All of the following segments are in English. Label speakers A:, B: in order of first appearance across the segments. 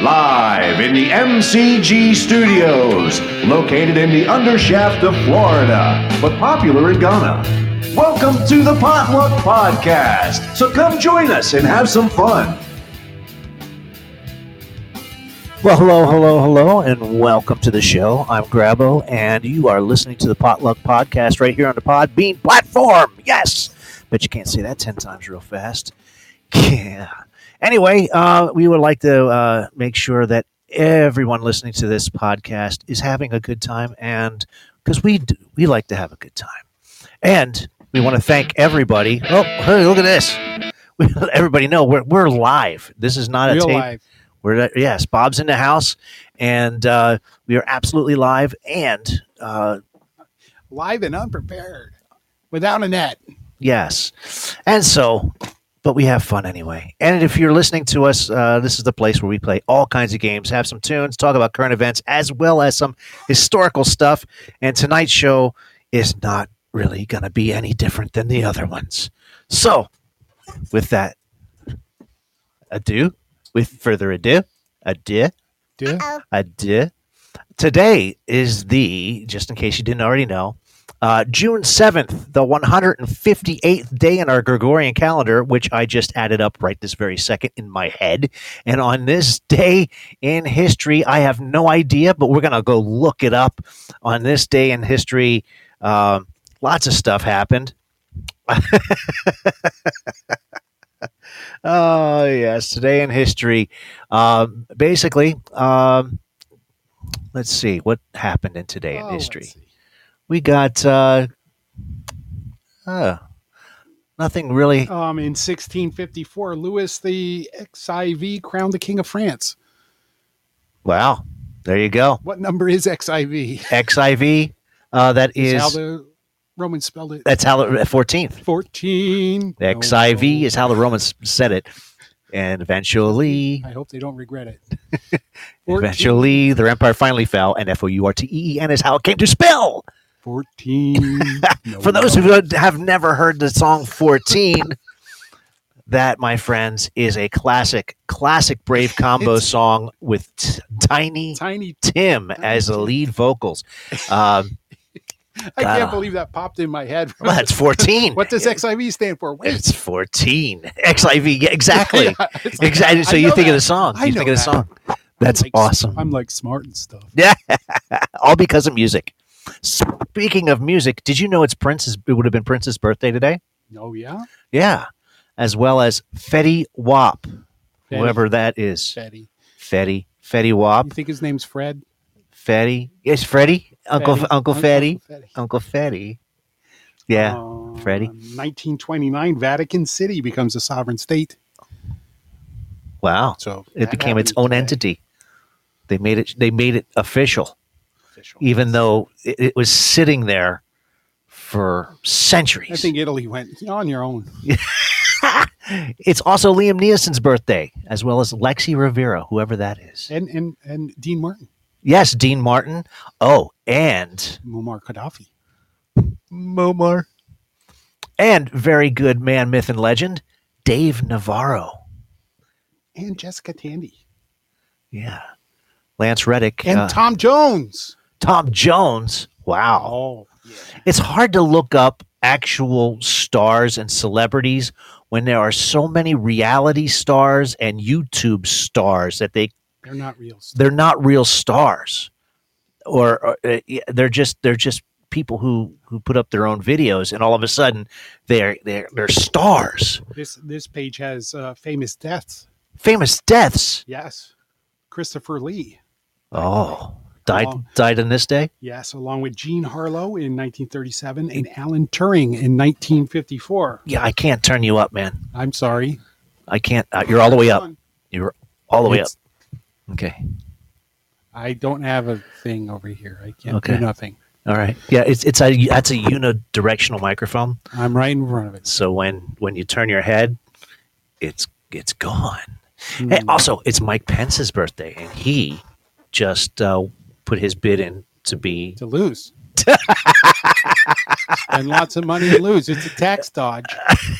A: Live in the MCG studios, located in the undershaft of Florida, but popular in Ghana. Welcome to the Potluck Podcast. So come join us and have some fun.
B: Well, hello, hello, hello, and welcome to the show. I'm Grabo, and you are listening to the Potluck Podcast right here on the Podbean platform. Yes, but you can't say that 10 times real fast. Yeah. Anyway, uh, we would like to uh, make sure that everyone listening to this podcast is having a good time, and because we do, we like to have a good time, and we want to thank everybody. Oh, hey, look at this! We let everybody know we're we're live. This is not a
C: Real
B: tape.
C: life.
B: We're yes, Bob's in the house, and uh, we are absolutely live. And uh,
C: Live and unprepared. Without a net.
B: yes, and so, but we have fun anyway. And if you're listening to us, uh, this is the place where we play all kinds of games, have some tunes, talk about current events, as well as some historical stuff. And tonight's show is not really going to be any different than the other ones. So, with that, adieu. With further ado, adieu.
C: Do
B: I did. Today is the, just in case you didn't already know, uh, June 7th, the 158th day in our Gregorian calendar, which I just added up right this very second in my head. And on this day in history, I have no idea, but we're going to go look it up. On this day in history, um, lots of stuff happened. Oh, yes. Today in history, um, basically, um, let's see what happened in today
C: Oh,
B: in history. We got uh, uh, nothing really.
C: Um, in 1654, Louis the XIV crowned the king of France.
B: Wow, there you go.
C: What number is XIV?
B: XIV. Uh, that
C: Is how
B: is
C: the Romans spelled it.
B: that's how the fourteenth.
C: 14. No,
B: XIV
C: no.
B: is how the Romans said it, and eventually,
C: I hope they don't regret it. 14.
B: eventually, their empire finally fell, and F O U R T E E N is how it came to spell.
C: 14. No,
B: For those
C: no.
B: who have never heard the song 14, that, my friends, is a classic, classic Brave Combo
C: It's-
B: song with t- Tiny
C: Tiny.
B: Tim as the lead vocals. Um,
C: I can't
B: Ah.
C: believe that popped in my head.
B: well, that's 14.
C: what does XIV stand for? Wait.
B: It's 14. XIV. Yeah, exactly.
C: Yeah, it's like-
B: exactly. So
C: I
B: you
C: know
B: think of
C: that.
B: the song.
C: I
B: you
C: know
B: think of the
C: that.
B: song. That's
C: I'm like-
B: awesome.
C: I'm like smart and stuff.
B: Yeah, all because of music. Speaking of music, did you know it's Prince's? It would have been Prince's birthday today.
C: Oh, yeah?
B: Yeah. As well as Fetty Wap, whoever that is.
C: Fetty.
B: Fetty. Fetty
C: You
B: Wap.
C: think his name's Fred?
B: Fetty. Yes, Freddie. Uncle
C: Fetty.
B: Uncle Fetty.
C: Fetty.
B: Uncle Fetty. Yeah.
C: Uh,
B: Freddy.
C: 1929, Vatican City becomes a sovereign state.
B: Wow.
C: So
B: It
C: that
B: became its
C: happened
B: own
C: today.
B: entity. They made it they made it official,
C: Official.
B: even though it, it was sitting there for
C: I
B: centuries.
C: think Italy went "You're on your own.
B: it's also Liam Neeson's birthday, as well as Lexi Rivera, whoever that is.
C: And and and Dean Martin,
B: Yes, Dean Martin. Oh, and
C: Muammar Gaddafi.
B: Momar. And very good man, myth, and legend, Dave Navarro.
C: And Jessica Tandy.
B: Yeah. Lance Reddick.
C: And
B: uh,
C: Tom Jones.
B: Tom Jones. Wow.
C: Oh. Yeah.
B: It's hard to look up actual stars and celebrities when there are so many reality stars and YouTube stars that they
C: They're not real. stuff.
B: they're not real stars or, or, uh, yeah, they're just they're just people who who put up their own videos and all of a sudden they're they're, they're stars.
C: This this page has uh, famous deaths.
B: famous deaths.
C: Yes. Christopher Lee.
B: Oh, died
C: Wow.
B: died on this day.
C: Yes, along with Gene Harlow in 1937 and Alan Turing in 1954.
B: Yeah, I can't turn you up, man.
C: I'm sorry.
B: I can't. Uh, you're all the way up.
C: Fun.
B: You're all the way up.
C: It's-
B: Okay.
C: I don't have a thing over here. I can't
B: Okay.
C: do nothing.
B: All right. Yeah, it's it's a that's a unidirectional microphone.
C: I'm right in front of it.
B: So when when you turn your head, it's it's gone.
C: Hmm.
B: Hey, also, it's Mike Pence's birthday, and he just uh, put his bid in to be.
C: To lose. Spend lots of money and lose. It's a tax dodge.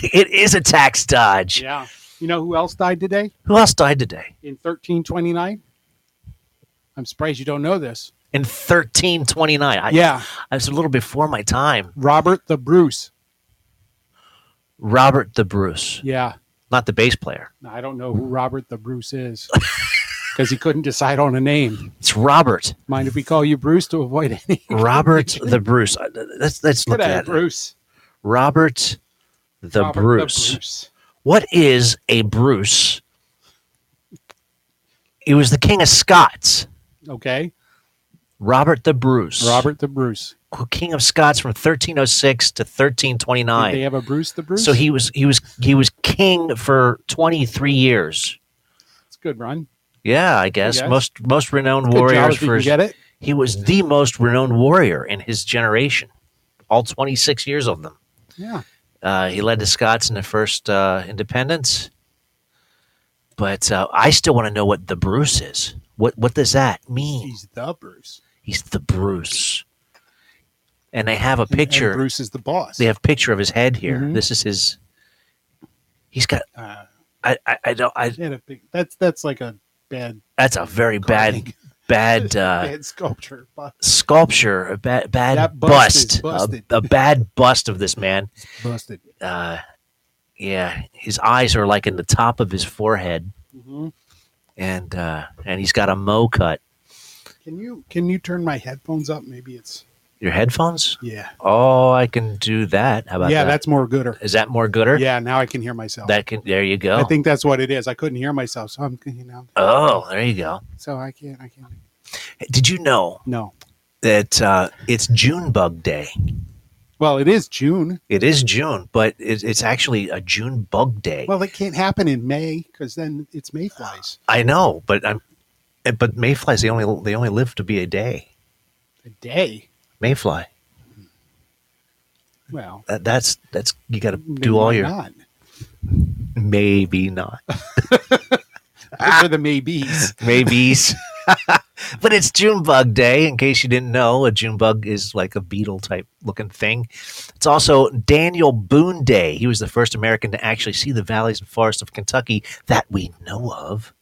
B: It is a tax dodge.
C: Yeah. You know who else died today
B: Who else died today?
C: in 1329? I'm surprised you don't know this.
B: In 1329. I,
C: yeah,
B: I was a little before my time.
C: Robert the Bruce.
B: Robert the Bruce,
C: Yeah,
B: not the bass player.
C: I don't know who Robert the Bruce is because he couldn't decide on a name.
B: It's Robert.
C: Mind if we call you Bruce to avoid any?
B: Robert the Bruce. Uh, Let's, let's look
C: Good
B: at it.
C: Bruce.
B: Robert the
C: Robert
B: Bruce. What is a Bruce? It was the King of Scots,
C: Okay,
B: Robert the Bruce.
C: Robert the Bruce.
B: King of Scots from 1306 to
C: Did they
B: 1329.
C: have a Bruce the Bruce?
B: So he was he was he was king for 23 years.
C: It's a good run.
B: Yeah, I guess
C: guess.
B: most most renowned
C: Good job
B: warriors
C: if you
B: for
C: can
B: his,
C: get it.
B: he was the most renowned warrior in his generation. All 26 years of them.
C: Yeah.
B: Uh, he led the Scots in the first uh, independence. But uh, I still want to know what the Bruce is. What what does that mean?
C: He's the Bruce.
B: He's the Bruce. And they have a
C: And- and
B: picture.
C: Bruce is the boss.
B: They have picture of his head here.
C: Mhm.
B: This is his. He's got.
C: Uh,
B: I, I. I don't. I.
C: he had a big, that's that's like a bad
B: That's a very bad,
C: carving.
B: bad uh,
C: bad sculpture. Bust,
B: sculpture. A bad, bad
C: That bust is
B: bust. A,
C: busted.
B: a bad bust of this man.
C: busted.
B: Uh, yeah, his eyes are like in the top of his forehead,
C: Mhm.
B: and uh, and he's got a mo cut.
C: Can you can you turn my headphones up? Maybe it's
B: Your headphones?
C: yeah
B: Oh, I can do that. How about
C: yeah.
B: that?
C: That's more gooder.
B: Is that more gooder?
C: Yeah, now I can hear myself.
B: That can. There you go.
C: I think that's what it is. I couldn't hear myself, so I'm you know
B: oh, there you go.
C: so I can't I can't
B: Did you know
C: no.
B: that uh, it's June Bug Day?
C: Well, it is June.
B: It is June, but it, it's actually a June bug day.
C: Well, it can't happen in May because then it's mayflies.
B: I know, but I'm, but mayflies they only they only live to be a day.
C: A day.
B: Mayfly.
C: Well,
B: That, that's that's you got to
C: maybe
B: do all your
C: not
B: maybe not
C: for the maybes.
B: maybes. but it's June bug day. In case you didn't know, a June bug is like a beetle type looking thing. It's also Daniel Boone Day. He was the first American to actually see the valleys and forests of Kentucky that we know of.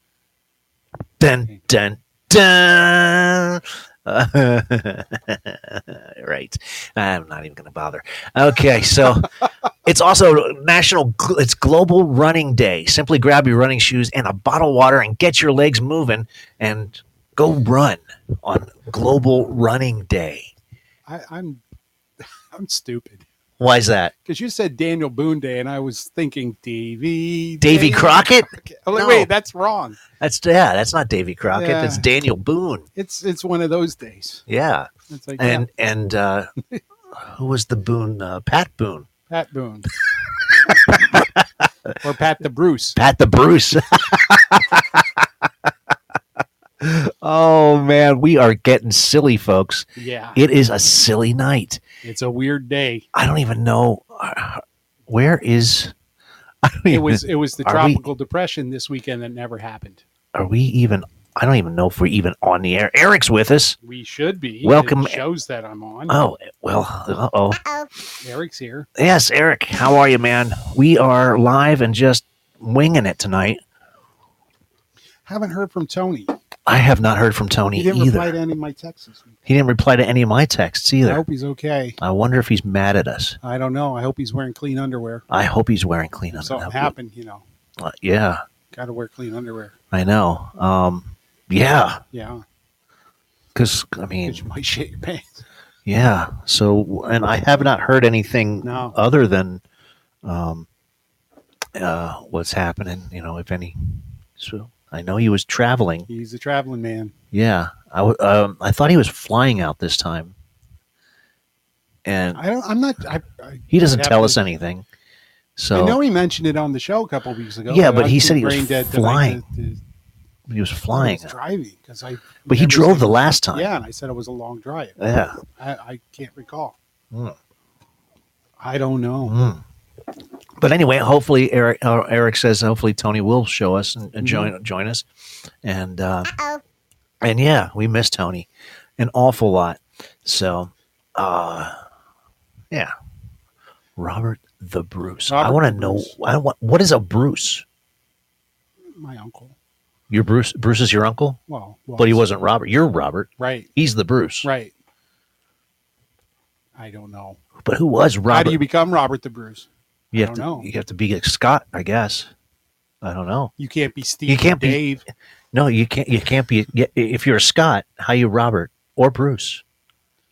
B: Dun dun dun. Uh, right. I'm not even going to bother. Okay, so it's also national Gl- it's global running day. Simply grab your running shoes and a bottle of water and get your legs moving and go run on global running day.
C: I, I'm I'm stupid
B: Why is that?
C: because you said Daniel Boone Day, and I was thinking Davy
B: Davy
C: Day.
B: Crockett?
C: I'm like,
B: No.
C: wait, that's wrong.
B: That's yeah, that's not Davy Crockett.
C: Yeah.
B: That's Daniel Boone.
C: It's it's one of those days.
B: Yeah.
C: It's like
B: And
C: yeah,
B: and uh who was the Boone? Uh, Pat Boone.
C: Pat Boone or Pat the Bruce.
B: Pat the Bruce. oh man, we are getting silly folks.
C: Yeah,
B: It is a silly night.
C: it's a weird day.
B: I don't even know uh, where is. I don't
C: It
B: even,
C: was it was the
B: Are we-
C: tropical depression this weekend that never happened.
B: Are we even? I don't even know if we're even on the air. Eric's with us.
C: We should be
B: Welcome-
C: It shows that I'm on.
B: Oh well. Uh oh.
C: Eric's here.
B: Yes, Eric. How are you, man? We are live and just winging it tonight.
C: Haven't heard from Tony.
B: I have not heard from Tony
C: He didn't
B: either.
C: reply to any of my texts. this week.
B: he didn't reply to any of my texts
C: I
B: either.
C: hope he's okay.
B: I wonder if he's mad at us.
C: I don't know. I hope he's wearing clean underwear.
B: I hope he's wearing clean underwear.
C: Something happened, you know.
B: Uh, yeah,
C: Got to wear clean underwear.
B: I know. Um, yeah,
C: Yeah,
B: because I mean,
C: because you might shit your pants.
B: Yeah. So, and I have not heard anything
C: No.
B: other than um, uh, what's happening, you know, if any. So I know he was traveling.
C: He's a traveling man.
B: Yeah. I, w- um, I thought he was flying out this time. And
C: I don't. I'm not. I, I,
B: he doesn't
C: it
B: tell
C: happened-
B: us anything. So
C: I know he mentioned it on the show a couple weeks ago.
B: Yeah, but
C: I'm
B: he
C: too
B: said he was
C: brain dead tonight
B: flying.
C: to- to-
B: he was flying.
C: I was driving because I.
B: But he
C: remember
B: drove the
C: saying-
B: last time.
C: Yeah, and I said it was a long drive.
B: Yeah.
C: I, I can't recall.
B: Hmm.
C: I don't know.
B: Mm. But anyway, hopefully Eric uh, Eric says hopefully Tony will show us and, and
C: Mm-hmm.
B: join join us, and uh, and yeah, we miss Tony an awful lot. So, uh, yeah, Robert the Bruce. I
C: Robert
B: want to
C: the
B: know.
C: Bruce.
B: I want what is a Bruce?
C: my uncle.
B: Your Bruce. Bruce is your uncle,
C: Well, was.
B: but he wasn't Robert. You're Robert.
C: Right,
B: He's the Bruce.
C: right. I don't know.
B: But who was Robert?
C: How do you become Robert the Bruce?
B: You
C: I
B: have
C: don't
B: to.
C: know.
B: You have to be like Scott, I guess. I don't know.
C: You can't be Steve.
B: You can't be-
C: Dave.
B: No, you can't. You can't be. yeah, If you're Scott, how you Robert or Bruce,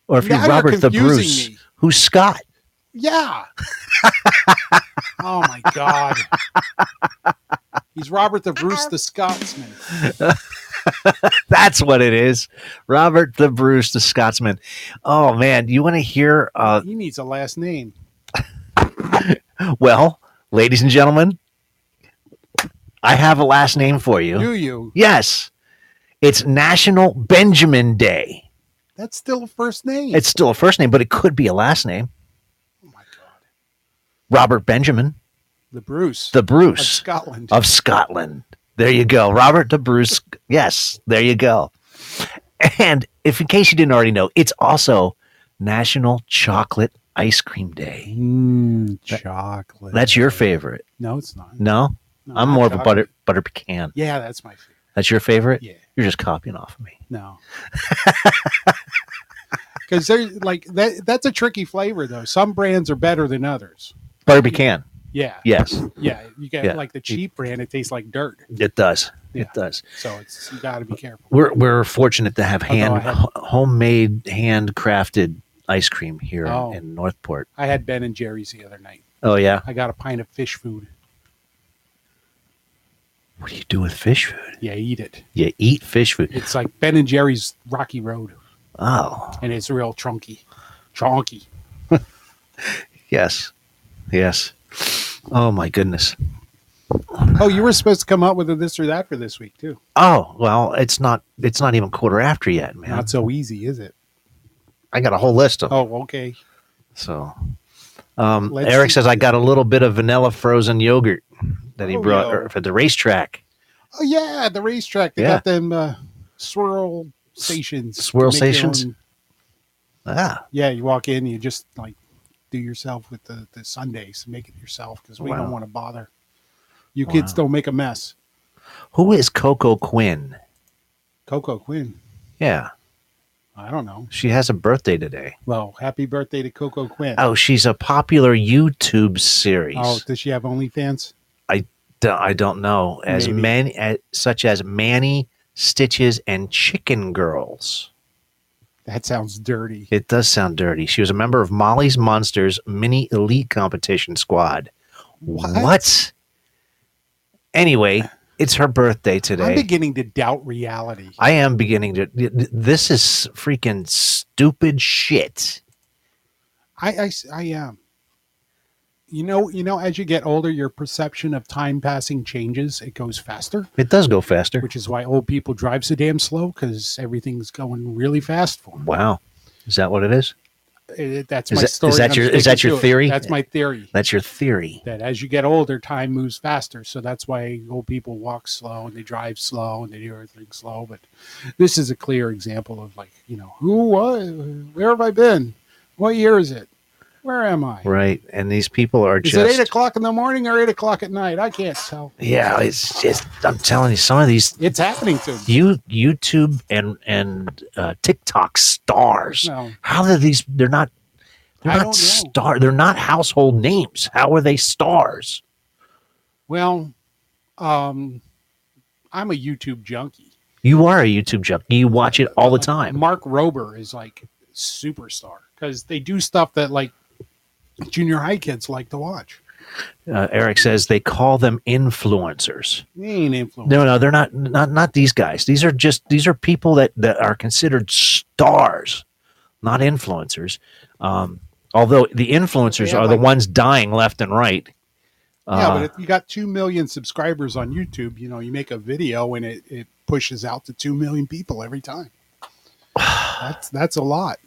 B: or if
C: Now
B: you're
C: you're
B: Robert the
C: confusing
B: Bruce,
C: me.
B: who's Scott?
C: Yeah. oh my God. He's Robert the Bruce the Scotsman.
B: That's what it is. Robert the Bruce, the Scotsman. Oh man, you want to hear? Uh,
C: He needs a last name.
B: well, ladies and gentlemen, I have a last name for you.
C: Do you?
B: Yes, it's National Benjamin Day.
C: That's still a first name.
B: It's still a first name, but it could be a last name.
C: oh my God.
B: Robert Benjamin,
C: The Bruce
B: the
C: of
B: Bruce Uh,
C: Scotland.
B: of Scotland. There you go, Robert the Bruce. Yes, there you go. And if, in case you didn't already know, it's also National Chocolate Ice Cream Day.
C: Mm, chocolate.
B: That's your favorite.
C: No, it's not.
B: No,
C: No,
B: I'm
C: not
B: more of a
C: chocolate.
B: butter butter pecan.
C: Yeah, that's my favorite.
B: That's your favorite.
C: Yeah,
B: You're just copying off of me.
C: no. Because they're like that. That's a tricky flavor though. Some brands are better than others.
B: Butter pecan.
C: Yeah,
B: Yes,
C: yeah. You get
B: Yeah.
C: like the cheap brand; it tastes like dirt.
B: it does.
C: Yeah.
B: It does.
C: So it's you got to be careful.
B: We're we're fortunate to have
C: Although I
B: hand
C: had-
B: ho- homemade handcrafted ice cream here in-
C: Oh.
B: in Northport.
C: I had Ben and Jerry's the other night.
B: Oh yeah.
C: I got a pint of fish food.
B: What do you do with fish food?
C: Yeah, eat it.
B: You eat fish food.
C: It's like Ben and Jerry's Rocky Road,
B: Oh
C: and it's real chunky, chunky.
B: yes, yes. Oh my goodness.
C: Oh, you were supposed to come up with a this or that for this week too.
B: Oh well, it's not. It's not even quarter after yet, man.
C: Not so easy, is it?
B: I got a whole list of.
C: Oh, okay.
B: So, um,
C: Let's
B: Eric
C: see.
B: says I got a little bit of vanilla frozen yogurt that he
C: Oh,
B: brought
C: yeah.
B: er, for the racetrack.
C: Oh yeah, the racetrack. They
B: Yeah.
C: got them uh, swirl stations. to
B: swirl
C: make your
B: stations?
C: own-
B: Ah,
C: yeah, you walk in, you just like do yourself with the the Sundays, make it yourself because we
B: Wow.
C: don't want to bother. You kids
B: Wow.
C: don't make a mess.
B: who is Coco Quinn?
C: Coco Quinn.
B: Yeah,
C: I don't know.
B: she has a birthday today.
C: Well, happy birthday to Coco Quinn.
B: Oh, she's a popular YouTube series.
C: Oh, does she have OnlyFans?
B: D- I don't know as
C: Maybe.
B: many as, such as Manny Stitches and Chicken Girls.
C: That sounds dirty.
B: It does sound dirty. She was a member of Molly's Monsters mini elite competition squad. What? Anyway, it's her birthday today.
C: I'm beginning to doubt reality.
B: I am beginning to. This is freaking stupid shit.
C: I, I s- I am. You know, you know, as you get older, your perception of time passing changes. It goes faster.
B: It does go faster.
C: which is why old people drive so damn slow because everything's going really fast for them.
B: Wow, is that what it is?
C: Uh, that's
B: Is
C: my
B: that- is
C: story.
B: that
C: and I'm
B: your- is
C: sticking
B: that your
C: to it.
B: theory?
C: That's my theory.
B: That's your theory.
C: That as you get older, time moves faster. So that's why old people walk slow and they drive slow and they do everything slow. But this is a clear example of like, you know, who, what, where have I been? What year is it? Where am I?
B: Right, and these people are
C: Is
B: just.
C: it eight o'clock in the morning or eight o'clock at night? I can't tell.
B: yeah, it's just. I'm telling you, some of these
C: It's happening to me.
B: you YouTube and and uh, TikTok stars.
C: No.
B: How are these? They're not. They're
C: I
B: not
C: don't know.
B: star. They're not household names. How are they stars?
C: Well, um, I'm a YouTube junkie.
B: You are a YouTube junkie. You watch it all the time.
C: Mark Rober is like superstar because they do stuff that like junior high kids like to watch.
B: Uh, Eric says they call them influencers.
C: They ain't influenced.
B: No, no, they're not not not these guys. These are just these are people that that are considered stars, not influencers. Um, although the influencers
C: They have
B: are the
C: like-
B: ones dying left and right.
C: yeah,
B: Uh,
C: but if you got two million subscribers on YouTube, you know, you make a video and it, it pushes out to two million people every time. that's that's a lot.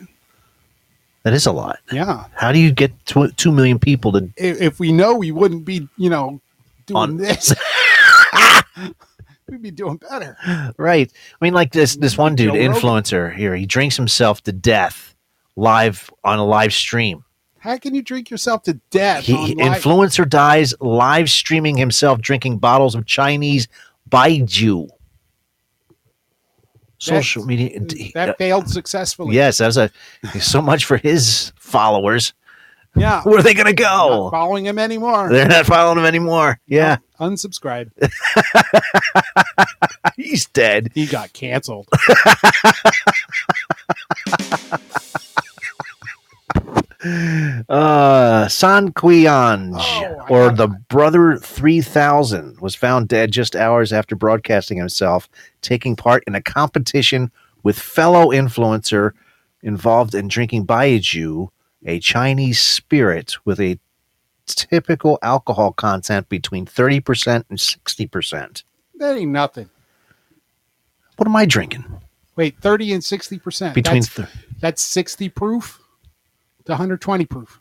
B: that is a lot.
C: Yeah.
B: How do you get tw- two million people to?
C: If, if we know we wouldn't be, you know, doing
B: On-
C: this, we'd be doing better.
B: Right. I mean, like this this one dude
C: Joe Rogan.
B: influencer here. He drinks himself to death live on a live stream.
C: How can you drink yourself to death?
B: He,
C: on
B: he-
C: live-
B: influencer dies live streaming himself drinking bottles of Chinese provide you social media.
C: mm,
B: uh,
C: That failed successfully.
B: yes, that's a so much for his followers.
C: Yeah.
B: Where are they going to
C: Not
B: go?
C: following him anymore.
B: They're not following him anymore. Yeah,
C: Unsubscribe.
B: he's dead.
C: He got canceled.
B: Uh, San Quianj,
C: Oh, I
B: or
C: got
B: the Brother 3000, was found dead just hours after broadcasting himself, taking part in a competition with fellow influencer involved in drinking baijiu, a Chinese spirit with a typical alcohol content between 30% and 60%.
C: That ain't nothing.
B: What am I drinking?
C: Wait, 30 and 60%.
B: Between that's,
C: that's,
B: th-
C: that's 60 proof to 120 proof.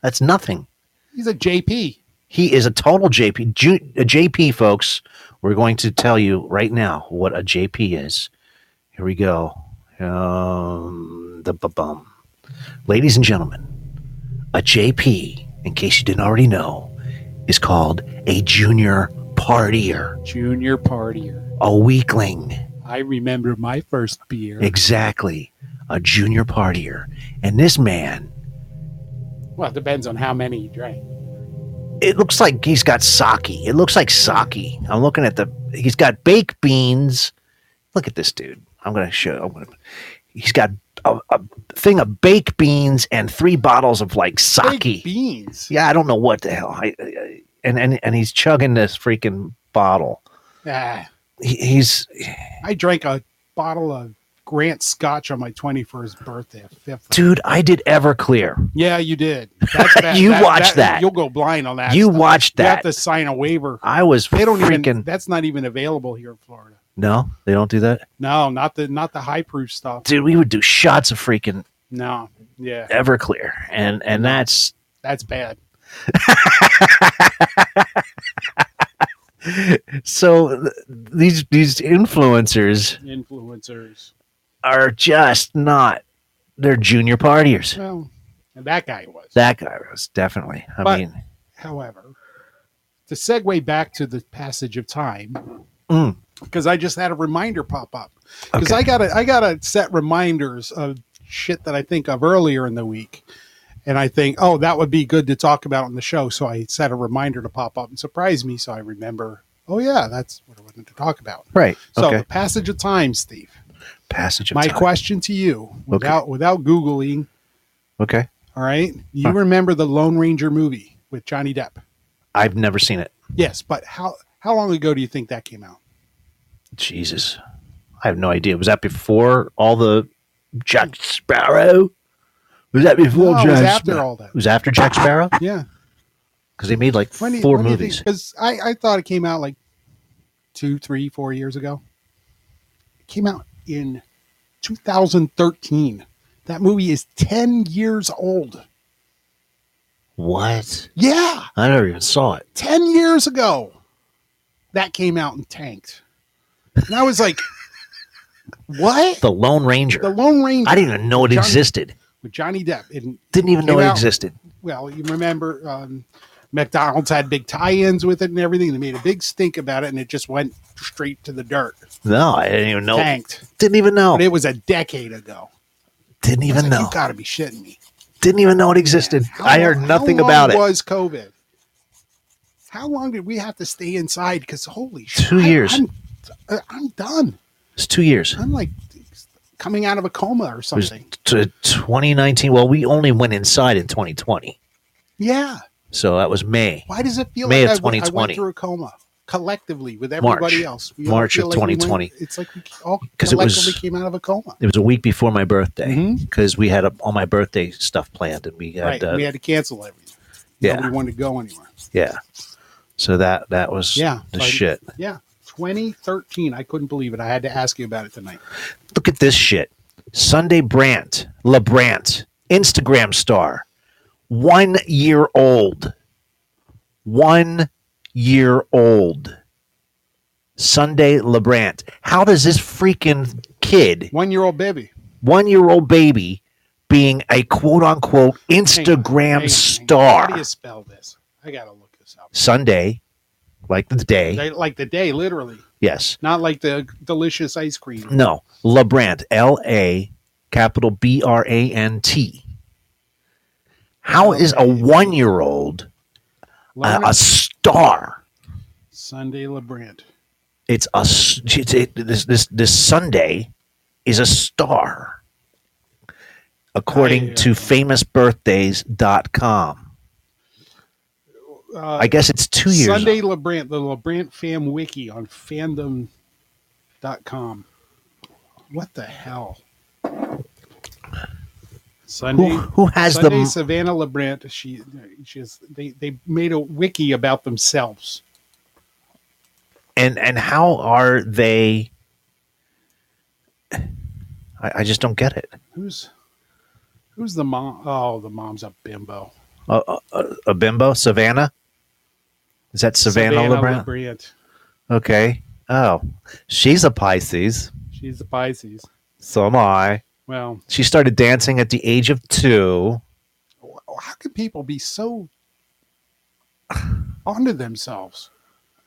B: that's nothing.
C: He's a JP.
B: He is a total JP. Ju- a JP, folks. We're going to tell you right now what a JP is. Here we go. Um, the bum. Ladies and gentlemen, a JP, in case you didn't already know, is called a junior partier,
C: Junior partier.
B: a weakling.
C: I remember my first beer.
B: Exactly. A junior partier. And this man,
C: Well, it depends on how many you drank.
B: it looks like he's got sake. It looks like sake. I'm looking at the. He's got baked beans. Look at this dude. I'm gonna show. I'm gonna. He's got a, a thing of baked beans and three bottles of like
C: Big
B: sake.
C: beans.
B: Yeah, I don't know what the hell. I, I and and and he's chugging this freaking bottle.
C: Ah,
B: He, he's
C: I drank a bottle of Grant Scotch on my 21st birthday. at Fifth.
B: dude. I did Everclear.
C: Yeah, you did. That's bad.
B: You watched that.
C: You'll go blind on that.
B: You
C: stuff.
B: watched
C: You have
B: that.
C: to sign a waiver.
B: I was
C: They don't
B: freaking.
C: even. That's not even available here in Florida.
B: no, they don't do that,
C: No, not the not the high proof stuff.
B: dude. We would do shots of freaking
C: No, yeah,
B: Everclear, and and that's
C: that's bad.
B: so th- these these influencers
C: Influencers.
B: are just not they're junior partiers.
C: Well, and that guy was.
B: That guy was definitely. I
C: But-
B: mean,
C: However, to segue back to the passage of time,
B: mm,
C: because I just had a reminder pop up. Because
B: okay.
C: I gotta I gotta set reminders of shit that I think of earlier in the week. And I think, oh, that would be good to talk about on the show. So I set a reminder to pop up and surprise me so I remember, oh yeah, that's what I wanted to talk about.
B: right.
C: So
B: okay.
C: the passage of time, Steve.
B: Passage of
C: My
B: time.
C: question to you, without without Googling,
B: okay.
C: all right, you
B: Huh.
C: remember the Lone Ranger movie with Johnny Depp.
B: I've never seen it.
C: Yes, but how how long ago do you think that came out?
B: Jesus. I have no idea. Was that before all the Jack Sparrow? Was that before
C: No,
B: Jack
C: Oh, it was after
B: Sparrow?
C: all that.
B: It was after Jack Sparrow?
C: Yeah.
B: Because they made like
C: When do you-
B: four
C: when do you
B: movies.
C: Because I, I thought it came out like two, three, four years ago. It came out in 2013. That movie is 10 years old.
B: What?
C: Yeah,
B: I never even saw it.
C: 10 years ago. That came out and tanked. And I was like, what?
B: The Lone Ranger.
C: The Lone Ranger
B: I didn't even know it
C: Johnny-
B: existed.
C: with Johnny Depp. And
B: Didn't even
C: Came
B: know it
C: out-
B: existed.
C: well, you remember um, McDonald's had big tie-ins with it and everything. They made a big stink about it, and it just went straight to the dirt,
B: No, I didn't even know.
C: tanked.
B: Didn't even know.
C: But it was a decade ago.
B: Didn't
C: I was
B: even
C: like,
B: know.
C: You got to be shitting me.
B: Didn't even know it existed.
C: How
B: I heard
C: long-
B: nothing
C: how long
B: about it.
C: Was COVID? How long did we have to stay inside? Because holy shit,
B: Two
C: I-
B: years.
C: I'm, uh, I'm done.
B: It's two years. It
C: I'm like coming out of a coma or
B: was
C: something.
B: t- 2019. Well, we only went inside in 2020,
C: Yeah.
B: so that was May.
C: Why does it feel
B: May
C: like
B: of
C: I went- I, went
B: 2020.
C: through a coma collectively with everybody
B: March.
C: else? We all
B: March
C: feel
B: of
C: we went-
B: 2020.
C: it's like we all
B: 'Cause it was-
C: collectively came out of a coma.
B: It was a week before my birthday
C: Mhm.
B: because we had a, all my birthday stuff planned, and we had,
C: Right.
B: uh,
C: we had to cancel everything.
B: Yeah.
C: Nobody wanted to go anywhere.
B: yeah. So that that was
C: Yeah,
B: the
C: so I-
B: shit.
C: Yeah. 2013. I couldn't believe it. I had to ask you about it tonight.
B: Look at this shit. Sunday Brandt, LeBrant, Instagram star, one year old. One year old. Sunday LeBrant. How does this freaking kid,
C: One year old baby.
B: one year old baby, being a quote unquote
C: Hang on, hang on,
B: Instagram
C: hang on. How do
B: star?
C: you spell this? I gotta look this up.
B: Sunday like the day.
C: They, like the day, literally.
B: yes.
C: Not like the delicious ice cream.
B: No, uh, Labrant, L A capital B R A N T. How is a one year old a,
C: Learn
B: a star?
C: Sunday Lebrant.
B: It's a s- it's, it, this this this Sunday is a star, according
C: I, uh,
B: to famousbirthdays.com.
C: Uh,
B: I guess it's two years. old.
C: Sunday Lebrant, the Lebrant Fam Wiki on fandom.com. What the hell? Sunday.
B: Who, who has
C: Sunday
B: the
C: Savannah Lebrant, she she's they, they made a wiki about themselves.
B: and and how are they? I, I just don't get it.
C: Who's who's the mom? Oh, the mom's a bimbo.
B: a, a, a bimbo savannah is that savannah, LeBron?
C: Lebrant.
B: okay oh she's a pisces
C: She's a Pisces.
B: so am i
C: Well,
B: she started dancing at the age of two
C: wh- how can people be so onto themselves?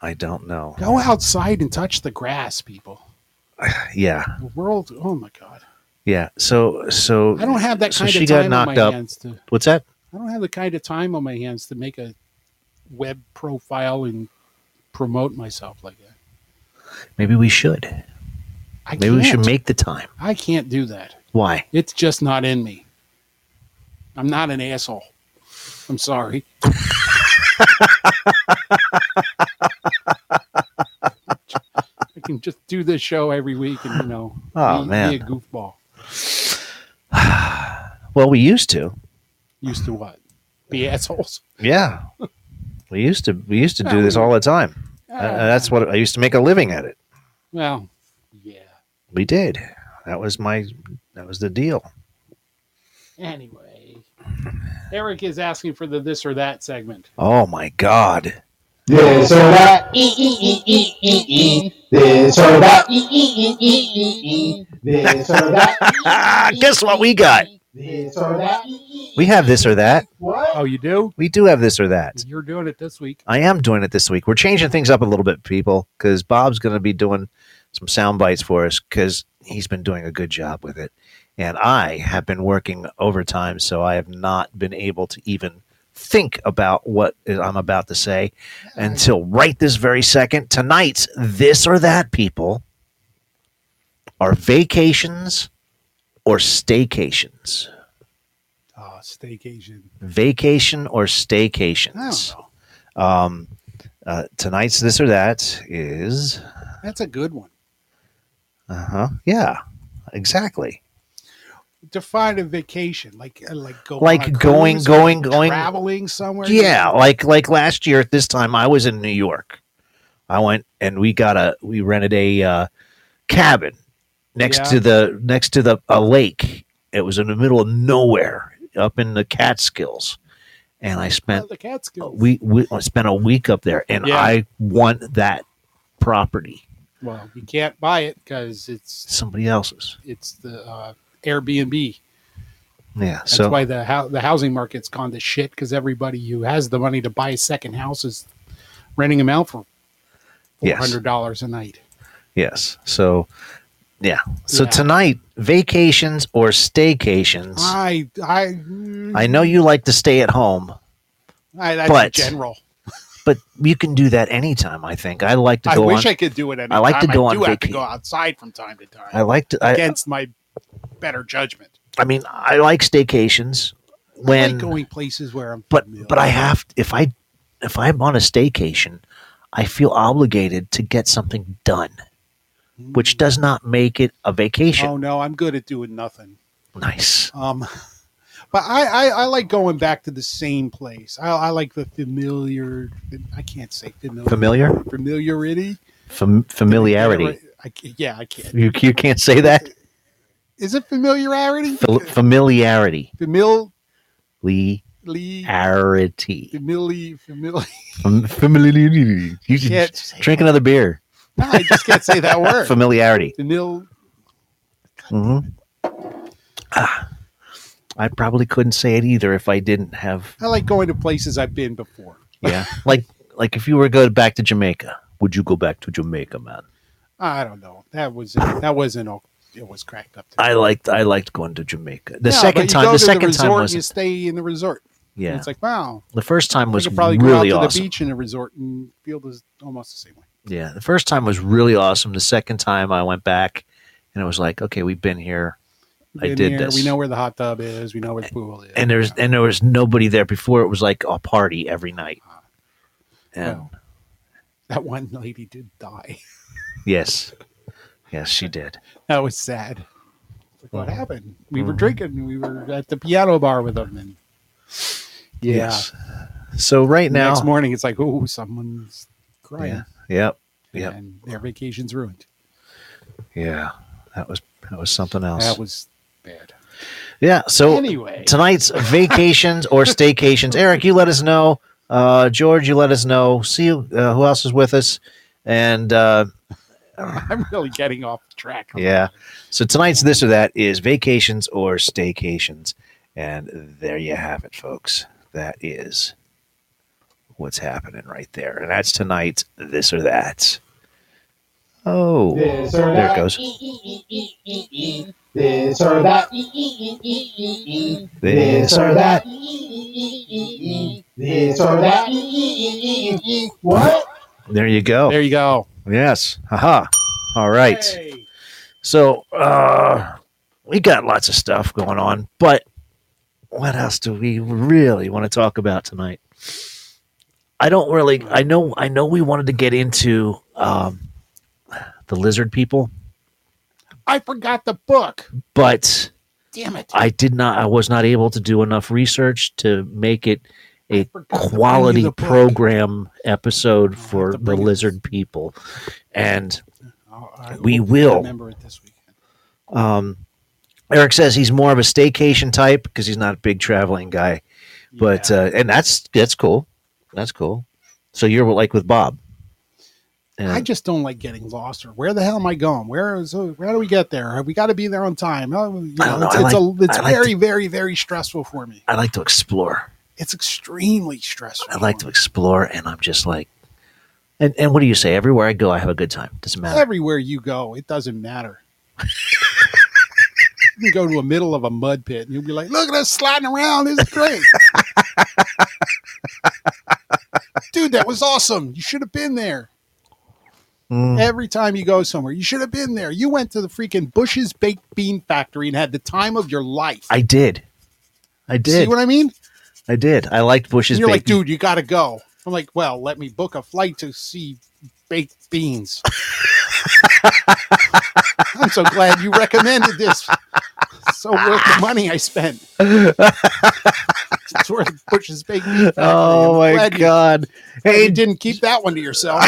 B: i don't know
C: Go outside and touch the grass, people.
B: yeah
C: The world. Oh my God.
B: yeah so so
C: I don't have that
B: so
C: kind
B: she
C: of
B: got
C: time
B: knocked
C: on my
B: up.
C: hands to.
B: what's that
C: I don't have the kind of time on my hands to make a web profile and promote myself like that.
B: maybe we should
C: I
B: maybe
C: can't.
B: we should make the time
C: I can't do that.
B: why
C: It's just not in me. I'm not an asshole. I'm sorry. I can just do this show every week and you know
B: Oh,
C: be,
B: man.
C: be a goofball.
B: well we used to
C: Used to what? Be assholes.
B: yeah we used to we used to
C: Yeah,
B: do this
C: we- Ah.
B: all the time Uh, that's what i used to make a living at it
C: well, yeah.
B: we did that was my that was the deal
C: Anyway, Eric is asking for the this or that segment.
B: oh my god
D: This or that. This or that. This or that.
B: Guess what we got?
D: This or that.
B: We have this or that.
D: What?
C: Oh, you do?
B: We do have this or that.
C: You're doing it this week.
B: I am doing it this week. We're changing things up a little bit, people, because Bob's going to be doing some sound bites for us because he's been doing a good job with it. And I have been working overtime, so I have not been able to even think about what I'm about to say until right this very second. Tonight's this or that, people, are vacations or staycations.
C: Oh, staycation.
B: vacation or
C: I
B: staycations.
C: don't know.
B: Um, uh, tonight's this or that is,
C: That's a good one.
B: uh huh, yeah, exactly.
C: define a vacation like uh, like go
B: Like
C: on a
B: going-
C: cruise,
B: going- going-
C: traveling somewhere
B: Yeah, like like last year at this time, I was in New York. I went and we got a we rented a uh, cabin next
C: Yeah.
B: to the next to the a lake. It was in the middle of nowhere, up in the Catskills, and I spent
C: Oh, the Catskills.
B: we we spent a week up there, and
C: Yeah.
B: I want that property.
C: well you can't buy it because it's
B: Somebody else's.
C: it's the uh, Airbnb
B: Yeah.
C: that's
B: so
C: why the hou- the housing market's gone to shit because everybody who has the money to buy a second house is renting them out for four
B: Yes.
C: hundred dollars a night
B: yes. So yeah. So
C: Yeah.
B: tonight, vacations or staycations.
C: I I
B: I know you like to stay at home,
C: I that's
B: but-
C: general
B: but you can do that anytime. I think I like to
C: I
B: go
C: wish
B: on.
C: I could do it
B: I like to
C: anytime.
B: go on
C: do have to
B: vaca-
C: go outside from time to time
B: I, like to. I,
C: against my better judgment
B: I mean, I like staycations
C: I
B: when,
C: like going places where I'm
B: but
C: familiar.
B: but I have if I if I'm on a staycation, I feel obligated to get something done, which does not make it a vacation.
C: Hmm. Oh no, I'm good at doing nothing.
B: Nice.
C: Um, but I, I, I like going back to the same place. I, I like the familiar. I can't say familiar.
B: Familiar.
C: Familiarity.
B: Fam- familiarity.
C: I ca- yeah, I can't.
B: You, you can't say that.
C: Is it familiarity?
B: Fam- familiarity.
C: Famili-
B: Familiarity.
C: famili- famili-
B: Fam- Familiarity. You should
C: Can't
B: just
C: say
B: drink another beer.
C: No, I just can't say that word.
B: Familiarity.
C: Famil-
B: hmm Ah. I probably couldn't say it either if I didn't have.
C: I like going to places I've been before.
B: Yeah, like Like if you were to go back to Jamaica, would you go back to Jamaica, man?
C: I don't know. That was that wasn't. all- It was cracked up.
B: I liked I liked going to Jamaica. The
C: No,
B: second
C: but you
B: time,
C: go
B: the
C: to
B: second
C: resort,
B: time
C: You
B: wasn't.
C: stay in the resort. And
B: Yeah,
C: It's like wow.
B: the first time
C: We
B: was
C: could probably
B: really
C: go out to
B: awesome.
C: the beach in a resort and feel this almost the same way.
B: Yeah, the first time was really awesome. The second time I went back, and it was like, okay, we've been here, I
C: Been
B: did
C: here,
B: this.
C: We know where the hot tub is. We know where the pool is.
B: and there's
C: Yeah.
B: and there was nobody there before. It was like a party every night.
C: Uh-huh.
B: And
C: Well, that one lady did die.
B: yes, yes, she did.
C: That was sad. It's like, what
B: Mhm.
C: happened? We were
B: Mhm.
C: drinking. We were at the piano bar with them, and yeah.
B: Yes. So right
C: The
B: now,
C: next morning, it's like, oh, someone's crying,
B: yeah, yep, yep,
C: and their vacation's ruined.
B: yeah. That was that was something else.
C: That was bad.
B: yeah. So
C: anyway,
B: tonight's vacations or staycations. Eric, you let us know. Uh, George, you let us know. See uh, who else is with us. And uh,
C: I'm really getting off track.
B: yeah, so tonight's this or that is vacations or staycations. And there you have it, folks. That is what's happening right there. And that's tonight's this or that. Oh,
D: This or
B: there it
D: that.
B: goes.
D: This or that.
B: This or that.
D: This or that. What?
B: There you go.
C: There you go.
B: Yes. Haha. All right.
C: Hey.
B: So uh, we got lots of stuff going on, but what else do we really want to talk about tonight? I don't really. I know. I know we wanted to get into um, the lizard people,
C: I forgot the book.
B: but
C: Damn it!
B: I did not. I was not able to do enough research to make it a
C: forgot to bring you
B: quality
C: the book.
B: program episode
C: I'll have
B: for
C: to
B: the
C: bring it.
B: lizard people, and
C: I'll- Oh, I
B: we
C: hope I
B: will.
C: remember it this weekend.
B: Um, Eric says he's more of a staycation type because he's not a big traveling guy, but
C: Yeah.
B: uh, and that's that's cool, that's cool. So you're like with Bob. And,
C: I just don't like getting lost. Or where the hell am I going? Where is? uh, Where do we get there? We got to be there on time. Oh, you
B: I don't
C: know,
B: know.
C: It's,
B: I
C: it's, a, it's
B: I like
C: very, very, very stressful for me.
B: I like to explore.
C: It's extremely stressful.
B: I like
C: for
B: to
C: me.
B: explore, and I'm just like, and and what do you say? Everywhere I go, I have a good time. Doesn't matter.
C: Everywhere you go, it doesn't matter. you can go to a middle of a mud pit and you'll be like, look at us sliding around. This is great. Dude, that was awesome. You should have been there.
B: Mm.
C: Every time you go somewhere, you should have been there. You went to the freaking Bush's Baked Bean Factory and had the time of your life.
B: I did, I
C: See
B: did,
C: what I mean?
B: I did. I liked Bush's.
C: And you're like,
B: bacon.
C: dude, you got to go. I'm like, well, let me book a flight to see baked beans. I'm so glad you recommended this. So worth the money I spent. it's worth Bush's baked bean. Factory.
B: Oh my
C: I'm glad you-
B: god!
C: glad
B: Hey,
C: you didn't keep that one to yourself.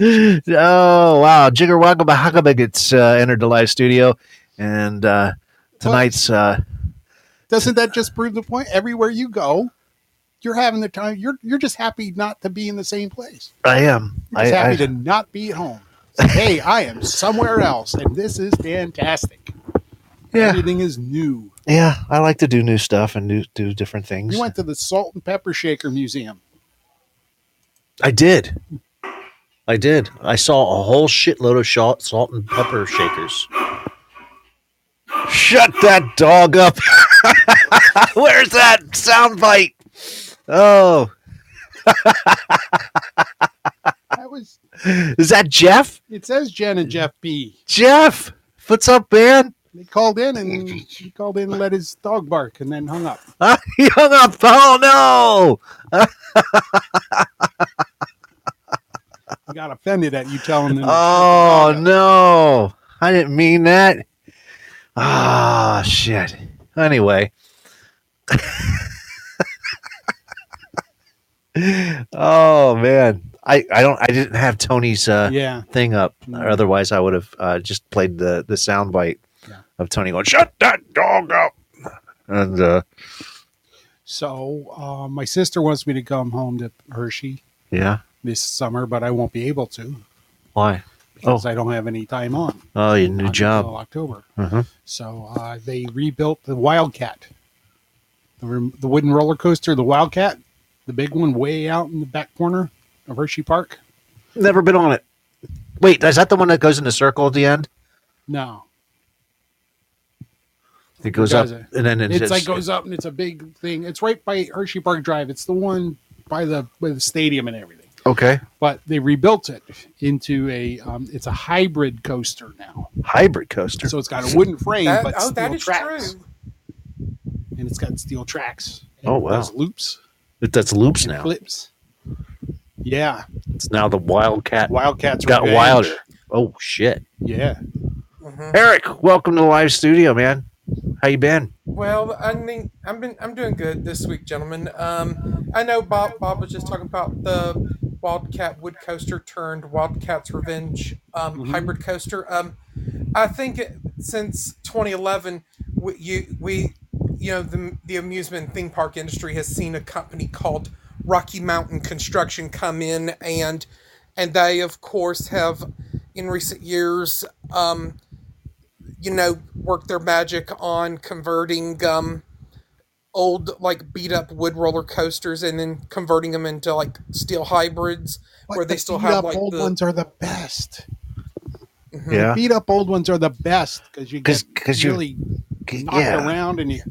B: oh wow, Jigger Wagga Bahagaba gets uh, entered the live studio, and uh, tonight's uh,
C: Doesn't that just prove the point? Everywhere you go, you're having the time. You're you're just happy not to be in the same place.
B: I am.
C: You're
B: I,
C: just happy
B: I,
C: to not be at home. It's like, hey, I am somewhere else, and this is fantastic.
B: yeah,
C: Everything is new.
B: yeah. I like to do new stuff and do do different things.
C: You went to the Salt and Pepper Shaker Museum.
B: I did. I did. I saw a whole shitload of shot, salt and pepper shakers. Shut that dog up. Where's that sound bite? Oh,
C: That was.
B: is that Jeff?
C: It says Jen and Jeff B.
B: Jeff, what's up, man?
C: They called in and he called in and let his dog bark and then hung up.
B: he hung up. Oh
C: I got offended at you telling
B: no!
C: them.
B: Oh no! I didn't mean that. Ah shit. Anyway. oh man, I I don't I didn't have Tony's uh,
C: yeah,
B: thing up,
C: Mm.
B: or otherwise I would have uh, just played the the sound bite
C: Yeah.
B: of Tony going shut that dog up, and uh,
C: so uh, my sister wants me to come home to Hershey
B: yeah,
C: this summer, but I won't be able to
B: why?
C: because I don't have any time on
B: Oh, your new
C: until
B: job.
C: October.
B: Mhm.
C: So uh, they rebuilt the Wildcat, the, rem- the wooden roller coaster, the Wildcat. the big one way out in the back corner of Hershey Park?
B: Never been on it. Wait, is that the one that goes in a circle at the end?
C: No,
B: It goes up
C: Does
B: and
C: it?
B: then it
C: it's,
B: just-
C: like goes up and it's a big thing. It's right by Hershey Park Drive. It's the one by the by the stadium and everything.
B: okay
C: But they rebuilt it into a um, it's a hybrid coaster now.
B: hybrid coaster.
C: So it's got a wooden frame,
E: That-
C: but
E: oh,
C: steel
E: that is
C: tracks,
E: true.
C: and it's got steel tracks.
B: Oh,
C: And
B: wow.
C: those loops
B: That- That's loops
C: and
B: now.
C: flips. Yeah,
B: It's now the Wildcat.
C: Wildcats
B: got
C: Revenge.
B: wilder. Oh shit,
C: Yeah,
E: Mhm.
B: Eric, welcome to the live studio, man. How you been?
E: Well, I mean, I've been I'm doing good this week, gentlemen. Um, I know Bob Bob was just talking about the Wildcat Wood Coaster turned Wildcat's Revenge um,
C: Mhm.
E: hybrid coaster. Um, I think it, since 2011, we, you we you know the the amusement theme park industry has seen a company called Rocky Mountain Construction come in and and they of course have in recent years um, you know, work their magic on converting um, old, like beat up wood roller coasters and then converting them into like steel hybrids where they still have like
C: old
E: the.
C: ones are the best.
E: Mhm.
B: Yeah,
C: Beat up old ones are the best because you
B: because
C: get
B: because you
C: really knocked
B: yeah
C: around and you,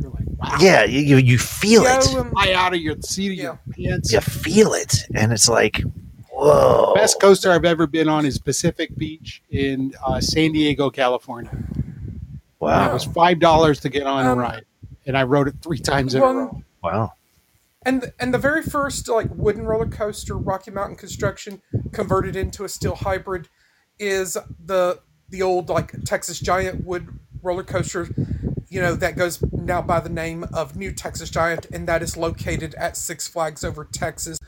C: you're like, wow.
B: yeah you you- you feel
E: Yeah,
B: it.
E: um,
C: fly out of your seat of your pants.
B: You feel it, and it's like whoa.
C: Best coaster I've ever been on is Pacific Beach in uh, San Diego, California. It
B: Wow,
C: was five dollars to get on
E: Um,
C: a ride, and I rode it three times in
E: well,
C: a row.
B: wow.
E: and and the very first like wooden roller coaster Rocky Mountain construction converted into a steel hybrid is the the old like Texas Giant wood roller coaster you know that goes now by the name of New Texas Giant and that is located at Six Flags over Texas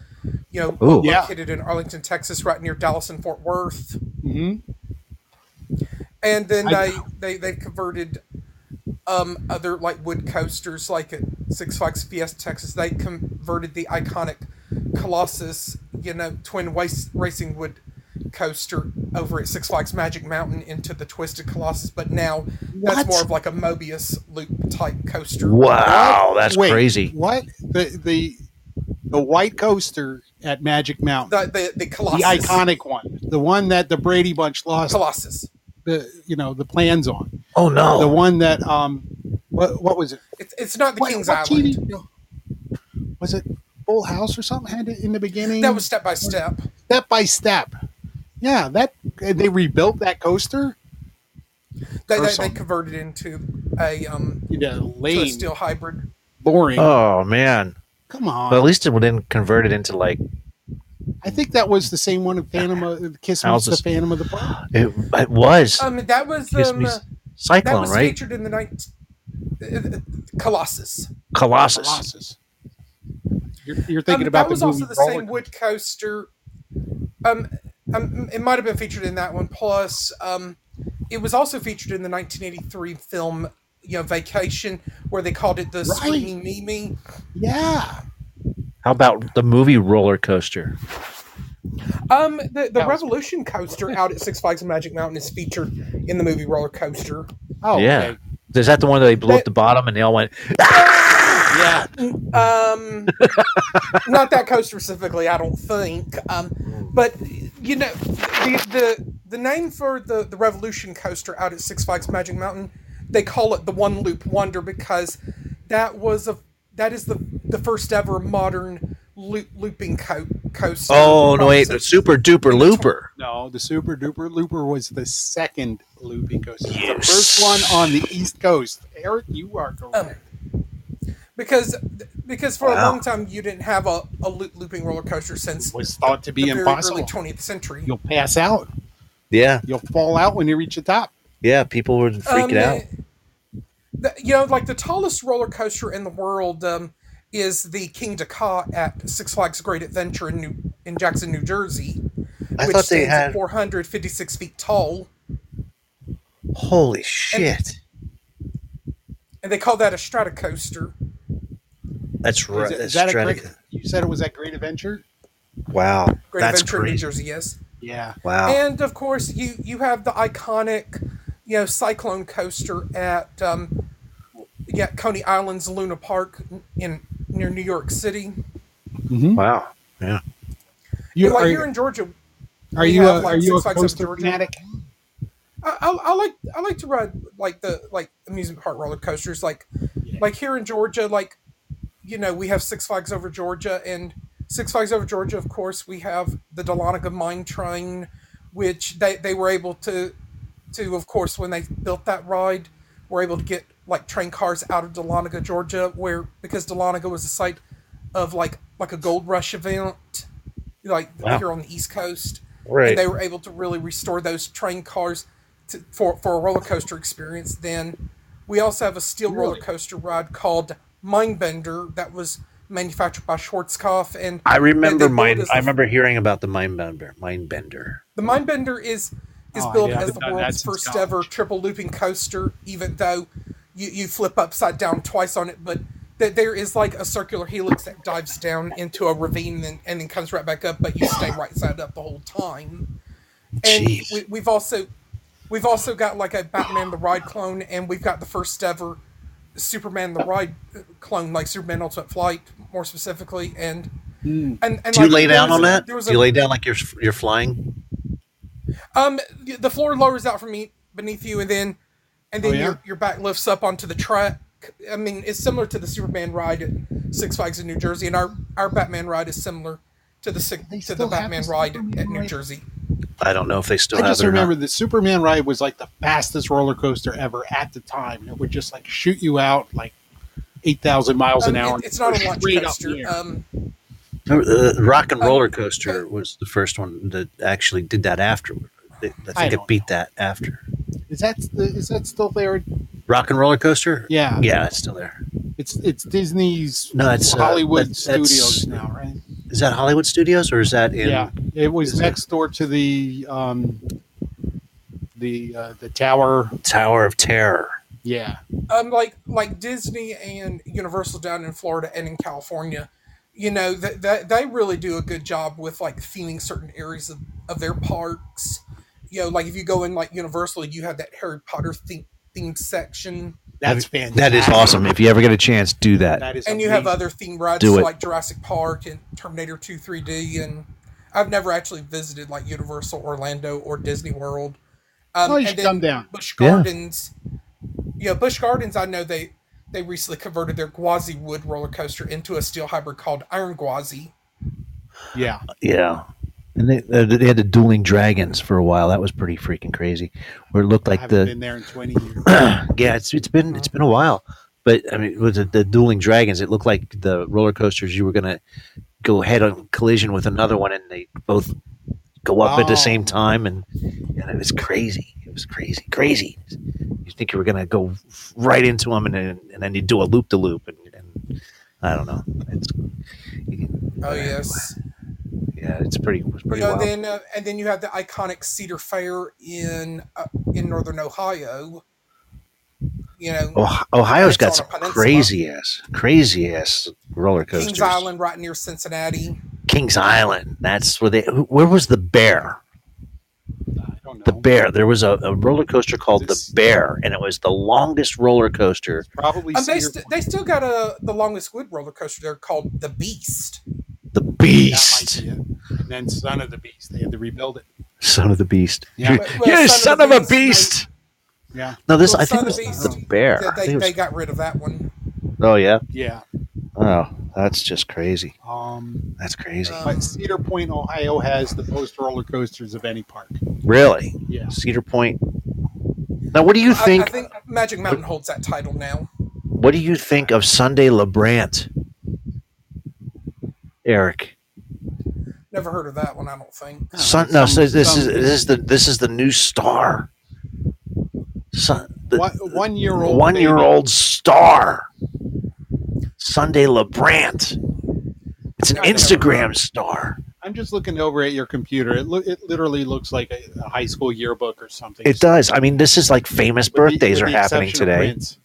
E: you know
B: Ooh.
C: Yeah.
E: located in Arlington Texas right near Dallas and Fort Worth
C: hmm
E: and then
C: I-
E: they, they they've converted um, other like wood coasters like at Six Flags Fiesta Texas. They converted the iconic Colossus, you know, twin waist racing wood coaster over at Six Flags Magic Mountain into the Twisted Colossus, but now
B: What?
E: that's more of like a Mobius loop type coaster.
B: Wow,
C: What?
B: that's
C: Wait,
B: crazy.
C: What the the the white coaster at Magic Mountain,
E: The the, the
C: the,
E: Colossus.
C: iconic one, the one that the Brady Bunch lost
E: Colossus.
C: the you know the plans on,
B: Oh no,
C: the one that um what what was it?
E: It's, it's not the
C: What-
E: King's
C: what
E: Island.
C: TV was it Full House or something? Had it in the beginning.
E: That was step by step.
C: step by step. Yeah, that they rebuilt that coaster.
E: They, they, they
C: Awesome.
E: converted into a um
C: You know,
E: to a
C: lame,
E: steel hybrid.
C: boring.
B: oh man.
C: Come on.
B: But at least it would then convert it into like
C: I think that was the same one of Phantom of uh, Kiss Me, the
B: Houses.
C: Phantom of the Planet.
B: it, it was
C: Uh,
E: Um, that was
B: Kiss
E: um,
B: me,
E: uh, that
B: Cyclone,
E: was
B: right?
E: featured in the night. uh, Colossus.
B: Colossus.
C: Colossus. You're, you're thinking
E: Um,
C: about
E: that was
C: the
E: also
C: movie
E: the
C: Roller
E: same wood coaster. Um, um, it might have been featured in that one. Plus, um, it was also featured in the 1983 film, you know, Vacation, where they called it the
C: Right.
E: Screaming Mimi.
C: Yeah,
B: How about the movie roller coaster?
E: Um, the, the
C: That was-
E: Revolution coaster out at Six Flags Magic Mountain is featured in the movie Roller Coaster.
C: oh
B: Yeah.
C: okay.
B: Is that the one that they blew up
E: That-
B: the bottom and they all went?
C: yeah.
E: Um, not that coaster specifically, I don't think. Um, but you know, the the, the name for the, the Revolution coaster out at Six Flags Magic Mountain, they call it the One Loop Wonder because that was a that is the the first ever modern loop, looping co- coaster.
B: Oh no! Wait,
E: So-
B: the super duper looper.
C: No, the Super Duper Looper was the second looping coaster. It was
B: You
C: The first one on the East Coast. Eric, you are correct.
E: Um, because because for
B: Wow.
E: a long time you didn't have a, a loop, looping roller coaster since
C: It was thought to be
E: the very early
C: impossible.
E: 20th century.
C: You'll pass out.
B: Yeah,
C: You'll fall out when you reach the top.
B: yeah. People were freaking
E: Um,
B: out.
E: the- you know, like the tallest roller coaster in the world um, is the King Dakar at Six Flags Great Adventure in New in Jackson, New Jersey.
B: I thought they
E: stands at
B: had.
E: 456 feet tall,
B: Holy shit!
E: and they call that a stratocoaster.
B: That's
C: Is,
B: right.
C: it- is
B: That's
C: that a
B: stratic-
C: great? You said it was that Great Adventure.
B: Wow,
E: Great
B: that's
E: Adventure in New
B: crazy.
E: Jersey, yes.
C: Yeah.
B: Wow.
E: And of course, you you have the iconic, you know, Cyclone coaster at um, yeah Coney Island's Luna Park in near New York City.
C: Mhm.
B: Wow. Yeah.
C: You,
E: like
C: are,
E: here in Georgia,
C: are
E: we
C: you
E: have,
C: a,
E: like,
C: are you a
E: six flags of
C: coaster
E: Georgia.
C: fanatic?
E: I, I, I like I like to ride like the like amusement park roller coasters like like here in Georgia like you know we have Six Flags over Georgia and Six Flags over Georgia of course we have the Dahlonega Mine Train which they, they were able to to of course when they built that ride were able to get like train cars out of Dahlonega Georgia where because Dahlonega was the site of like like a gold rush event like
B: Wow.
E: here on the East Coast
B: Right.
E: and they were able to really restore those train cars to, for, for a roller coaster experience. Then we also have a steel roller coaster ride called Mindbender that was manufactured by Schwarzkopf. And
B: I
E: they
B: remember
E: built
B: mine.
E: as the-
B: I remember hearing about the mind bender. Mind bender.
E: the Mindbender is is
C: Oh,
E: billed
C: yeah,
E: as
C: I've
E: the
C: done that
E: world's
C: since
E: first
C: college.
E: ever triple looping coaster, even though you, you flip upside down twice on it. But th- there is like a circular helix that dives down into a ravine and, and then comes right back up, but you stay right side up the whole time. And
B: Jeez.
E: we, we've also we've also got like a Batman the Ride clone, and we've got the first ever Superman the Ride uh, clone, like Superman Ultimate Flight, more specifically. And and, and
B: Hmm. Do you
E: like,
B: lay
E: there
B: down
E: was
B: on
E: a-
B: that?
E: there was
B: Do you
E: a-
B: lay down like you're you're flying?
E: um, the- the floor lowers out from me beneath you, and then and then
C: Oh, yeah?
E: your your back lifts up onto the track. I mean, it's similar to the Superman ride at Six Flags in New Jersey, and our our Batman ride is similar to the Six- to the
D: still have
E: Batman
D: the
E: ride
D: Superman
E: at New
D: ride?
E: Jersey.
B: I don't know if they still
C: I
B: have
C: just
B: it or
C: remember
B: not.
C: the Superman ride was like the fastest roller coaster ever at the time. It would just like shoot you out like eight thousand miles
E: Um,
C: an hour.
E: it- it's not a launch
C: Straight up in
E: coaster.
C: the air.
E: Um,
B: Remember the the Rock and
E: Uh,
B: Roller Coaster was the first one that actually did that afterward. They- I
C: I
B: think
C: don't
B: it beat that after.
C: is that is that still there?
B: Rock and Roller Coaster?
C: Yeah,
B: Yeah, it's still there.
C: It's it's Disney's
B: No, it's, uh,
C: Hollywood
B: that's- that's-
C: Studios now, right?
B: Is that Hollywood Studios or is that in?
C: yeah, it was
B: is it-
C: next door to the um, the uh, the tower.
B: Tower of Terror.
C: Yeah,
E: um, like like Disney and Universal down in Florida and in California, you know that they, they really do a good job with like theming certain areas of, of their parks. You know, like if you go in like Universal, you have that Harry Potter theme, themed section,
C: that's fantastic.
B: That is awesome. If you ever get a chance, do that.
C: That is
E: and you have
C: amazing.
E: other theme rides
B: Do it.
E: like Jurassic Park and Terminator Two 3D. And I've never actually visited like Universal Orlando or Disney World. Um,
C: Well, you
E: and
C: should
E: then-
C: come down.
E: Bush
B: Yeah.
E: Gardens. Yeah, Bush Gardens. I know they they recently converted their Guazi wood roller coaster into a steel hybrid called Iron Guazi.
C: Yeah,
B: Yeah. And they, uh, they had the dueling dragons for a while. That was pretty freaking crazy. Where it looked
C: I
B: like
C: haven't
B: the
C: been there in twenty years.
B: yeah, it's it's been it's been a while. But I mean, with the, the dueling dragons, it looked like the roller coasters you were gonna go head on collision with another one, and they both go up at
C: Oh.
B: the same time, and and it was crazy. It was crazy, crazy. You think you were gonna go right into them, and then and then you do a loop to loop, and and I don't know. It's
E: Oh yes,
B: yeah, it's pretty it was
E: you
B: pretty
E: know,
B: wild.
E: then uh, and then you have the iconic Cedar Fair in uh, in northern Ohio. You know,
B: Oh- Ohio's
E: It's on
B: got
E: a
B: some
E: peninsula.
B: crazy ass, crazy ass roller coasters.
E: Kings Island right near Cincinnati.
B: Kings Island. That's where they. who- Where was the bear?
C: I don't know.
B: The bear. There was a, a roller coaster called
C: This-
B: the Bear, and it was the longest roller coaster.
C: Probably
E: Um, they,
C: Cedar
E: st- they still got a the longest wood roller coaster there called the Beast.
B: The
C: Point, that
B: Beast,
C: might be it. and then Son of the Beast. They had to rebuild it.
B: son of the Beast.
C: Yeah.
E: But-
B: you
E: well,
B: you
E: Son
B: son, of,
E: of the
B: a
E: Beast,
B: beast!
C: Yeah,
B: No, this
E: Well,
B: I think
E: Son
B: it
E: of
B: was
E: the Beast,
B: the bear. I
E: They,
B: think
E: they,
B: it was-
E: they got rid of that one.
B: oh yeah.
C: yeah.
B: Oh, that's just crazy.
C: Um,
B: That's crazy.
E: Uh, Um,
C: but Cedar Point, Ohio, has the most roller coasters of any park.
B: really,
C: Yeah.
B: Cedar Point. Now, what do you
E: I-
B: think?
E: I think Magic Mountain holds that title now.
B: What do you think of Sunday LeBrant, Eric?
E: Never heard of that one, I don't think.
C: Oh,
B: Sun, no, so
C: Some-
B: this
C: some-
B: is this is the this is the new star. Sun, the
C: one, one year old.
B: one year
C: baby.
B: old star. Sunday LeBrant. It's an
E: I never-
B: Instagram star.
C: I'm just looking over at your computer. It, lo- it literally looks like a, a high school yearbook or something.
B: It does. I mean, this is like famous
C: With the-
B: birthdays
C: with
B: are
C: the
B: happening
C: exception of
B: today.
C: Prince.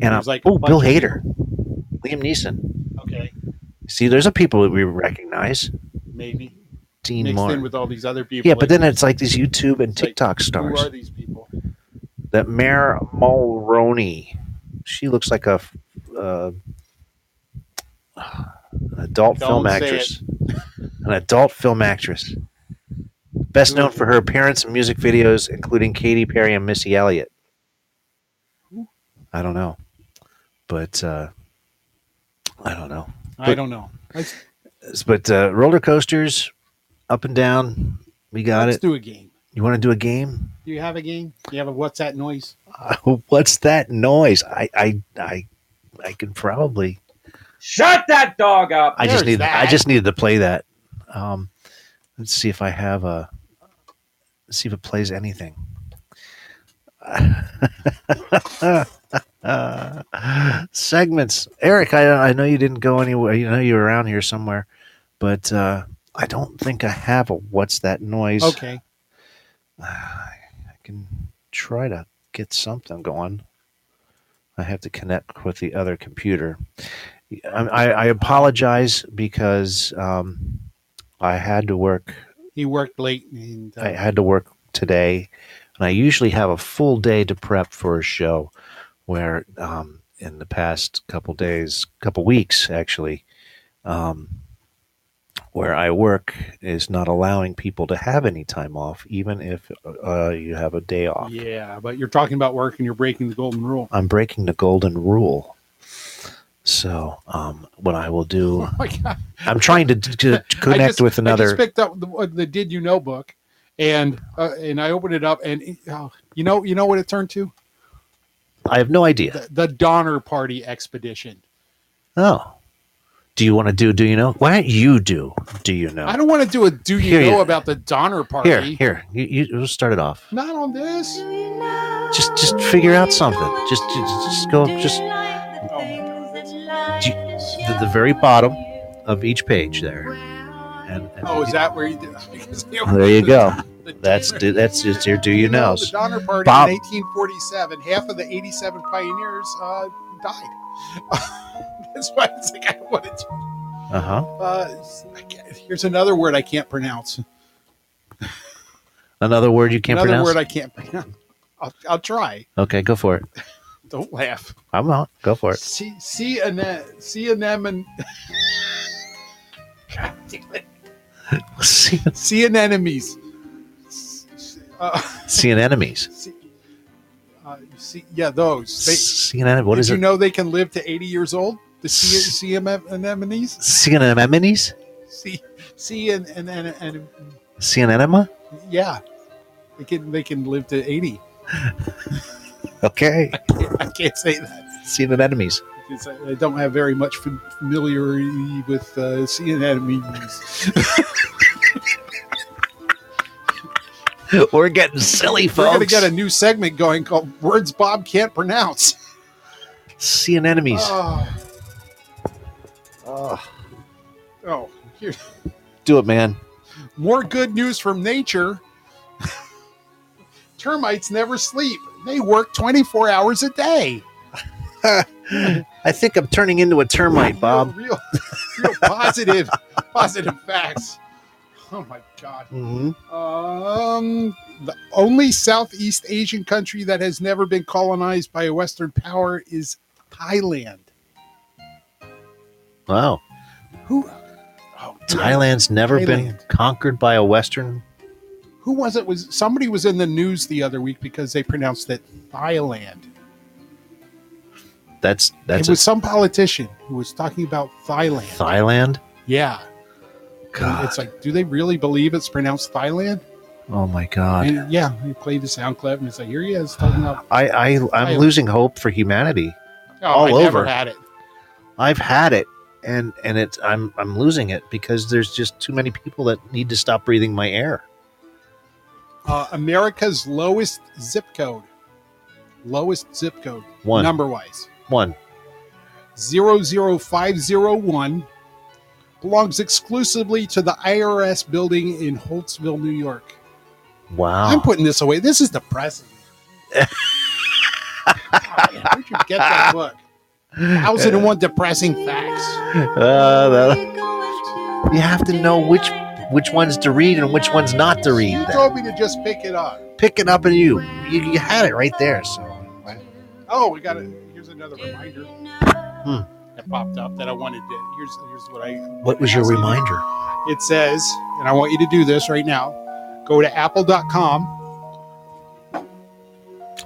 B: And I'm
C: There's like
B: like, oh,
C: a bunch
B: Bill
C: of
B: Hader, Liam Neeson.
C: Okay,
B: See, there's a people that we recognize.
C: maybe
B: Dean
C: mixed
B: Martin.
C: in with all these other people.
B: yeah, but
C: like,
B: then it's like these YouTube and
C: It's like,
B: TikTok
C: who
B: stars.
C: are these people?
B: that Mare Mulroney. She looks like a. Uh, an adult film
F: Don't say
B: actress. An adult film actress. Best known for her appearance in music videos, including Katy Perry and Missy Elliott. I don't know. But uh, I don't know.
C: I don't know. Let's,
B: But uh, roller coasters, up and down. We got
C: let's
B: it.
C: do a game.
B: you want to do a game?
C: Do you have a game? Do you have a what's that noise?
B: What's that noise? I I I, I can probably
G: Shut that dog up.
B: I just
C: There's
B: need. I
C: that.
B: just needed to play that. Um, let's see if I have a. Let's see if it plays anything. segments, Eric. I I know you didn't go anywhere. You know you were around here somewhere, but uh, I don't think I have a. What's that noise?
C: Okay.
B: I can try to get something going. I have to connect with the other computer. I, I- I apologize because um, I had to work.
C: He worked late and uh,
B: I had to work today, and I usually have a full day to prep for a show. Where um, in the past couple days, couple weeks actually, um, where I work is not allowing people to have any time off, even if uh, you have a day off.
C: yeah, but you're talking about work and you're breaking the golden rule.
B: I'm breaking the golden rule. So, um, what I will do,
C: Oh my God.
B: I'm trying to, to
C: I
B: connect
C: just-
B: with
C: I
B: another.
C: just picked up the, uh, the Did You Know book, and uh, and I opened it up, and it- oh, you know you know what it turned to
B: I have no idea.
C: the, the Donner Party expedition.
B: Oh, do you want to do? Do you know? Why don't you do? Do you know?
C: I don't want to do a Do You
B: Here you-
C: Know about the Donner Party.
B: here, here. You, you you start it off.
C: Not on this.
B: Just just figure out something. Just just, just go. Just uh,
C: Oh,
H: do
B: the, the very bottom of each page there. And, and
C: Oh, is that where you did? because they opened
B: There you
C: the-
B: go.
C: the
B: That's
C: Donner-
B: that's just your do you know?
C: The Donner Party
B: Bob-
C: in 1847. Half of the 87 pioneers uh, died. That's why it's like I wanted to
B: Uh huh.
C: Uh, I can't- here's another word I can't pronounce.
B: Another word you can't
C: another
B: pronounce.
C: word I can't pronounce. I'll, I'll try.
B: okay, go for it.
C: Don't laugh.
B: I'm out. Go for it.
C: See, see, ane- sea anemone,
B: See,
C: sea anemones. Uh,
B: seeing enemies.
C: sea, uh, sea, yeah, those. They,
B: Seeing anem- what
C: did
B: is
C: you
B: it?
C: know they can live to 80 years old? The sea, sea ane- anemones?
B: Seeing anemones?
C: Sea, sea and, and, and, and
B: Seeing enema?
C: yeah. They can, they can live to 80.
B: Okay.
C: I can't say that.
B: Seeing anemones.
C: It's, I don't have very much fam- familiarity with uh, sea anemones.
B: We're getting silly,
C: We're gonna
B: folks.
C: get a new segment going called "Words Bob Can't Pronounce."
B: Seeing enemies.
C: Oh,
B: Ugh.
C: oh, here-
B: Do it, man.
C: more good news from nature. Termites never sleep; they work twenty-four hours a day.
B: I think I'm turning into a termite, Bob.
C: real, real positive, positive facts. Oh my god!
B: hmm
C: Um, the only Southeast Asian country that has never been colonized by a Western power is Thailand.
B: Wow.
C: Who? Oh,
B: Thailand's never been
C: Thailand.
B: conquered by a Western.
C: who was it? Was somebody was in the news the other week because they pronounced it Thailand.
B: That's that's
C: it
B: a
C: was some politician who was talking about Thailand.
B: Thailand.
C: yeah,
B: God.
C: it's like, do they really believe it's pronounced Thailand?
B: oh my God.
C: And yeah, he played the sound clip and it's like, here he is talking about
B: I, I I'm
C: Thailand.
B: losing hope for humanity.
C: oh,
B: All
C: I
B: over.
C: Never had it.
B: I've had it, and and it's I'm I'm losing it because there's just too many people that need to stop breathing my air.
C: Uh, America's lowest zip code, lowest zip code
B: One
C: number wise,
B: one.
C: 00501 belongs exclusively to the IRS building in Holtzville, New York.
B: Wow.
C: I'm putting this away. This is depressing. Where'd you get that book? Thousand and one depressing facts.
B: Uh, the- you have to know which which ones to read and which ones not to read.
C: You
B: Then.
C: told me to just pick it up.
B: Pick it up and you, you you had it right there. So
C: Oh, we got it. Here's another reminder. that popped up that I wanted to. Here's here's what I.
B: What was your reminder?
C: It says, and I want you to do this right now. Go to Apple.com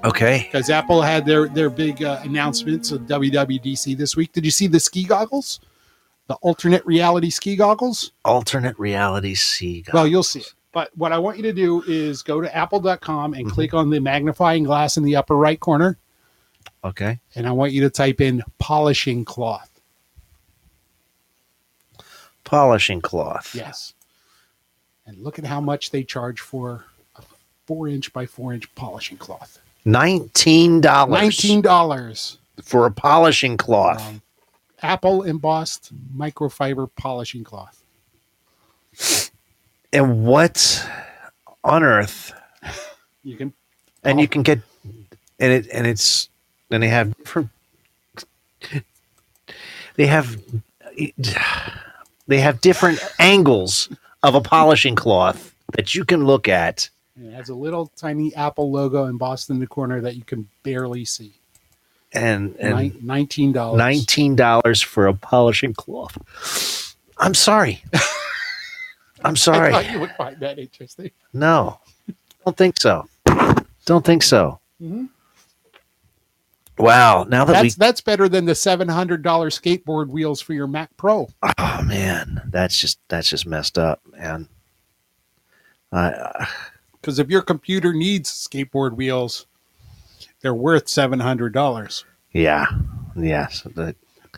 B: Okay.
C: because Apple had their their big uh, announcements of WWDC this week. Did you see the ski goggles? The alternate reality ski goggles.
B: Alternate reality sea.
C: Well, you'll see it. But what I want you to do is go to apple.com
B: Mm-hmm.
C: and click on the magnifying glass in the upper right corner.
B: Okay.
C: And I want you to type in polishing cloth.
B: Polishing cloth.
C: Yes. And look at how much they charge for a four inch by four inch polishing cloth
B: Nineteen dollars.
C: $19.
B: for a polishing cloth.
C: Um, Apple embossed microfiber polishing cloth.
B: and what on earth?
C: You can,
B: And
C: Oh.
B: you can get and it and it's and they have different. They have they have different angles of a polishing cloth that you can look at.
C: and it has a little tiny Apple logo embossed in the corner that you can barely see.
B: And and
C: Ni- $19.
B: nineteen dollars for a polishing cloth. I'm sorry. I'm
C: I
B: sorry.
C: thought you would find that interesting.
B: No, don't think so. Don't think so.
C: Mhm.
B: Wow! Now that
C: That's that's better than the seven hundred dollar skateboard wheels for your Mac Pro.
B: we, oh man, that's just that's just messed up, man. I
C: Because if your computer needs skateboard wheels, they're worth seven hundred dollars.
B: yeah, yeah. So the,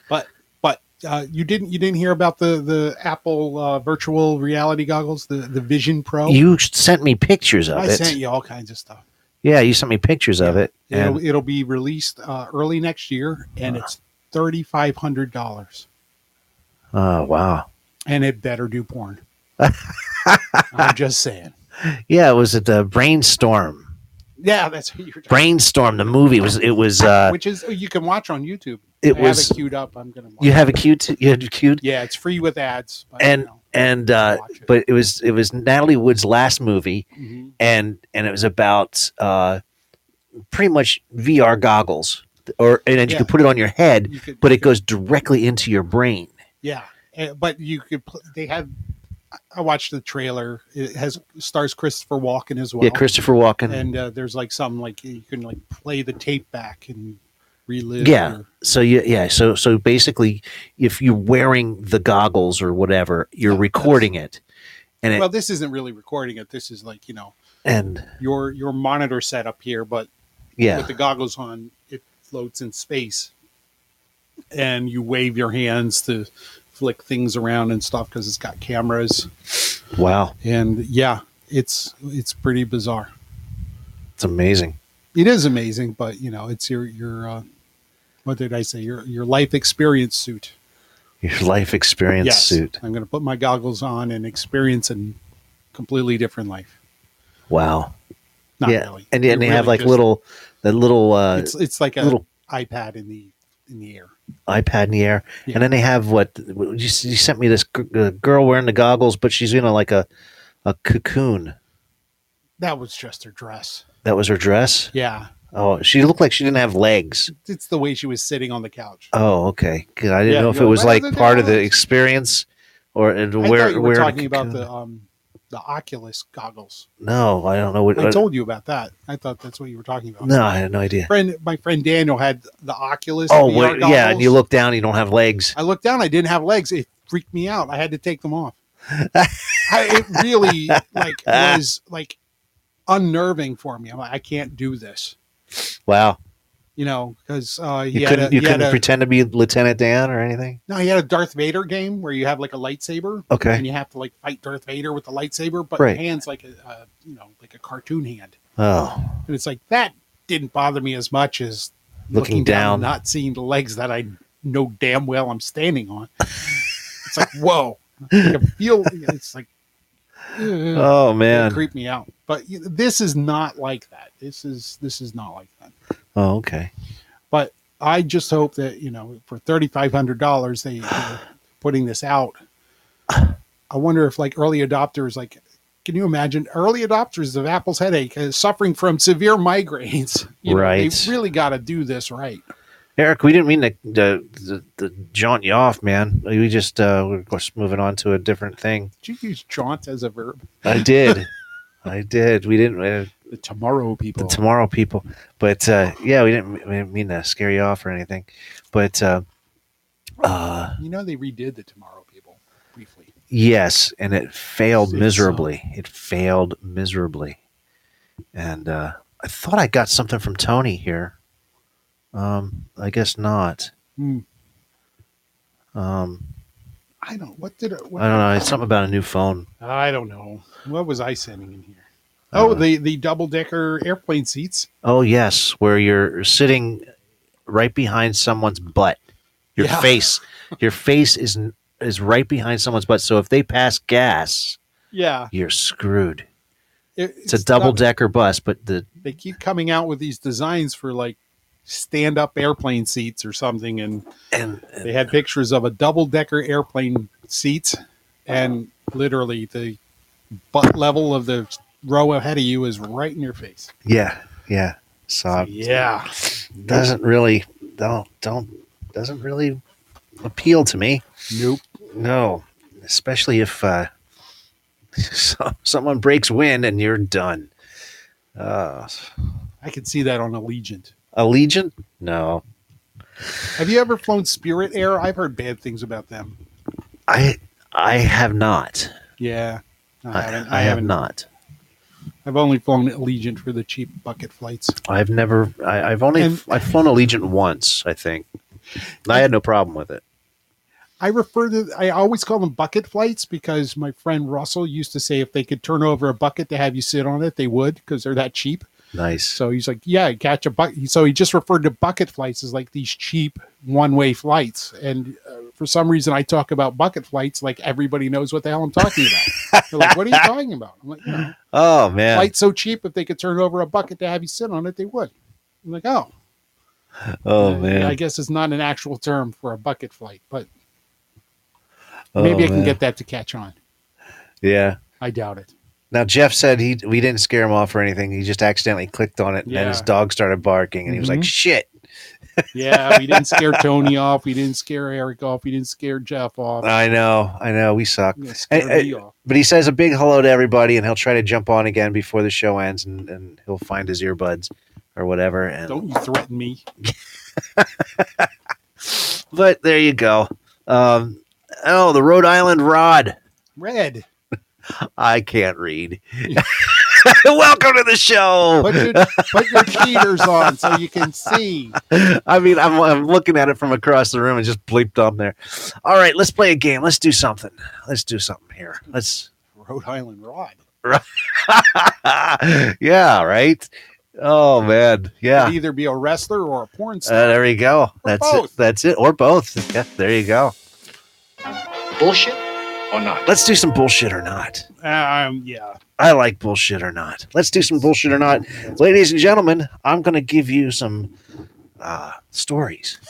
C: But but uh, you didn't you didn't hear about the the Apple uh, virtual reality goggles, the the Vision Pro.
B: you sent me pictures of
C: I
B: it.
C: sent you all kinds of stuff.
B: Yeah, you sent me pictures of it,
C: It'll,
B: and
C: it'll be released uh, early next year, and it's thirty five hundred dollars,
B: oh wow,
C: and it better do porn. I'm just saying.
B: yeah. It was at the brainstorm.
C: Yeah, that's what you're. Talking.
B: Brainstorm. The movie was. It was. uh
C: Which is you can watch on YouTube.
B: It
C: I
B: was.
C: have it queued up. I'm gonna. Watch
B: You have a cute. You had a cute.
C: Yeah, it's free with ads. But,
B: And-
C: you know,
B: and uh,
C: watch it.
B: but it was it was Natalie Wood's last movie,
C: Mhm.
B: and and it was about uh, pretty much VR goggles, or and then you
C: Yeah.
B: can put it on your head,
C: You could-
B: but
C: you
B: it
C: could-
B: goes directly into your brain.
C: Yeah, eh, but you could. Pl- they have. I- I watched the trailer. It has stars Christopher Walken as well.
B: yeah, Christopher Walken.
C: And uh, there's like some like you can like play the tape back and relive.
B: Yeah.
C: your-
B: so you, yeah, so so basically, if you're wearing the goggles or whatever, you're
C: Yeah,
B: recording it, and it
C: well, this isn't really recording it. This is like you know
B: and
C: your your monitor setup here, but
B: yeah,
C: with the goggles on, it floats in space, and you wave your hands to flick things around and stuff because it's got cameras.
B: wow,
C: and yeah it's it's pretty bizarre
B: it's amazing.
C: it is amazing but you know it's your your uh, what did i say your your life experience suit
B: Your life experience suit.
C: i'm going to put my goggles on and experience a completely different life
B: Wow.
C: not
B: yeah,
C: really
B: and, and
C: You're
B: they have
C: really
B: like
C: just-
B: little, that little uh,
C: it's it's like a
B: little-
C: little ipad in the in the air
B: iPad in the air,
C: Yeah.
B: and then they have what you, you sent me this g- uh, girl wearing the goggles, but she's you know like a a cocoon.
C: that was just her dress
B: That was her dress.
C: yeah
B: Oh, she looked like she didn't have legs.
C: it's the way she was sitting on the couch
B: Oh, okay. 'Cause I didn't
C: Yeah,
B: know if it
C: you're
B: was like
C: like, why doesn't
B: part
C: it
B: of the
C: have legs?
B: experience or and
C: i
B: where
C: thought
B: where
C: you were
B: the
C: talking about
B: cocoon-
C: the um the oculus goggles
B: No, I don't know what.
C: i told you about that i thought that's what you were talking about
B: uh, no, I had no idea.
C: friend, my friend Daniel had the Oculus.
B: Oh, wait,
C: VR
B: yeah, and
C: goggles.
B: you look down, you don't have legs.
C: I looked down. I didn't have legs. It freaked me out. I had to take them off. I, it really like was like unnerving for me. I'm like, I can't do this,
B: Wow,
C: you know, because uh, he
B: you
C: had
B: couldn't
C: a,
B: you
C: he had
B: couldn't
C: a-
B: pretend to be Lieutenant Dan or anything.
C: no, he had a Darth Vader game where you have like a lightsaber
B: Okay,
C: and you have to like fight Darth Vader with the lightsaber, but
B: Right.
C: your hands like a, a you know like a cartoon hand,
B: oh,
C: and it's like that didn't bother me as much as
B: looking, down.
C: and not seeing the legs that I know damn well I'm standing on. it's like whoa, I can feel. It's like ugh,
B: oh
C: it
B: man.
C: creeped me out. But you know, this is not like that. This is this is not like that.
B: Oh, okay.
C: But I just hope that you know for thirty five hundred dollars they are putting this out. I wonder if like early adopters like. Can you imagine early adopters of Apple's headache uh, suffering from severe migraines? You know,
B: Right.
C: they really got to do this right.
B: Eric, we didn't mean to, to, to, to jaunt you off, man. We just uh, we're of course moving on to a different thing.
C: Did you use jaunt as a verb?
B: I did, I did. We didn't uh,
C: The tomorrow
B: the
C: people.
B: tomorrow people, but uh, yeah, we didn't, we didn't mean to scare you off or anything. But uh, uh,
C: you know they redid the tomorrow people briefly.
B: Yes, and it failed
C: Six
B: miserably. It failed miserably. And uh, I thought I got something from Tony here. Um, I guess not.
C: Hmm.
B: Um,
C: I don't. What did it? What,
B: I don't know. It's something about a new phone.
C: I don't know. What was I sending in here?
B: I don't
C: Oh,
B: know.
C: the the double decker airplane seats.
B: Oh yes, where you're sitting right behind someone's butt. Your
C: Yeah.
B: face, your face is is right behind someone's butt. So if they pass gas,
C: Yeah,
B: you're screwed.
C: it-
B: It's, a double
C: not-
B: decker bus, but the
C: They keep coming out with these designs for like stand up airplane seats or something, and
B: and
C: they had pictures of a double decker airplane seat and literally the butt level of the row ahead of you is right in your face.
B: yeah, yeah. So I'm-
C: Yeah.
B: doesn't really don't don't doesn't really appeal to me.
C: Nope.
B: No, especially if uh, some, someone breaks wind and you're done. Uh,
C: I could see that on Allegiant.
B: Allegiant? No,
C: Have you ever flown Spirit Air? I've heard bad things about them.
B: I I have not.
C: Yeah.
B: I,
C: I haven't.
B: I
C: I,
B: have
C: haven't.
B: not.
C: I've only flown Allegiant for the cheap bucket flights.
B: I've never. I, I've only.
C: And-
B: I've flown Allegiant once, I think. And I had no problem with it.
C: I refer to I always call them bucket flights because my friend Russell used to say if they could turn over a bucket to have you sit on it, they would because they're that cheap.
B: Nice.
C: So he's like, yeah, catch a bucket. So he just referred to bucket flights as like these cheap one-way flights. And uh, for some reason, I talk about bucket flights like everybody knows what the hell I'm talking about. They're like, what are you talking about? I'm like, you know,
B: Oh man.
C: flights so cheap if they could turn over a bucket to have you sit on it, they would. I'm like, oh,
B: oh
C: I-
B: man.
C: I guess it's not an actual term for a bucket flight, but
B: Oh,
C: maybe I can
B: man.
C: get that to catch on.
B: Yeah.
C: I doubt it.
B: Now Jeff said he we didn't scare him off or anything. He just accidentally clicked on it, and then his
C: Yeah.
B: dog started barking, and he was like,
C: Mhm.
B: "Shit!"
C: Yeah, we didn't scare Tony off. We didn't scare Eric off. We didn't scare Jeff off.
B: I know, I know, we suck.
C: We didn't scare
B: I- I-
C: me off.
B: But he says a big hello to everybody, and he'll try to jump on again before the show ends, and, and he'll find his earbuds or whatever. And
C: Don't you threaten me.
B: but there you go. Um, oh, the Rhode Island Rod.
C: Red.
B: I can't read. Welcome to the show.
C: Put your, put your cheaters on so you can see.
B: I mean, I'm, I'm looking at it from across the room and just bleeped on there. All right, let's play a game. Let's do something. Let's do something here. Let's.
C: Rhode Island Rod.
B: yeah, right. Oh man, yeah.
C: Could either be a wrestler or a porn star.
B: Uh, there you go. That's it.
C: both.
B: That's it. Or both. Yeah, there you go.
F: Bullshit or not?
B: Let's do some bullshit or not.
C: Um, yeah.
B: I like bullshit or not. Let's do some bullshit or not. Ladies and gentlemen, I'm going to give you some uh, stories.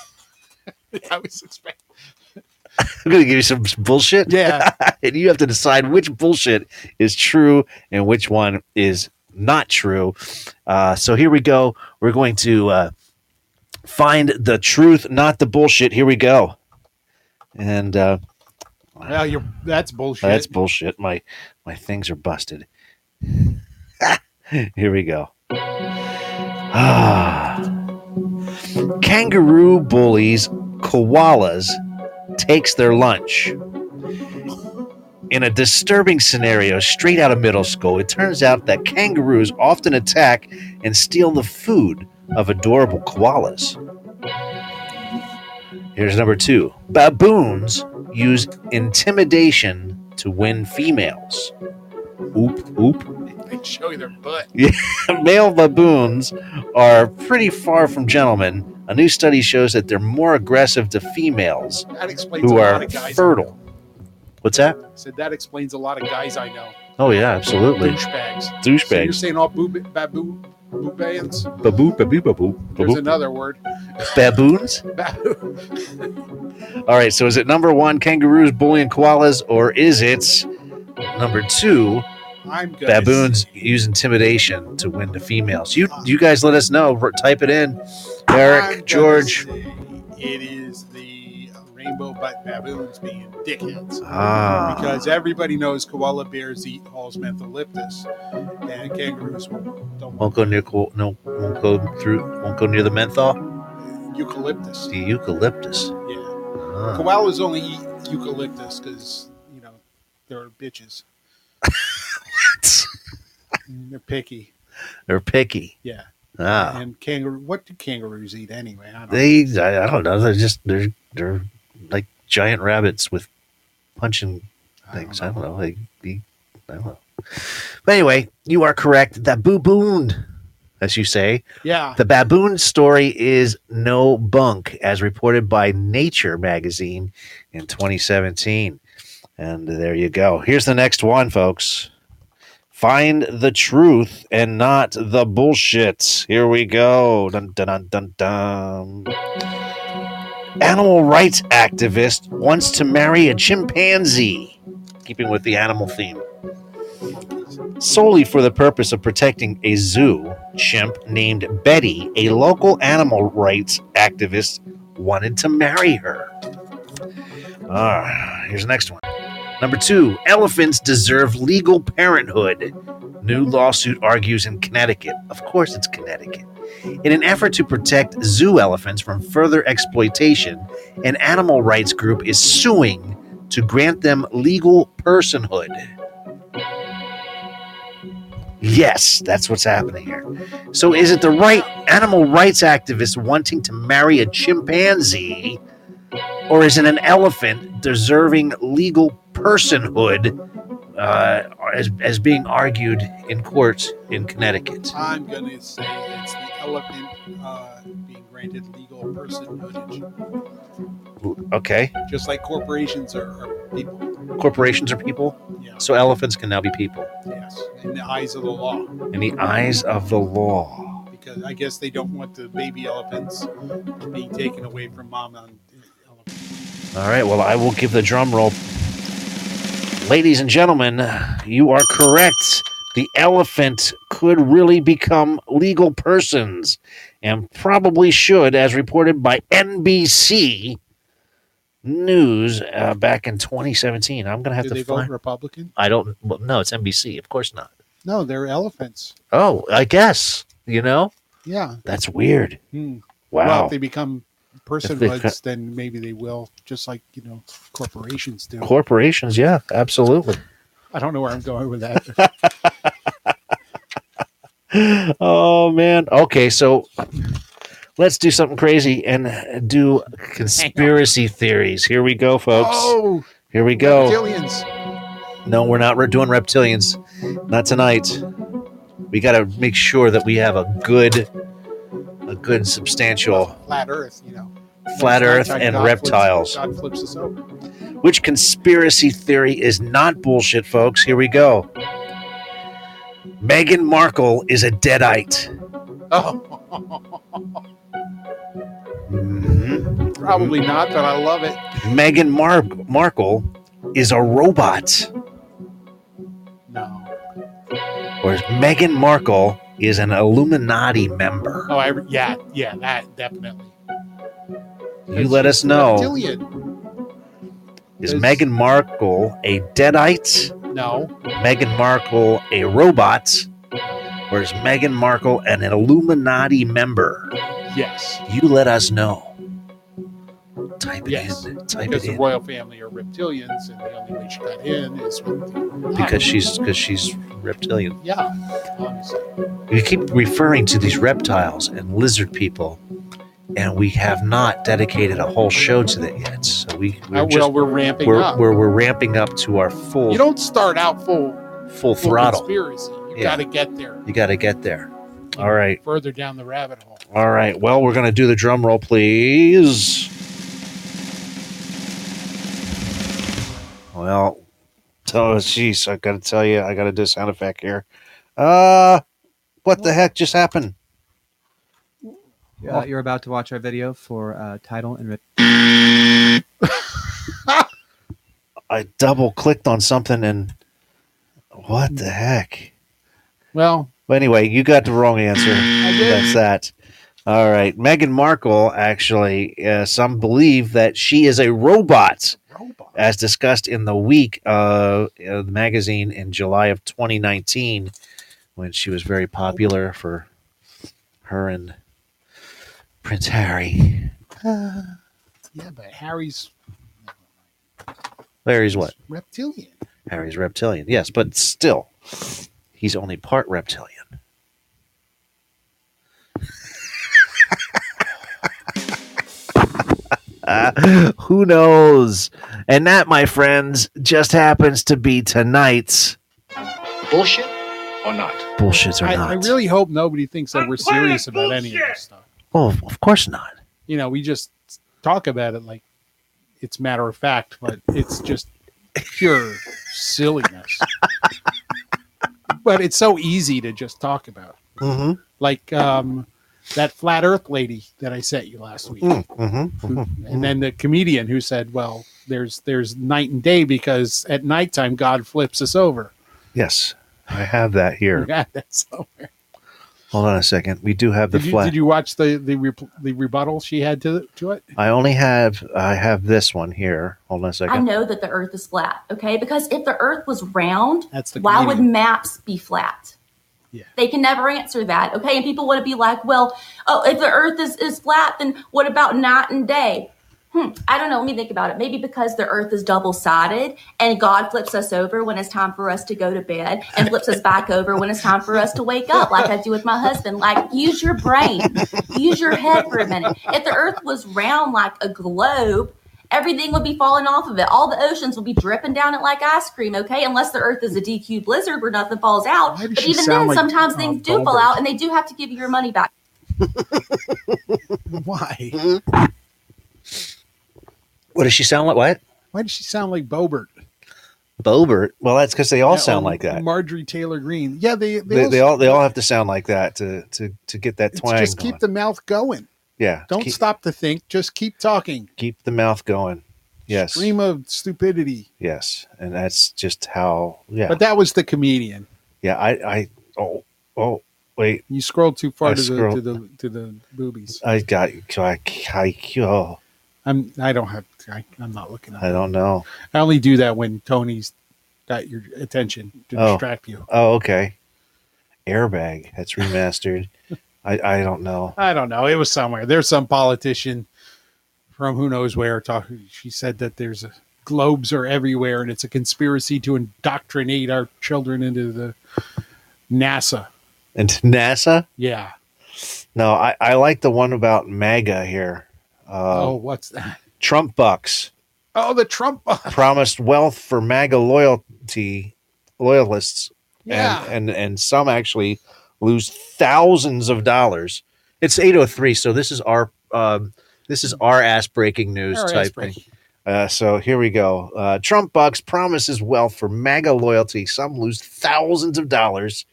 C: I was expecting.
B: I'm going to give you some bullshit.
C: Yeah.
B: and you have to decide which bullshit is true and which one is not true. Uh, so here we go. We're going to uh, find the truth, not the bullshit. Here we go. And uh,
C: Well, you're, that's bullshit.
B: that's bullshit. My my things are busted. Here we go. Ah. Kangaroo bullies koalas takes their lunch. In a disturbing scenario straight out of middle school, it turns out that kangaroos often attack and steal the food of adorable koalas. Here's number two. Baboons use intimidation to win females. Oop, oop.
C: they show you their butt.
B: Male baboons are pretty far from gentlemen. A new study shows that they're more aggressive to females
C: That explains
B: who
C: a lot
B: are
C: of guys.
B: fertile. What's that?
C: I said that explains a lot of guys I know.
B: Oh, yeah, absolutely.
C: Douchebags. So you're
B: Douchebags.
C: saying all boob- baboo boobans?
B: Baboo, baboo, baboo.
C: There's
B: baboo.
C: another word.
B: Baboons?
C: Baboo.
B: All right, so is it number one, kangaroos bullying koalas, or is it number two,
C: I'm good.
B: Baboons use intimidation to win the females. You you guys let us know. R- Type it in.
C: I'm
B: Eric,
C: gonna
B: George.
C: say It is the rainbow butt baboons being dickheads.
B: Ah.
C: Because everybody knows koala bears eat Hall's mentholyptus and kangaroos won't- don't
B: Won't go near co- no won't go through won't go near the menthol.
C: eucalyptus.
B: The eucalyptus.
C: Yeah.
B: Ah.
C: Koalas only eat eucalyptus because, you know, they're bitches. they're picky.
B: They're picky.
C: Yeah.
B: Ah.
C: And kangaroo, what do kangaroos eat anyway? I don't know.
B: They I, I don't know. They're just they're they're like giant rabbits with punching
C: I don't
B: things.
C: know.
B: I don't know. Like the I don't know. But anyway, you are correct. The baboon, as you say,
C: Yeah.
B: the baboon story is no bunk, as reported by Nature magazine in 2017. And there you go. Here's the next one, folks. Find the truth and not the bullshit. Here we go. Dun, dun, dun, dun, dun. Animal rights activist wants to marry a chimpanzee, keeping with the animal theme solely for the purpose of protecting a zoo chimp named Betty, a local animal rights activist, wanted to marry her. Ah, here's the next one. Number two, elephants deserve legal parenthood. New lawsuit argues in Connecticut. Of course, it's Connecticut. In an effort to protect zoo elephants from further exploitation, an animal rights group is suing to grant them legal personhood. Yes, that's what's happening here. So, is it the right animal rights activist wanting to marry a chimpanzee, or is it an elephant deserving legal personhood uh, as, as being argued in court in Connecticut?
C: I'm going to say it's the elephant uh, being granted legal personhood,
B: Okay,
C: just like corporations are, are people.
B: corporations are people,
C: Yeah.
B: so elephants can now be people
C: Yes. In the eyes of the law.
B: in the eyes of the law.
C: because I guess they don't want the baby elephants being taken away from mom on elephants.
B: All right, well, I will give the drum roll. Ladies and gentlemen, you are correct. The elephant could really become legal persons and probably should, as reported by NBC News uh, back in 2017. I'm going to have
C: Do
B: to
C: they vote
B: find.
C: Republican?
B: I don't. Well, no, it's NBC. Of course not.
C: No, they're elephants.
B: Oh, I guess. You know,
C: Yeah.
B: that's weird.
C: Hmm. Well,
B: Wow.
C: if they become personhoods, then maybe they will, just like you know corporations do.
B: Corporations, yeah, absolutely.
C: I don't know where I'm going with that.
B: oh man. Okay, so let's do something crazy and do conspiracy theories. Here we go, folks.
C: oh,
B: Here we go.
C: reptilians!
B: No, we're not re- doing reptilians. Not tonight. We got to make sure that we have a good a good substantial
C: Flat Earth, you know.
B: flat earth
C: That's how
B: and
C: God flips-
B: reptiles.
C: God flips us over.
B: Which conspiracy theory is not bullshit, folks? Here we go. Meghan Markle is a deadite.
C: Oh,
B: Mhm.
C: probably not, but I love it.
B: Meghan Mar- Markle is a robot,
C: No.
B: whereas Meghan Markle is an Illuminati member.
C: Oh, I re- yeah, yeah, that definitely.
B: You let us know.
C: Reptilian?
B: Is Meghan Markle a deadite?
C: No.
B: Meghan Markle a robot? Whereas Meghan Markle an Illuminati member?
C: Yes.
B: You let us know. Type it
C: Yes,
B: in. Type
C: because
B: it
C: the
B: in.
C: royal family are reptilians, and the only way she got in is with the
B: Because she's because she's reptilian.
C: yeah, obviously.
B: We keep referring to these reptiles and lizard people, and we have not dedicated a whole show to that yet. So we
C: Uh,
B: we're
C: well,
B: just
C: we're ramping
B: we're,
C: up.
B: we're, we're ramping up to our full
C: you don't start out full,
B: full
C: full
B: throttle.
C: conspiracy. You
B: Yeah.
C: got to get there
B: You got to get there. All right,
C: further down the rabbit hole.
B: all right. Well, we're gonna do the drum roll, please. Well, tell us, jeez, I gotta tell you, I gotta do a sound effect here. Uh, what the heck just happened?
H: Uh, you're about to watch our video for uh, title and rip.
B: I double clicked on something and What the heck?
C: Well,
B: But anyway, you got the wrong answer. That's that. All right. Meghan Markle, actually, uh, some believe that she is a robot,
C: robot.
B: as discussed in the week of uh, the magazine in July of 2019, when she was very popular for her and Prince Harry.
C: Yeah, but Harry's
B: Larry's what?
C: reptilian.
B: Harry's reptilian. Yes, but still, he's only part reptilian. Uh, who knows? And that, my friends, just happens to be tonight's
F: Bullshit or not?
B: bullshits or
C: I,
B: not.
C: I really hope nobody thinks that we're serious about any of this stuff.
B: oh, of course not.
C: You know, we just talk about it like it's matter of fact, but it's just pure silliness. but it's so easy to just talk about.
B: Mm-hmm.
C: Like um, that flat earth lady that I sent you last week.
B: Mm-hmm.
C: who- and then the comedian who said, "Well, there's there's night and day because at nighttime God flips us over."
B: Yes, I have that here.
C: Yeah, that's somewhere.
B: Hold on a second. We do have the
C: Did you,
B: flat.
C: did you watch the the, repl the rebuttal she had to to it?
B: I only have I have this one here. Hold on a
I: I
B: second.
I: know that the earth is flat, okay? Because if the earth was round,
C: That's the
I: why would
C: comedian.
I: maps be flat?
C: Yeah.
I: They can never answer that, okay? And people want to be like, well, oh, if the earth is, is flat, then what about night and day? Hmm, I don't know. Let me think about it. Maybe because the earth is double sided and God flips us over when it's time for us to go to bed and flips us back over when it's time for us to wake up, like I do with my husband. Like, use your brain, use your head for a minute. If the earth was round like a globe, everything would be falling off of it. All the oceans would be dripping down it like ice cream, okay? Unless the earth is a DQ blizzard where nothing falls out.
C: Why does
I: But
C: she
I: even
C: sound like,
I: then, sometimes
C: uh,
I: things do fall
C: Goldberg?
I: out and they do have to give you your money back.
C: Why?
B: What does she sound like? What?
C: Why does she sound like Bobert?
B: Bobert. Well, that's because they all
C: Yeah,
B: sound
C: or
B: like that.
C: Marjorie Taylor Greene. Yeah, they they,
B: They, they
C: all,
B: all they all have to sound like that to to to get that
C: it's
B: twang.
C: just keep
B: going.
C: the mouth going.
B: yeah.
C: Don't
B: keep,
C: stop to think. Just keep talking.
B: Keep the mouth going. Yes.
C: Scream of stupidity.
B: Yes. And that's just how. Yeah.
C: But that was the comedian.
B: yeah. I. I. Oh. Oh. Wait.
C: You scroll too far
B: I
C: to the, to
B: scrolled.
C: the to the boobies.
B: I got. I. I. Oh.
C: I'm I don't have I, I'm not looking at
B: I don't know.
C: I only do that when Tony's got your attention to
B: Oh.
C: distract you.
B: Oh. Okay. Airbag. That's remastered. I. I don't know.
C: I don't know. It was somewhere. There's some politician from who knows where talking. She said that there's a, globes are everywhere and it's a conspiracy to indoctrinate our children into the NASA.
B: And NASA.
C: Yeah.
B: No. I. I like the one about MAGA here. Uh,
C: oh, what's that?
B: Trump bucks.
C: Oh, the Trump.
B: promised wealth for MAGA loyalty loyalists,
C: Yeah.
B: and, and and some actually lose thousands of dollars. It's eight oh three, so this is our um, this is our ass breaking news
C: Our ass
B: type
C: breaking.
B: thing. Uh, so here we go. Uh, Trump bucks promises wealth for MAGA loyalty. Some lose thousands of dollars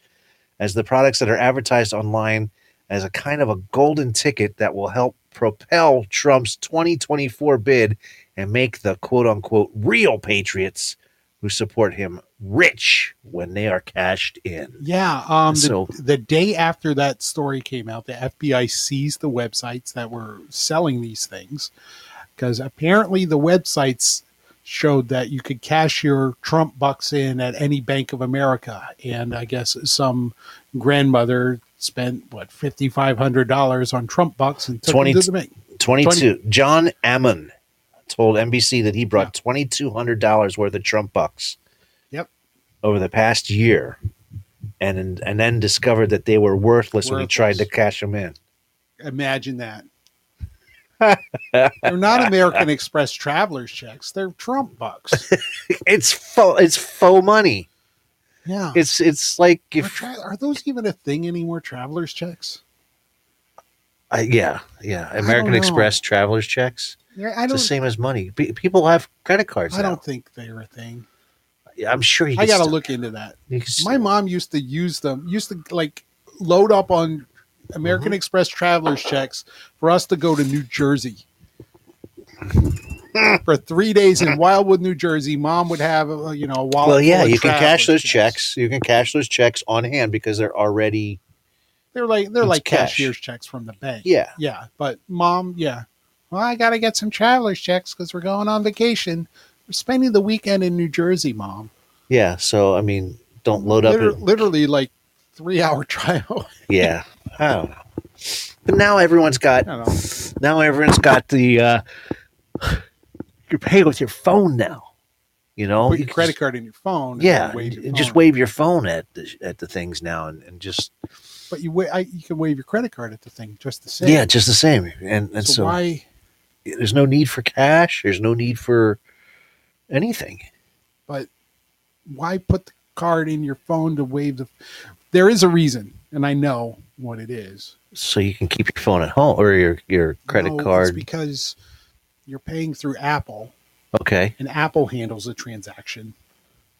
B: as the products that are advertised online as a kind of a golden ticket that will help propel Trump's 2024 bid and make the quote unquote real patriots who support him rich when they are cashed in.
C: Yeah. Um, the,
B: So-
C: the day after that story came out, the FBI seized the websites that were selling these things because apparently the websites showed that you could cash your Trump bucks in at any Bank of America. And I guess some grandmother spent what $5,500 on Trump bucks and took
B: 20
C: them to the bank.
B: 22. John Ammon told NBC that he brought $2,200 worth of Trump bucks
C: Yep.
B: over the past year and, and then discovered that they were worthless, when he tried to
C: Worthless.
B: cash them in.
C: Imagine that. they're not American Express travelers checks. They're Trump bucks.
B: It's faux, it's faux money.
C: Yeah.
B: It's it's like
C: Are,
B: if
C: tra- are those even a thing anymore? Travelers checks?
B: I- yeah yeah American
C: know.
B: Express travelers checks
C: Yeah, I
B: it's the
C: don't.
B: same as money. Pe- people have credit cards.
C: I don't think they're a thing.
B: Now. I'm sure you.
C: I
B: can
C: gotta
B: still-
C: look into that.
B: you can still-
C: My mom used to use them. Used to like load up on
B: Mm-hmm.
C: American Express travelers checks for us to go to New Jersey. for three days in Wildwood, New Jersey. Mom would have, uh, you know, a wallet.
B: Well, yeah,
C: full of
B: you can
C: traveler's
B: cash those checks. You can cash those checks on hand because they're already.
C: They're like they're
B: It's
C: like
B: cash.
C: cashier's checks from the bank.
B: Yeah.
C: yeah. But mom, yeah. Well, I gotta get some traveler's checks because we're going on vacation. We're spending the weekend in New Jersey, mom.
B: Yeah. So, I mean, don't load up.
C: Liter-
B: and-
C: literally like three hour trial.
B: yeah. I don't know. But now everyone's got
C: I don't know.
B: now everyone's got the uh you pay with your phone now. You know, Oh,
C: Put
B: You
C: your
B: can
C: credit
B: just-
C: card in your phone. and
B: Yeah,
C: wave your
B: and just
C: phone.
B: wave your phone at the, at the things now, and, and just
C: But you, wa- I, you can wave your credit card at the thing just the same.
B: yeah, just the same. And and
C: so,
B: so,
C: why
B: there's no need for cash. There's no need for anything.
C: why put the card in your phone to wave the? There is a reason, and I know what it is.
B: So you can keep your phone at home or your your credit
C: No, it's
B: card.
C: because you're paying through Apple,
B: okay,
C: and Apple handles the transaction.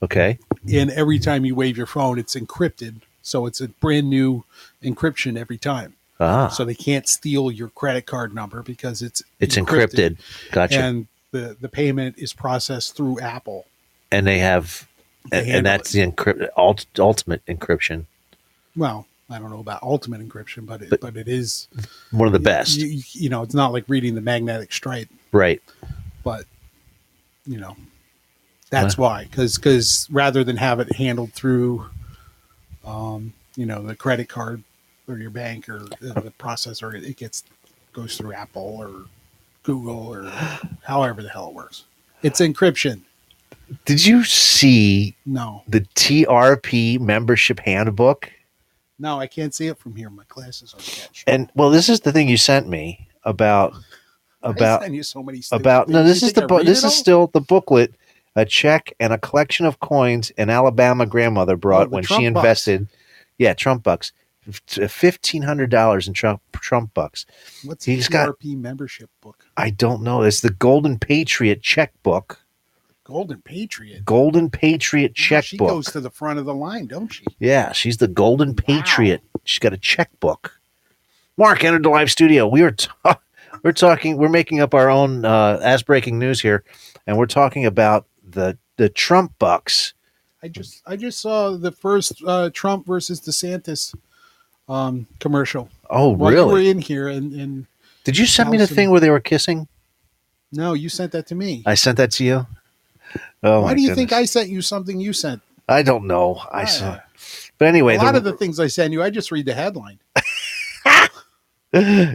B: okay,
C: And every time you wave your phone, it's encrypted, so it's a brand new encryption every time.
B: ah,
C: So they can't steal your credit card number because it's
B: it's encrypted. Gotcha. And,
C: and the the payment is processed through Apple.
B: they have,
C: They
B: and,
C: handle
B: and that's the encrypt ult, ultimate encryption.
C: Well, I don't know about ultimate encryption, but it,
B: But-
C: but, it is
B: One of the best,
C: You, you know, it's not like reading the magnetic stripe,
B: right?
C: but you know, that's why because because rather than have it handled through, um, you know, the credit card or your bank or the, the processor, it, it gets goes through Apple or Google or however the hell it works. It's encryption.
B: Did you see
C: No,
B: the TRP membership handbook?
C: no, I can't see it from here. My glasses are catch.
B: And well, this is the thing you sent me about about
C: I send you so many stupid
B: about no
C: things.
B: this
C: You
B: is
C: think
B: the bu-
C: I read
B: this
C: it
B: is
C: all?
B: still the booklet a check and a collection of coins an alabama grandmother brought
C: Oh, the
B: when she
C: Trump bucks.
B: invested yeah trump bucks $1500 in trump trump bucks
C: What's
B: He's
C: he's
B: got-
C: PRP membership book?
B: i don't know it's the golden patriot checkbook
C: Golden Patriot.
B: golden patriot
C: Wow, She
B: checkbook
C: goes to the front of the line, don't she?
B: yeah she's the golden patriot she's got a checkbook mark entered the live studio we are ta- we're talking we're making up our own uh, as breaking news here and we're talking about the the trump bucks
C: I just I just saw the first uh, Trump versus DeSantis um, commercial.
B: Oh,
C: While you
B: really?
C: were in here, and, and
B: Did you send me the
C: Allison-
B: thing where they were kissing?
C: no, you sent that to me.
B: I sent that to you. Oh,
C: Why
B: my
C: do you
B: goodness.
C: think I sent you something you sent?
B: I? don't know. I
C: Ah.
B: saw. But anyway,
C: A lot
B: the-
C: of the things I send you, I just read the headline.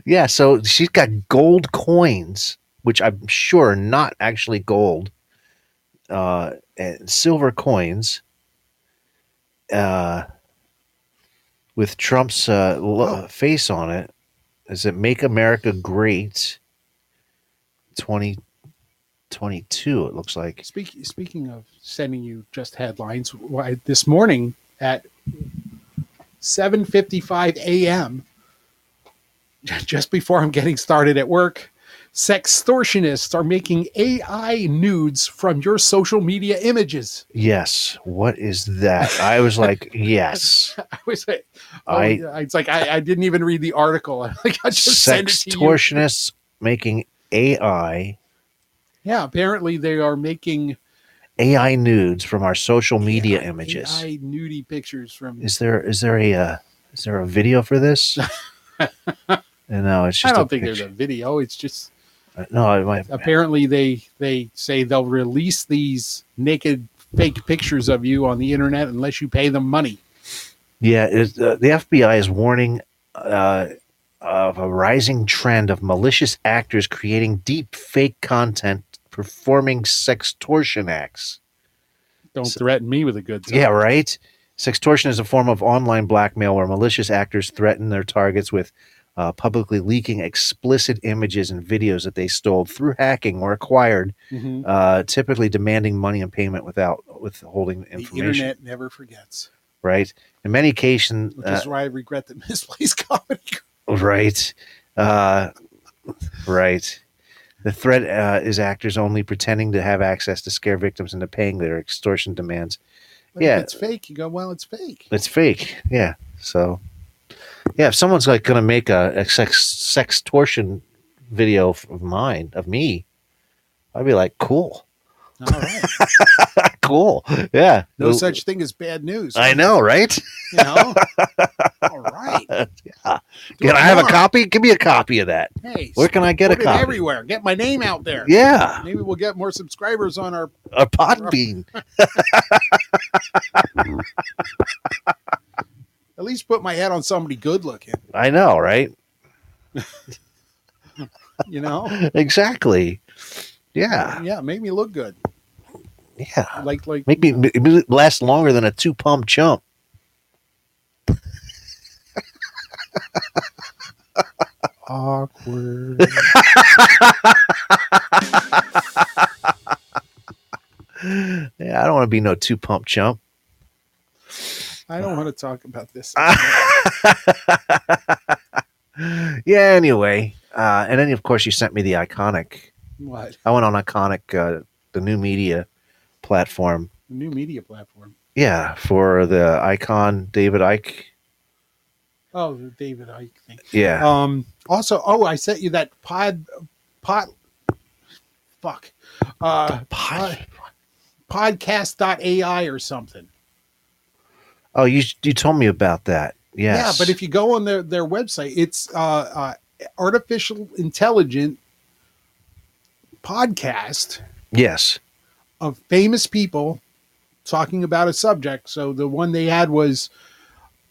B: yeah. So she's got gold coins, which I'm sure are not actually gold, uh, and silver coins, uh, with Trump's uh, lo- face on it. Is it "Make America Great"? Twenty twenty-two. It looks like.
C: Speak, speaking of sending you just headlines, why, this morning at 7:55 a.m., just before I'm getting started at work, sextortionists are making AI nudes from your social media images.
B: Yes. What is that? I was like, yes.
C: I was like, oh,
B: I-
C: yeah. it's like I, I didn't even read the article. I'm like, I just sent it to you.
B: Sextortionists making AI
C: Yeah, apparently they are making
B: AI nudes from our social media images.
C: AI nudie pictures from.
B: Is there is there a uh, is there a video for this? Uh, no, it's
C: I
B: just.
C: don't
B: a
C: think there's a
B: picture. Uh,
C: video. It's just
B: No, it might,
C: apparently they they say they'll release these naked fake pictures of you on the internet unless you pay them money.
B: yeah. It's, uh, the FBI is warning uh, of a rising trend of malicious actors creating deep fake content, performing sextortion acts.
C: Don't
B: So-
C: threaten me with a good time.
B: Yeah, right. Sextortion is a form of online blackmail where malicious actors threaten their targets with uh, publicly leaking explicit images and videos that they stole through hacking or acquired,
C: Mhm.
B: uh, typically demanding money and payment without withholding
C: The
B: information.
C: internet never forgets,
B: Right. In many cases,
C: which
B: uh,
C: is why I regret the misplaced comedy.
B: Right. Uh, right. The threat uh, is actors only pretending to have access to scare victims into paying their extortion demands.
C: But if
B: Yeah.
C: it's fake. You go well, it's fake.
B: it's fake. Yeah. So, yeah, if someone's like going to make a, a sex sextortion video of mine of me, I'd be like, cool,
C: All right.
B: cool, yeah.
C: No
B: Ooh,
C: such thing as bad news.
B: I know, right?
C: You know? All right.
B: Can I have a copy? Give me a copy of that.
C: Hey,
B: Where can I get a
C: put it
B: copy?
C: everywhere. Get my name out there.
B: Yeah,
C: Maybe we'll get more subscribers on our.
B: a Podbean.
C: At least put my head on somebody good looking.
B: I know, right?
C: You know.
B: Exactly. Yeah,
C: yeah, make me look good.
B: yeah.
C: Like like
B: Make me make me last longer than a two pump chump.
C: awkward.
B: Yeah, I don't want to be no two pump chump.
C: I don't want to talk about this.
B: Ah. Yeah. Anyway, uh, and then of course you sent me the iconic.
C: what
B: I went on iconic, uh, the new media platform.
C: new media platform?
B: Yeah, for the icon David Ike.
C: Oh, the David Icke thing.
B: Yeah.
C: Um. Also, oh, I sent you that pod pod. Fuck. Uh, pod, podcast.ai or something.
B: Oh, you you told me about that. Yes.
C: Yeah, but if you go on their their website, it's uh, uh artificial intelligent podcast
B: yes,
C: of famous people talking about a subject. So the one they had was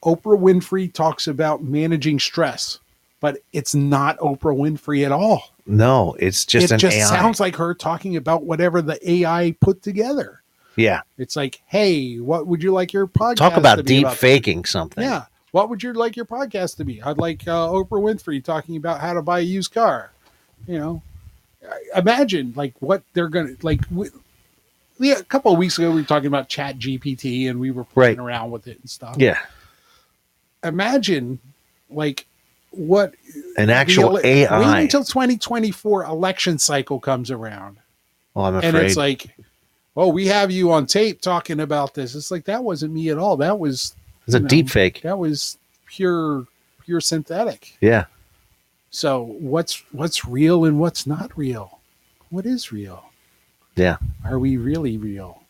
C: Oprah Winfrey talks about managing stress, but it's not Oprah Winfrey at all.
B: no, it's just
C: it
B: an
C: just
B: AI.
C: sounds like her talking about whatever the AI put together.
B: yeah,
C: It's like, hey, what would you like your podcast?
B: talk
C: to
B: about
C: be
B: deep faking something.
C: Yeah. What would you like your podcast to be? I'd like uh, Oprah Winfrey talking about how to buy a used car. You know, I- imagine like what they're gonna like. We, yeah, a couple of weeks ago we were talking about Chat GPT and we were playing
B: Right.
C: around with it and stuff.
B: yeah,
C: Imagine like what
B: an
C: the
B: actual
C: ele- Wait
B: AI.
C: until 2024 election cycle comes around
B: well, I'm afraid.
C: and it's like, oh, we have you on tape talking about this. It's like that wasn't me at all. That was
B: It's a
C: you know,
B: deep fake.
C: That was pure pure synthetic.
B: Yeah.
C: So what's what's real and what's not real? What is real?
B: Yeah.
C: Are we really real?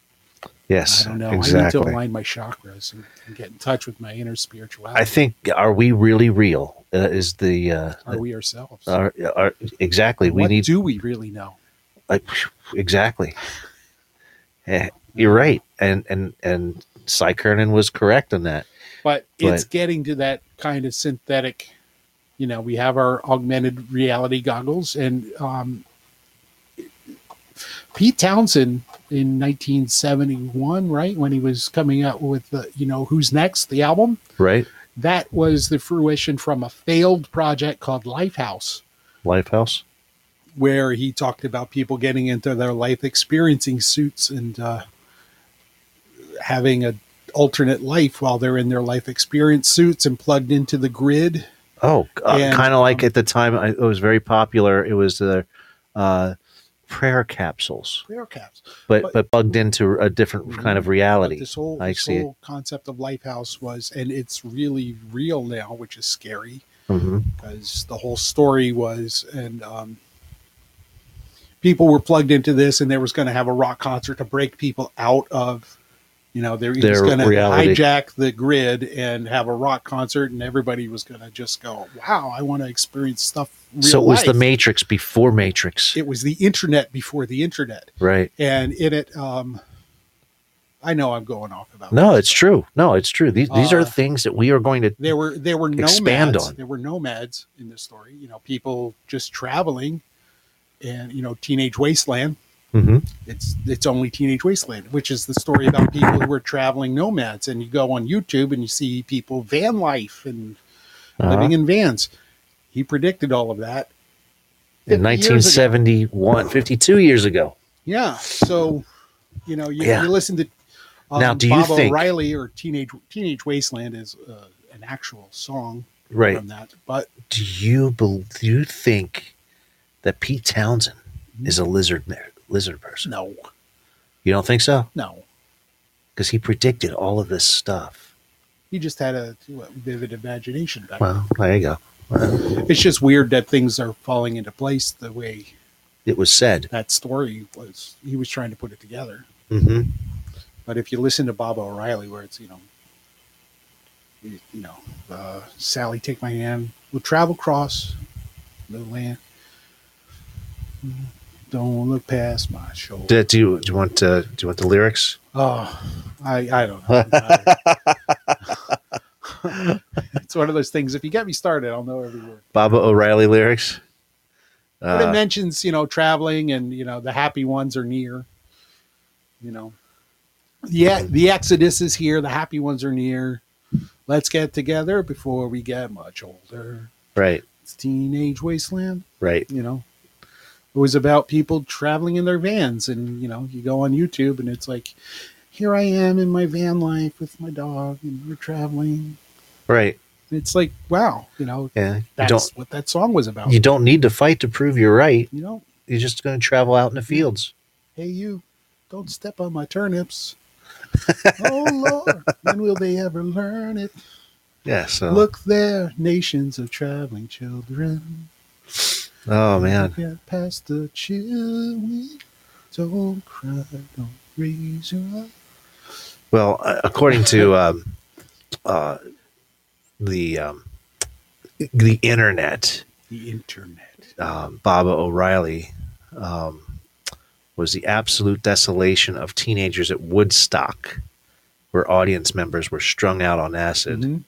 B: Yes.
C: I don't know. I need to
B: Exactly. I,
C: align my chakras and, and get in touch with my inner spirituality.
B: think are we really real? Uh, is the uh,
C: are we ourselves?
B: are, are, exactly we
C: what
B: need
C: do we really know?
B: like, exactly. Eh, You're right, and and and Cy Kernan was correct on that.
C: But it's
B: But-
C: getting to that kind of synthetic. You know, we have our augmented reality goggles, and um, Pete Townsend in 1971, right when he was coming out with the, you know, Who's Next, the album.
B: Right,
C: that was the fruition from a failed project called Lifehouse,
B: Lifehouse.
C: where he talked about people getting into their life experiencing suits and uh, having a alternate life while they're in their life experience suits and plugged into the grid.
B: Oh, uh,
C: And,
B: kind of like at the time I, it was very popular. It was the uh, prayer capsules,
C: Prayer caps.
B: but,
C: But- Mm-hmm.
B: but bugged into a different kind of reality.
C: This whole,
B: I
C: this
B: see it.
C: whole concept of Lifehouse was, and it's really real now, which is scary.
B: hmm
C: because the whole story was and um, people were plugged into this and they was going to have a rock concert to break people out of you know they were
B: Their
C: just going to
B: reality.
C: hijack the grid and have a rock concert and everybody was going to just go wow i want to experience stuff real
B: So it was the
C: life."
B: Matrix before Matrix,
C: it was the internet before the internet
B: right?
C: and in it um i know i'm going off about
B: No,
C: this,
B: it's true. No, it's true. These these
C: Uh,
B: are things that we are going to.
C: there were there were nomads.
B: Expand on.
C: There were nomads in this story. You know, people just traveling, and you know, teenage wasteland.
B: Mhm.
C: It's it's only teenage wasteland, which is the story about people who were traveling nomads. And you go on YouTube and you see people van life and
B: Uh-huh.
C: living in vans. He predicted all of that.
B: in
C: 50 years ago.
B: 1971, 52 years ago.
C: Yeah. So, you know, you,
B: Yeah.
C: you listen to um,
B: Now, do you
C: Bob
B: think-
C: O'Reilly or Teenage Teenage Wasteland is uh, an actual song
B: Right?
C: from that, but
B: Um, Do you bel do you think that Pete Townsend is a lizard mer- lizard person?
C: no,
B: You don't think so?
C: no.
B: Because he predicted all of this stuff.
C: He just had a what, vivid imagination. Back.
B: Well, there you go.
C: then. It's just weird that things are falling into place the way
B: it was said.
C: that story was he was trying to put it together.
B: hmm
C: But if you listen to Bob O'Reilly, where it's you know, you, you know, uh, Sally, take my hand. We'll travel across the land. Don't look past my shoulder.
B: Do, do you do you want uh, do you want the lyrics?
C: Oh, I I don't know. it's one of those things. If you get me started, I'll know every word.
B: Baba O'Reilly lyrics.
C: But it
B: Uh,
C: mentions you know traveling and you know the happy ones are near. You know, yeah, the exodus is here. The happy ones are near. Let's get together before we get much older.
B: right,
C: It's teenage wasteland.
B: right.
C: You know, it was about people traveling in their vans, and you know, you go on YouTube and it's like, here I am in my van life with my dog, and we're traveling.
B: Right.
C: And it's like, wow, you know,
B: Yeah. You
C: that's
B: don't
C: what that song was about.
B: you don't need to fight to prove you're right.
C: you know,
B: You're just going to travel out in the fields.
C: hey you don't step on my turnips oh lord when will they ever learn it
B: Yeah. So
C: look there nations of traveling children
B: Oh man.
C: get past the children don't cry don't raise your eyes
B: Well, uh, according to um, uh, the um, the internet,
C: the internet
B: um, Baba O'Reilly um, was the absolute desolation of teenagers at Woodstock, where audience members were strung out on acid.
C: Mhm.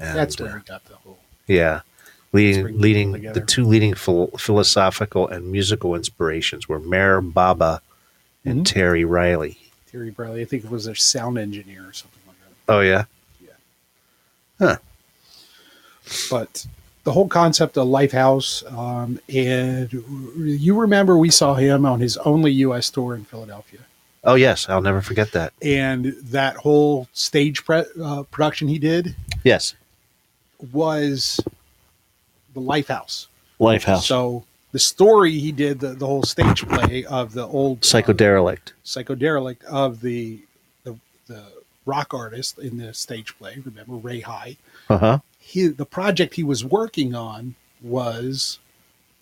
B: And,
C: that's
B: uh,
C: where we got the whole
B: yeah,
C: bring
B: leading
C: people
B: leading
C: together.
B: the two leading phil- philosophical and musical inspirations were Mayor Baba and
C: Mhm.
B: Terry Riley.
C: terry bradley i think it was their sound engineer or something like that
B: Oh yeah,
C: but the whole concept of Lifehouse, um, and you remember we saw him on his only U.S. tour in Philadelphia.
B: oh yes, I'll never forget that.
C: and that whole stage pre- uh, production he did
B: Yes,
C: was the Lifehouse.
B: Lifehouse.
C: So the story he did, the, the whole stage play of the old
B: Psychoderelict.
C: psychoderelict of the, the the rock artist in the stage play. Remember Ray High?
B: Uh huh.
C: He, the project he was working on was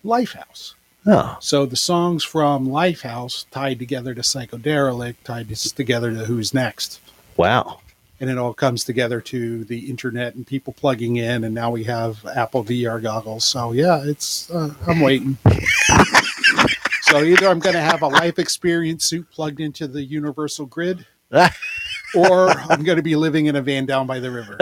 C: Lifehouse.
B: Oh,
C: So the songs from Lifehouse tied together to Psychoderelict, tied this together to Who's Next.
B: wow.
C: and it all comes together to the internet and people plugging in and now we have apple vr goggles so yeah it's uh, i'm waiting so either i'm going to have a life experience suit plugged into the universal grid or i'm going to be living in a van down by the river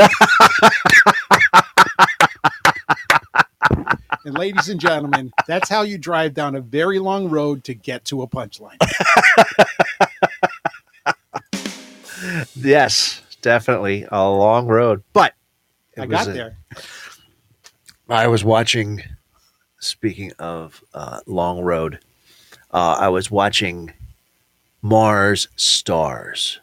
C: and ladies and gentlemen that's how you drive down a very long road to get to a punchline
B: Yes, definitely a long road, but it
C: i
B: was
C: got
B: a-
C: there
B: I was watching. Speaking of uh, long road, uh, I was watching Mars Stars.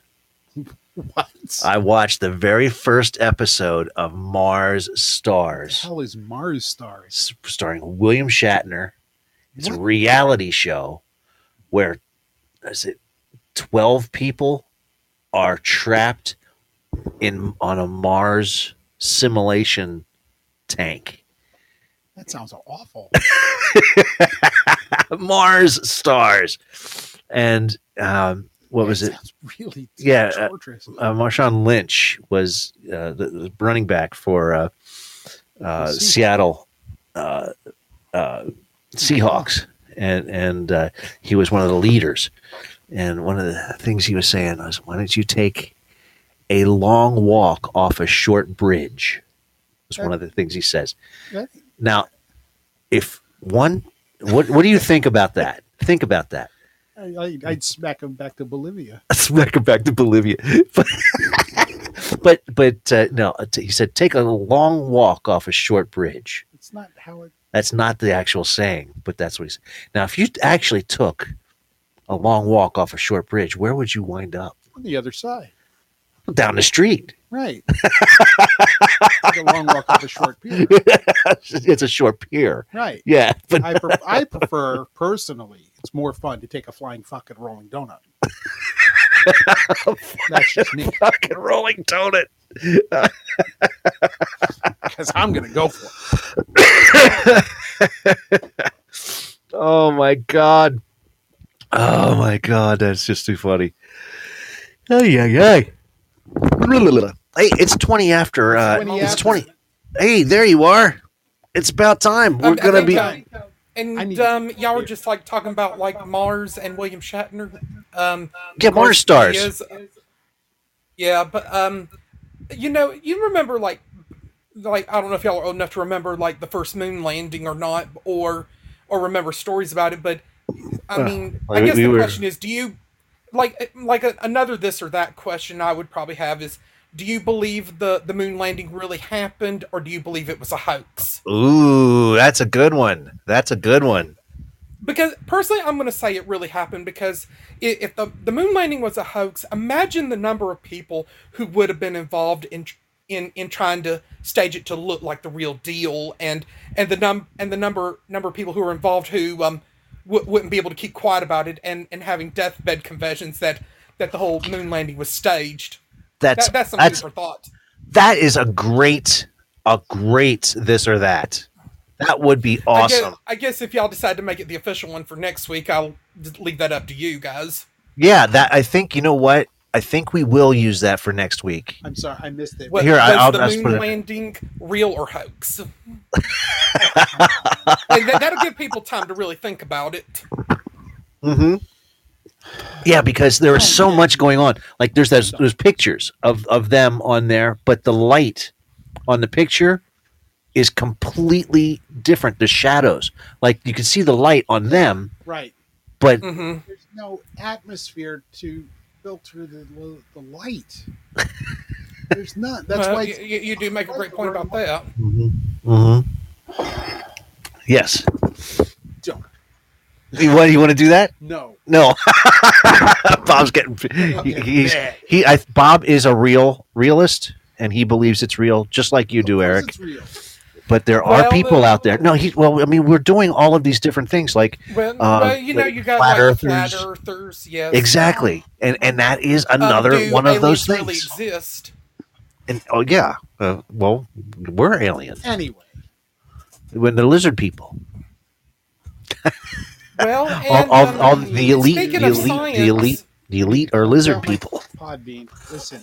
C: what
B: I watched the very first episode of Mars
C: the
B: Stars,
C: hell is mars stars
B: s- starring William Shatner. It's a
C: What?
B: reality show where is it twelve people are trapped in on a Mars simulation tank.
C: that sounds awful
B: Mars stars, and um, what was
C: That
B: it?
C: sounds Really,
B: Yeah, uh,
C: torturous.
B: Uh, Marshawn Lynch was uh, the, the running back for uh, uh,
C: Seahawks.
B: Seattle uh, uh, Seahawks, and and uh, he was one of the leaders. And one of the things he was saying was, "Why don't you take a long walk off a short bridge?" Was one of the things he says.
C: That-
B: Now, if one, what what do you think about that? Think about that.
C: I, I, I'd smack him back to Bolivia.
B: smack him back to Bolivia. But but, but uh, no, he said take a long walk off a short bridge.
C: It's not how it.
B: That's not the actual saying, but that's what he said. Now, if you actually took a long walk off a short bridge, where would you wind up?
C: On the other side,
B: Down the street.
C: right? Take a long walk up a short pier,
B: it's a short pier.
C: right?
B: Yeah, but
C: I, pre- I prefer personally. It's more fun to take a flying fuck at Rolling Donut. That's just me
B: fucking rolling donut.
C: because I'm gonna go for it.
B: Oh my god. Oh my god, that's just too funny. Oh yeah, yeah. Hey, it's twenty after. Uh,
E: 20
B: it's
E: after.
B: twenty. Hey, there you are. It's about time. We're
E: I'm- I
B: gonna
E: think,
B: be.
E: uh, and
C: I need-
E: um, y'all were just like talking about like Mars and William Shatner. Um,
B: Yeah,
E: of course,
B: Mars stars.
E: he is- yeah, but um, you know, you remember like, like I don't know if y'all are old enough to remember like the first moon landing or not, or or remember stories about it. But I mean, I
B: we-
E: guess
B: we
E: the
B: were-
E: question is, do you like like a, another this or that question? I would probably have is, do you believe the the moon landing really happened, or do you believe it was a hoax?
B: Ooh, that's a good one. That's a good one.
E: because personally i'm going to say it really happened because i- if the, the moon landing was a hoax imagine the number of people who would have been involved in tr- in in trying to stage it to look like the real deal and and the num and the number number of people who were involved who um w- wouldn't be able to keep quiet about it and and having deathbed confessions that that the whole moon landing was staged
B: That's
E: that, that's something
B: that's
E: for thought
B: that is a great a great this or that. That would be
E: I,
B: awesome.
E: guess, I guess if y'all decide to make it the official one for next week i'll just leave that up to you guys
B: Yeah, that I think you know what? I think we will use that for next week.
C: I'm sorry, I missed it.
E: What,
B: Here, I-
E: was
B: I'll-
E: the
B: I'll just
E: moon
B: put it-
E: landing real or hoax? And that, will give people time to really think about it.
B: Yeah, because there
C: Oh,
B: is so much going on. Like there's those, those pictures of of them on there, but the light on the picture is completely different. The shadows, like you can see the light on them,
C: Right.
B: but
E: hmm
C: There's no atmosphere to filter the, lo- the light. There's none. That's
E: Well,
C: why
E: you,
C: it's-
E: you- you do make a great point about that.
C: Mm-hmm.
B: Mhm. yes,
C: don't.
B: you want you want to do that?
C: No.
B: No, Bob's getting he, he's he. I, Bob is a real realist, and he believes it's real, just like you do,
C: Of course
B: Eric.
C: It's real.
B: But there
E: Well,
B: are people
E: the-
B: out there. No, he. Well, I mean, we're doing all of these different things, like
E: Well,
B: Uh,
E: well, you know,
B: like
E: you got
B: flat
E: like the flat
B: earthers.
E: earthers, yes.
B: exactly, and and that is
E: Um,
B: another
E: do
B: one of those
E: aliens really
B: things.
E: exist?
B: And oh yeah, uh, well, we're aliens
C: Anyway,
B: when they're lizard people.
E: Well,
B: All,
E: and,
B: all,
E: um,
B: all the elite,
E: speaking
B: the
E: of
B: elite, the elite, the elite are lizard people.
C: Podbean, listen.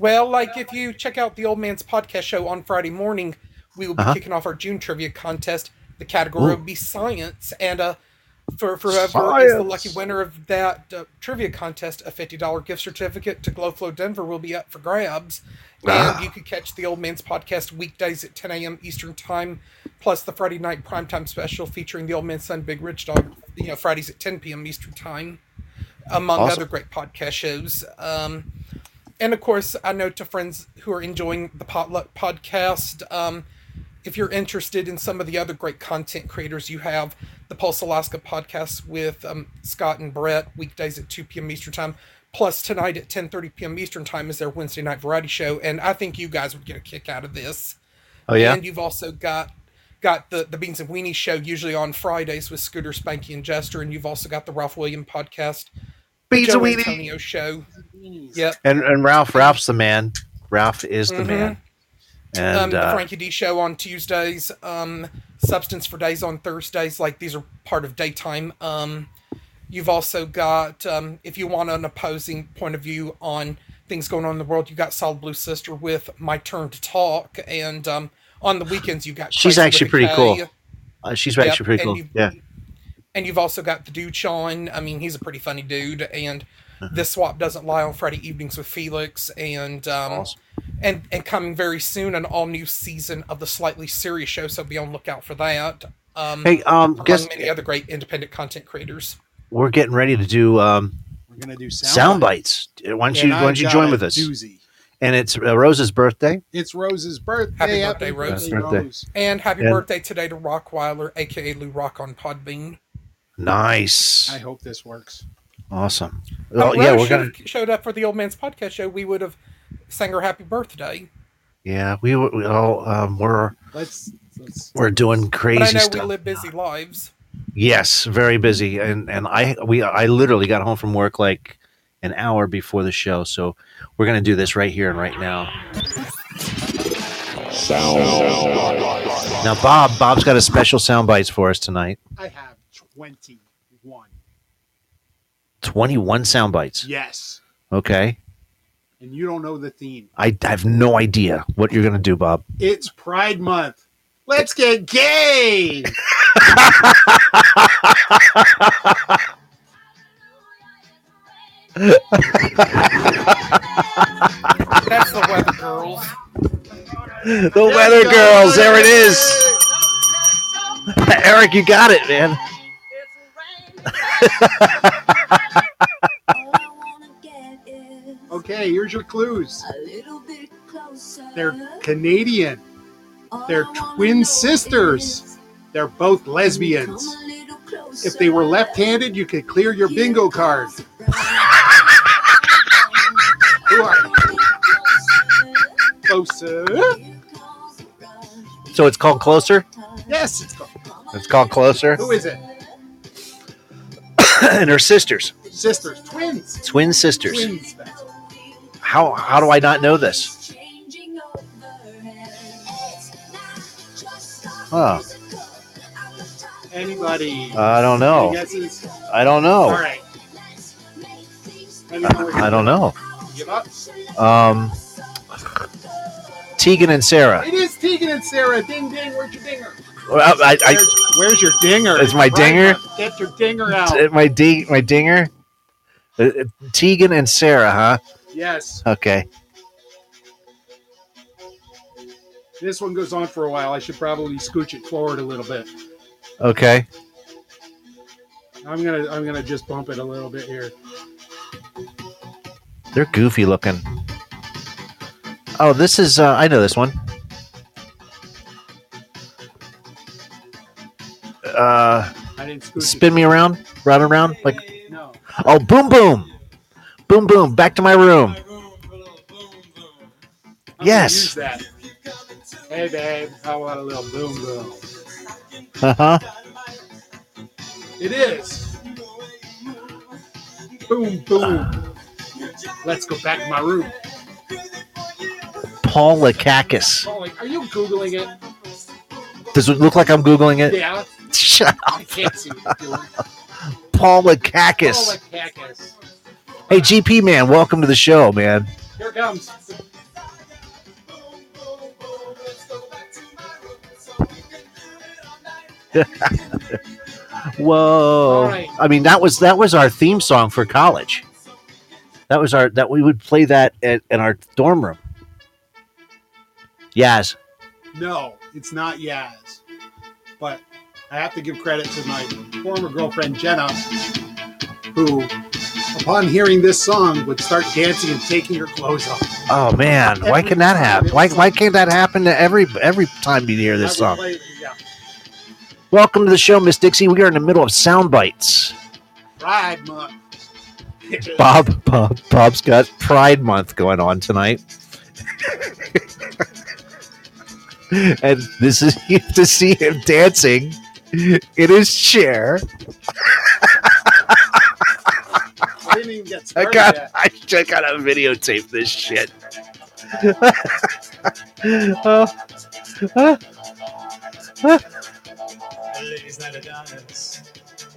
E: Well, like if you check out the Old Man's Podcast Show on Friday morning, we will be
B: Uh-huh.
E: kicking off our June trivia contest. The category will be science, and uh, for for whoever is the
B: Science.
E: lucky winner of that uh, trivia contest, a fifty dollar gift certificate to GlowFlow Denver will be up for grabs.
B: Ah.
E: And you could catch the Old Man's Podcast weekdays at 10 a.m. Eastern Time, plus the Friday night primetime special featuring the Old Man's Son, Big Rich Dog. You know, Fridays at 10 p.m. Eastern Time among
B: Awesome.
E: other great podcast shows. Um, and of course, I know to friends who are enjoying the Potluck podcast, um, if you're interested in some of the other great content creators you have, the Pulse Alaska podcast with um, Scott and Brett, weekdays at 2 p.m. Eastern Time. Plus, tonight at 10.30 p.m. Eastern Time is their Wednesday night variety show. And I think you guys would get a kick out of this.
B: Oh yeah,
E: And you've also got got the the Beans and Weenie show usually on Fridays with Scooter, Spanky, and Jester, and you've also got the Ralph William podcast, the
B: Beans
E: Joe
B: and weenie.
E: Antonio show.
C: Weenies.
E: Yep.
B: And and Ralph, Ralph's the man. Ralph is the
E: Mhm.
B: man. And
E: Um, the
B: uh,
E: Frankie D show on Tuesdays. Um, Substance for Days on Thursdays. Like these are part of daytime. Um, you've also got um, if you want an opposing point of view on things going on in the world, you got Solid Blue Sister with My Turn to Talk, and um, on the weekends you got
B: She's
E: Crazy with
B: actually
E: a
B: pretty
E: K.
B: cool. uh, she's
E: Yep,
B: actually pretty
E: and
B: cool.
E: you-
B: yeah.
E: And you've also got the dude Sean. I mean, he's a pretty funny dude. And
B: Uh-huh.
E: this swap doesn't lie on Friday evenings with Felix. And um,
B: Awesome.
E: and and coming very soon, an all new season of the slightly serious show. So be on lookout for that. Um,
B: Hey, um,
E: among
B: guess
E: many other great independent content creators.
B: we're getting ready to do um,
C: We're gonna do sound,
B: sound bites. Why don't you
C: And
B: Why don't
C: I've
B: you
C: got
B: join
C: a
B: with us?
C: doozy.
B: And it's uh, Rose's birthday.
C: It's Rose's birthday.
E: Happy birthday, Rose.
B: Birthday.
C: Rose.
E: And happy
B: And-
E: birthday today to Rockweiler, aka Lou Rock on Podbean.
B: Nice,
C: I hope this works.
B: awesome.
E: Oh
B: Well, yeah, we're gonna.
E: showed up for the old man's podcast show. We would have sang her happy birthday.
B: Yeah, we, were- we all um, we're
C: Let's. let's
B: we're doing
E: But I
B: crazy
E: know
B: stuff.
E: we live busy lives.
B: yes, very busy, and and I we I literally got home from work like an hour before the show, so we're gonna do this right here and right now.
A: Sound.
B: Now, Bob, Bob's got a special sound bites for us tonight.
C: I have 21.
B: 21 sound bites.
C: Yes.
B: Okay.
C: And you don't know the theme.
B: I, I have no idea what you're going to do, Bob.
C: It's Pride Month. Let's get gay.
E: That's the weather girls.
B: The Weather Girls. There it is. Eric, you got it, man.
C: Okay, here's your clues. They're Canadian. They're twin sisters. They're both lesbians. If they were left-handed, you could clear your bingo card. Who are closer?
B: So it's called Closer?
C: Yes, it's called.
B: It's called Closer.
C: Who is it?
B: and her sisters,
C: Sisters, twins.
B: twin sisters.
C: Twins. that's it.
B: How, how do I not know this? Huh.
C: Anybody?
B: I don't
C: Any
B: know.
C: guesses?
B: I don't know.
C: All right. I don't know what
B: I don't know.
C: you give up.
B: Um, Tegan and Sarah.
C: It is Tegan and Sarah. Ding ding. Where's your dinger?
B: Well, I, I,
C: Where's, where's your dinger?
B: It's my dinger?
C: Get your dinger out.
B: Uh, my D, my dinger. Uh, uh, Tegan and Sarah, huh?
C: Yes.
B: Okay.
C: This one goes on for a while. I should probably scooch it forward a little bit.
B: Okay.
C: I'm gonna I'm gonna just bump it a little bit here.
B: They're goofy looking. Oh, this is uh, I know this one. Uh,
C: I didn't scooch
B: spin me around, round and round, like
C: it. No.
B: oh, boom, boom, boom, boom. Back to my room.
C: I'm gonna
B: Yes.
C: Use that. Hey babe, how about a little boom boom?
B: Uh huh.
C: It is. Boom boom. Let's go back to my room.
B: Paul Lakakis.
C: Paul, like, are you googling it?
B: Does it look like I'm googling it?
C: Yeah.
B: Shut up.
C: I can't see what you're doing. Oh,
B: Paul Lakakis.
C: Paul Akakis.
B: Hey, GP man, welcome to the show, man.
C: Here it comes.
B: Whoa!
C: All right.
B: I mean, that was that was our theme song for college. That was our that we would play that at, in our dorm room. Yes,
C: No, it's not Yaz. But I have to give credit to my former girlfriend Jenna, who, upon hearing this song, would start dancing and taking her clothes off.
B: Oh man, why can that happen? Why why can't that happen to every every time you hear
C: I
B: this
C: would
B: song?
C: play- yeah.
B: Welcome to the show, Miss Dixie. We are in the middle of sound bites.
C: Pride Month.
B: Bob Bob Bob's got Pride Month going on tonight. and this is you have to see him dancing in his chair.
C: I didn't even get
B: I
C: started
B: got
C: yet.
B: I just gotta videotape this shit. Uh, uh,
J: Ladies night Adonis,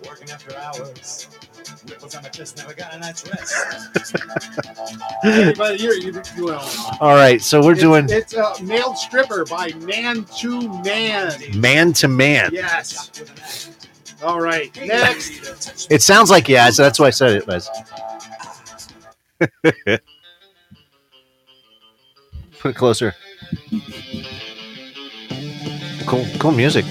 J: working after hours. Ripples on my chest, never got a night's rest.
C: Everybody here, you, you know.
B: all right, so we're
C: It's-
B: doing
C: It's a uh, Nailed Stripper by Man to Man.
B: man to man.
C: Yes. All right. Next.
B: It sounds like yeah, so that's why I said it was. Put it closer. Cool, cool music.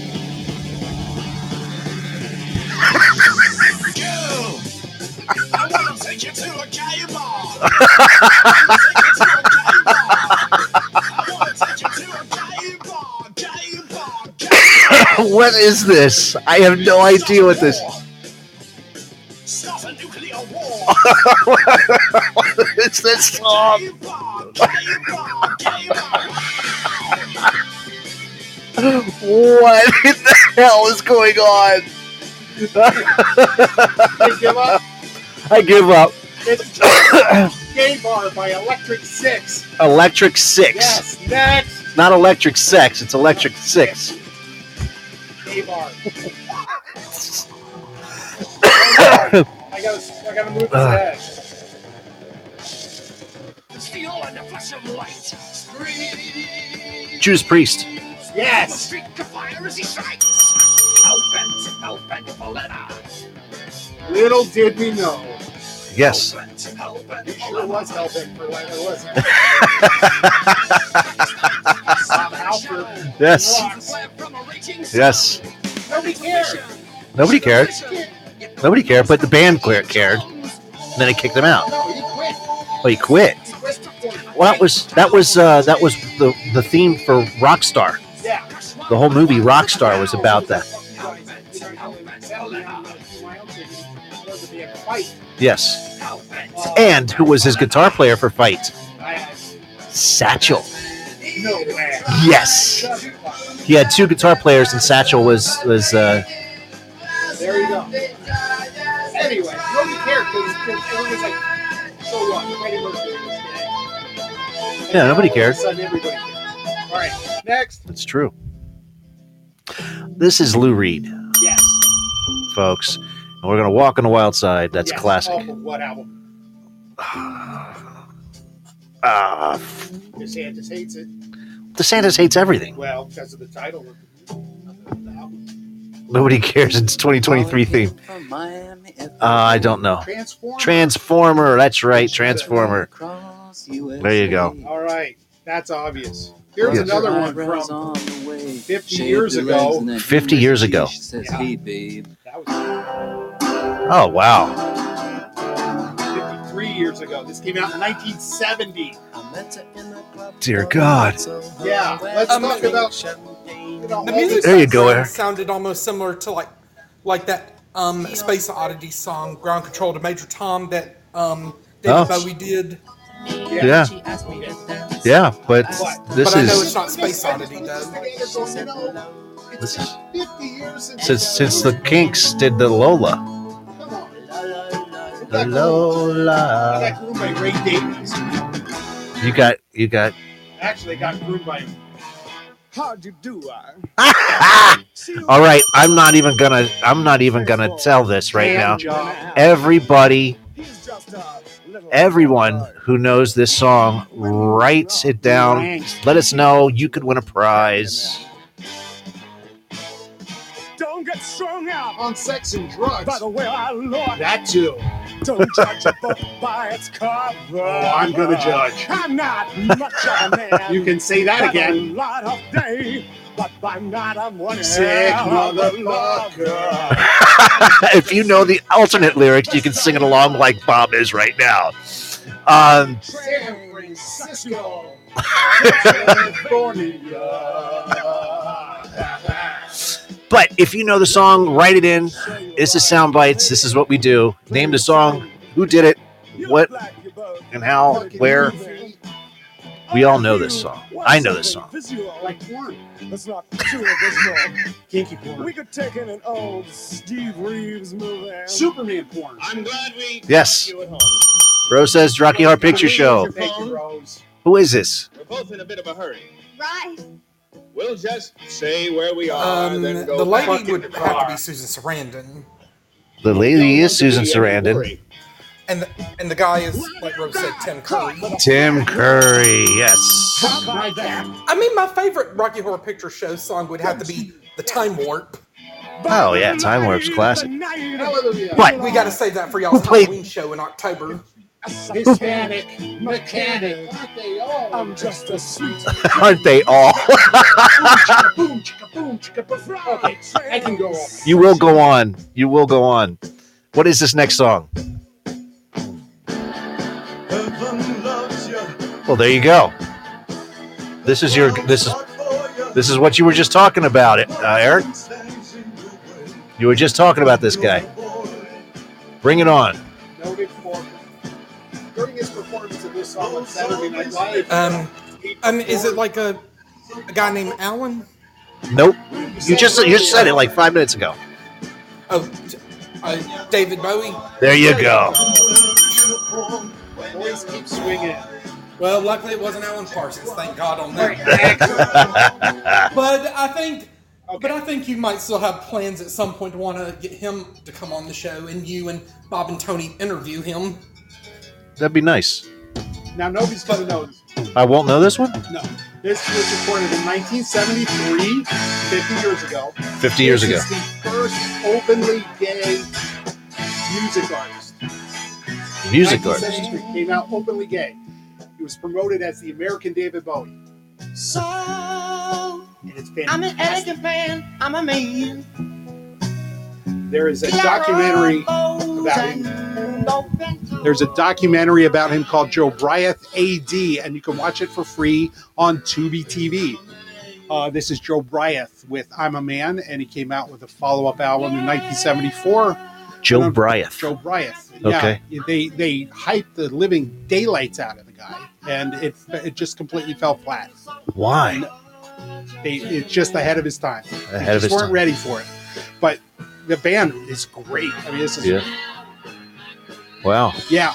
B: what is this? I have no idea what this.
J: Stop a nuclear war.
B: It's this song.
J: Gay bar, gay bar, gay bar.
B: What in the hell is going on?
C: They give up.
B: I give up.
C: It's Gay Bar by Electric Six.
B: Electric Six.
C: Yes, next.
B: Not Electric Sex. It's Electric Six.
C: Gay Bar.
K: I gotta, I gotta move his
B: Uh.
K: head.
L: Steel and the flash of light. Scream.
B: Choose priest.
L: Yes. Streak of fire as he strikes. Open, open, Paletta.
C: Little did we know.
B: Yes.
C: He sure was helping for when it wasn't.
B: Yes. Yes.
L: Nobody cares.
B: Nobody cared. Nobody cared, but the band clear- cared. And then they kicked them out. Oh, he quit. Well, that was that was uh, that was the the theme for Rockstar. The whole movie Rockstar was about that. Yes. And who was his guitar player for Fight? Satchel.
C: No way.
B: Yes. He had two guitar players, and Satchel was was uh,
C: There you go. Anyway, nobody cared because it was like, so what? Freddie Mercury.
B: yeah, nobody cared.
C: All of a sudden, everybody cares. All right, next.
B: That's true. This is Lou Reed,
C: Yes.
B: folks, and we're gonna walk on the wild side. That's
C: Yes.
B: classic.
C: Off of what album?
B: Ah,
C: DeSantis hates it.
B: DeSantis hates everything.
C: Well, because of the title of the of the album.
B: Nobody cares. It's 2023 theme. Uh, I don't know.
C: Transform.
B: Transformer. That's right. Transformer. There you go.
C: All right, that's obvious. Here's
B: Yes.
C: another one from 50 years ago.
B: 50 years ago.
C: Yeah. That was
B: Oh, wow.
C: 53 years ago. This came out in 1970.
B: Dear God.
C: Yeah, let's
E: Um,
C: talk about.
E: The music
B: There you go,
E: soundtrack
B: Eric.
E: sounded almost similar to like like that um, Space Oddity song "Ground Control" to Major Tom that um, David
B: Oh.
E: Bowie did.
B: Yeah. Yeah, but this
E: but I know
B: is
E: it's not Space Oddity though.
B: this is
C: years ago.
B: since since the Kinks did the Lola. The uh,
C: I
B: Lola.
C: got groomed by Ray Davies.
B: You got you got.
C: Actually, I got groomed by. How'd you do? I?
B: All right, I'm not even gonna I'm not even gonna tell this right now. Everybody everyone who knows this song writes it down let us know you could win a prize
L: Don't get strung out
C: On sex and drugs.
L: by the way I look.
C: That too.
L: Don't judge a book by its cover. Oh,
C: I'm gonna judge.
L: I'm not much of a man.
C: You can say that
L: Got
C: again.
L: A lot of day, but by night I'm one
C: Sick
L: hell of a
C: motherfucker.
B: if you know the alternate lyrics you can sing it along like bob is right now um,
C: San Francisco. California.
B: but if you know the song write it in this is sound bites this is what we do name the song who did it what and how where we all know this song i know this song
C: Like porn.
L: Let's not do it this more.
C: Kinky porn.
L: We could take in an old Steve Reeves movie.
C: Superman porn.
K: I'm glad we.
B: yes
K: You at home.
B: rose says rocky horror picture show
C: Thank you, Rose.
B: who is this
K: We're both in a bit of a hurry.
M: Right.
K: We'll just say where we
L: Uh,
K: are,
E: Um,
K: then go
E: the
K: fuck
E: lady
K: in
E: would
K: the
E: have to
K: car.
E: be Susan Sarandon,
B: the lady is susan
K: Don't want to be in a
B: sarandon
K: hurry.
E: and the, and the guy is like Rose said, Tim Curry.
B: Tim Curry, yes.
E: I mean, my favorite Rocky Horror Picture Show song would have to be "The Time Warp."
B: Oh yeah, Time Warp's classic.
C: Hallelujah.
B: But
E: We got to save that for y'all's
B: played-
E: Halloween show in October.
C: Hispanic mechanic. Aren't they all?
L: I'm just a sweet.
B: aren't they all?
C: boom, chicka, boom, chicka, boom. Okay, I can go on.
B: you will go on. You will go on. What is this next song?
K: Heaven loves you.
B: Well, there you go. This is your. This is this is what you were just talking about, it uh, Eric. You were just talking about this guy. Bring it on.
C: Noted for during his performance of this song on Saturday Night Live.
E: Um,
C: he
E: um, is it
C: performed-
E: like a a guy named Alan?
B: Nope. You just you just said it like five minutes ago.
E: Oh, uh, David Bowie.
B: There you go.
C: Boys keep swinging.
E: Well, luckily it wasn't Alan Parsons. Thank God on that. but I think But I think you might still have plans at some point to want to get him to come on the show, and you and Bob and Tony interview him.
B: That'd be nice.
C: Now nobody's gonna know this.
B: I won't know this one.
C: No, this was recorded in 1973, 50 years ago.
B: 50 years
C: This
B: ago.
C: is the first openly gay music artist.
B: Music
C: 1973, Came out openly gay. He was promoted as the American David Bowie.
M: So
C: And it's
M: I'm an
C: fantastic.
M: elegant man. I'm a man.
C: There is a documentary about him. There's a documentary about him called Joe Bryant AD, and you can watch it for free on Tubi TV. Uh, this is Joe Bryant with I'm a Man, and he came out with a follow up album in 1974.
B: Joe Bryant.
C: Joe Bryant.
B: Okay.
C: Yeah, they they hyped the living daylights out of the guy, and it it just completely fell flat.
B: Why?
C: They it's just ahead of his time. they
B: Ahead of
C: just
B: his
C: weren't
B: time.
C: ready for it. But the band is great. I mean, this is
B: Yeah. Wow.
C: yeah.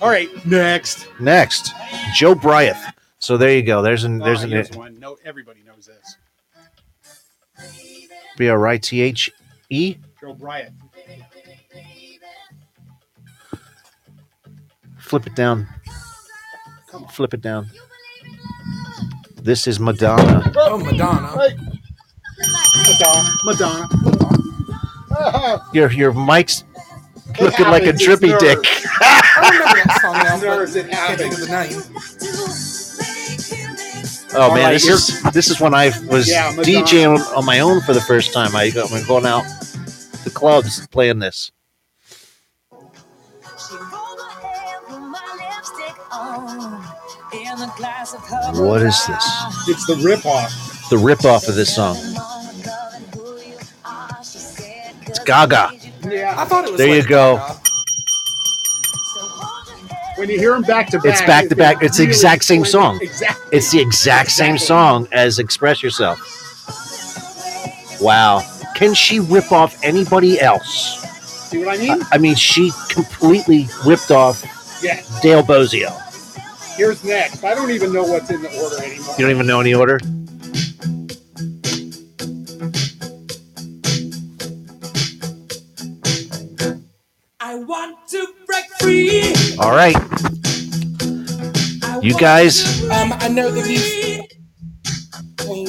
C: All right, next.
B: Next, Joe Bryant. So there you go. There's an there's
C: Oh,
B: an e-
C: here's one. No, everybody knows this.
B: B R I T H E.
C: Joe Bryant.
B: Flip it down. Flip it down. This is Madonna.
E: Oh, Madonna.
C: Hey. Madonna. Madonna. Madonna.
B: Your your mic's looking like a
C: happens, it's
B: drippy dick.
C: nerves.
E: I remember that song now,
C: Nerves,
E: but
C: it
E: I can't think of the name.
B: Oh
C: All
B: man,
C: right,
B: this
C: here-
B: is this is when I was
C: Yeah, Madonna.
B: DJing on my own for the first time. I got am going out to clubs playing this. What is this?
C: it's the ripoff.
B: The rip off of this song. It's Gaga.
E: I
C: Yeah.
E: thought it was.
B: There you
E: Lady
B: go.
E: Gaga.
C: When you hear them back to back,
B: It's back to back. It's the exact same song.
C: Exactly.
B: It's the exact same
C: Exactly.
B: song as Express Yourself. Wow. Can she rip off anybody else?
C: See what I mean?
B: I, I mean, she completely whipped off
C: Yeah.
B: Dale Bozio.
C: Here's next. I don't even know what's in the order anymore.
B: You don't even know any order?
M: I want to break free.
B: All right. You guys,
E: Um, I know the music.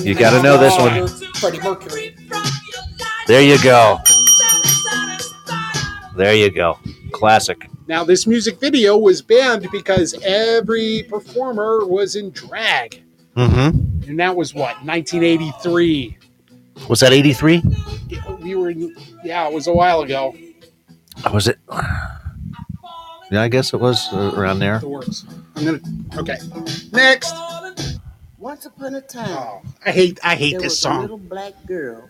B: You gotta know this one.
E: Freddie Mercury.
B: there you go. There you go. Classic.
C: Now, this music video was banned because every performer was in drag.
B: Mm hmm.
C: And that was what, 1983?
B: Was that 83?
C: We were, in, yeah, it was a while ago.
B: Was it? Yeah, I guess it was uh, around there.
C: The works. I'm gonna. Okay. Next.
N: Once upon a time,
C: Oh, I hate. I hate
N: there
C: this
N: was a
C: song
N: little black girl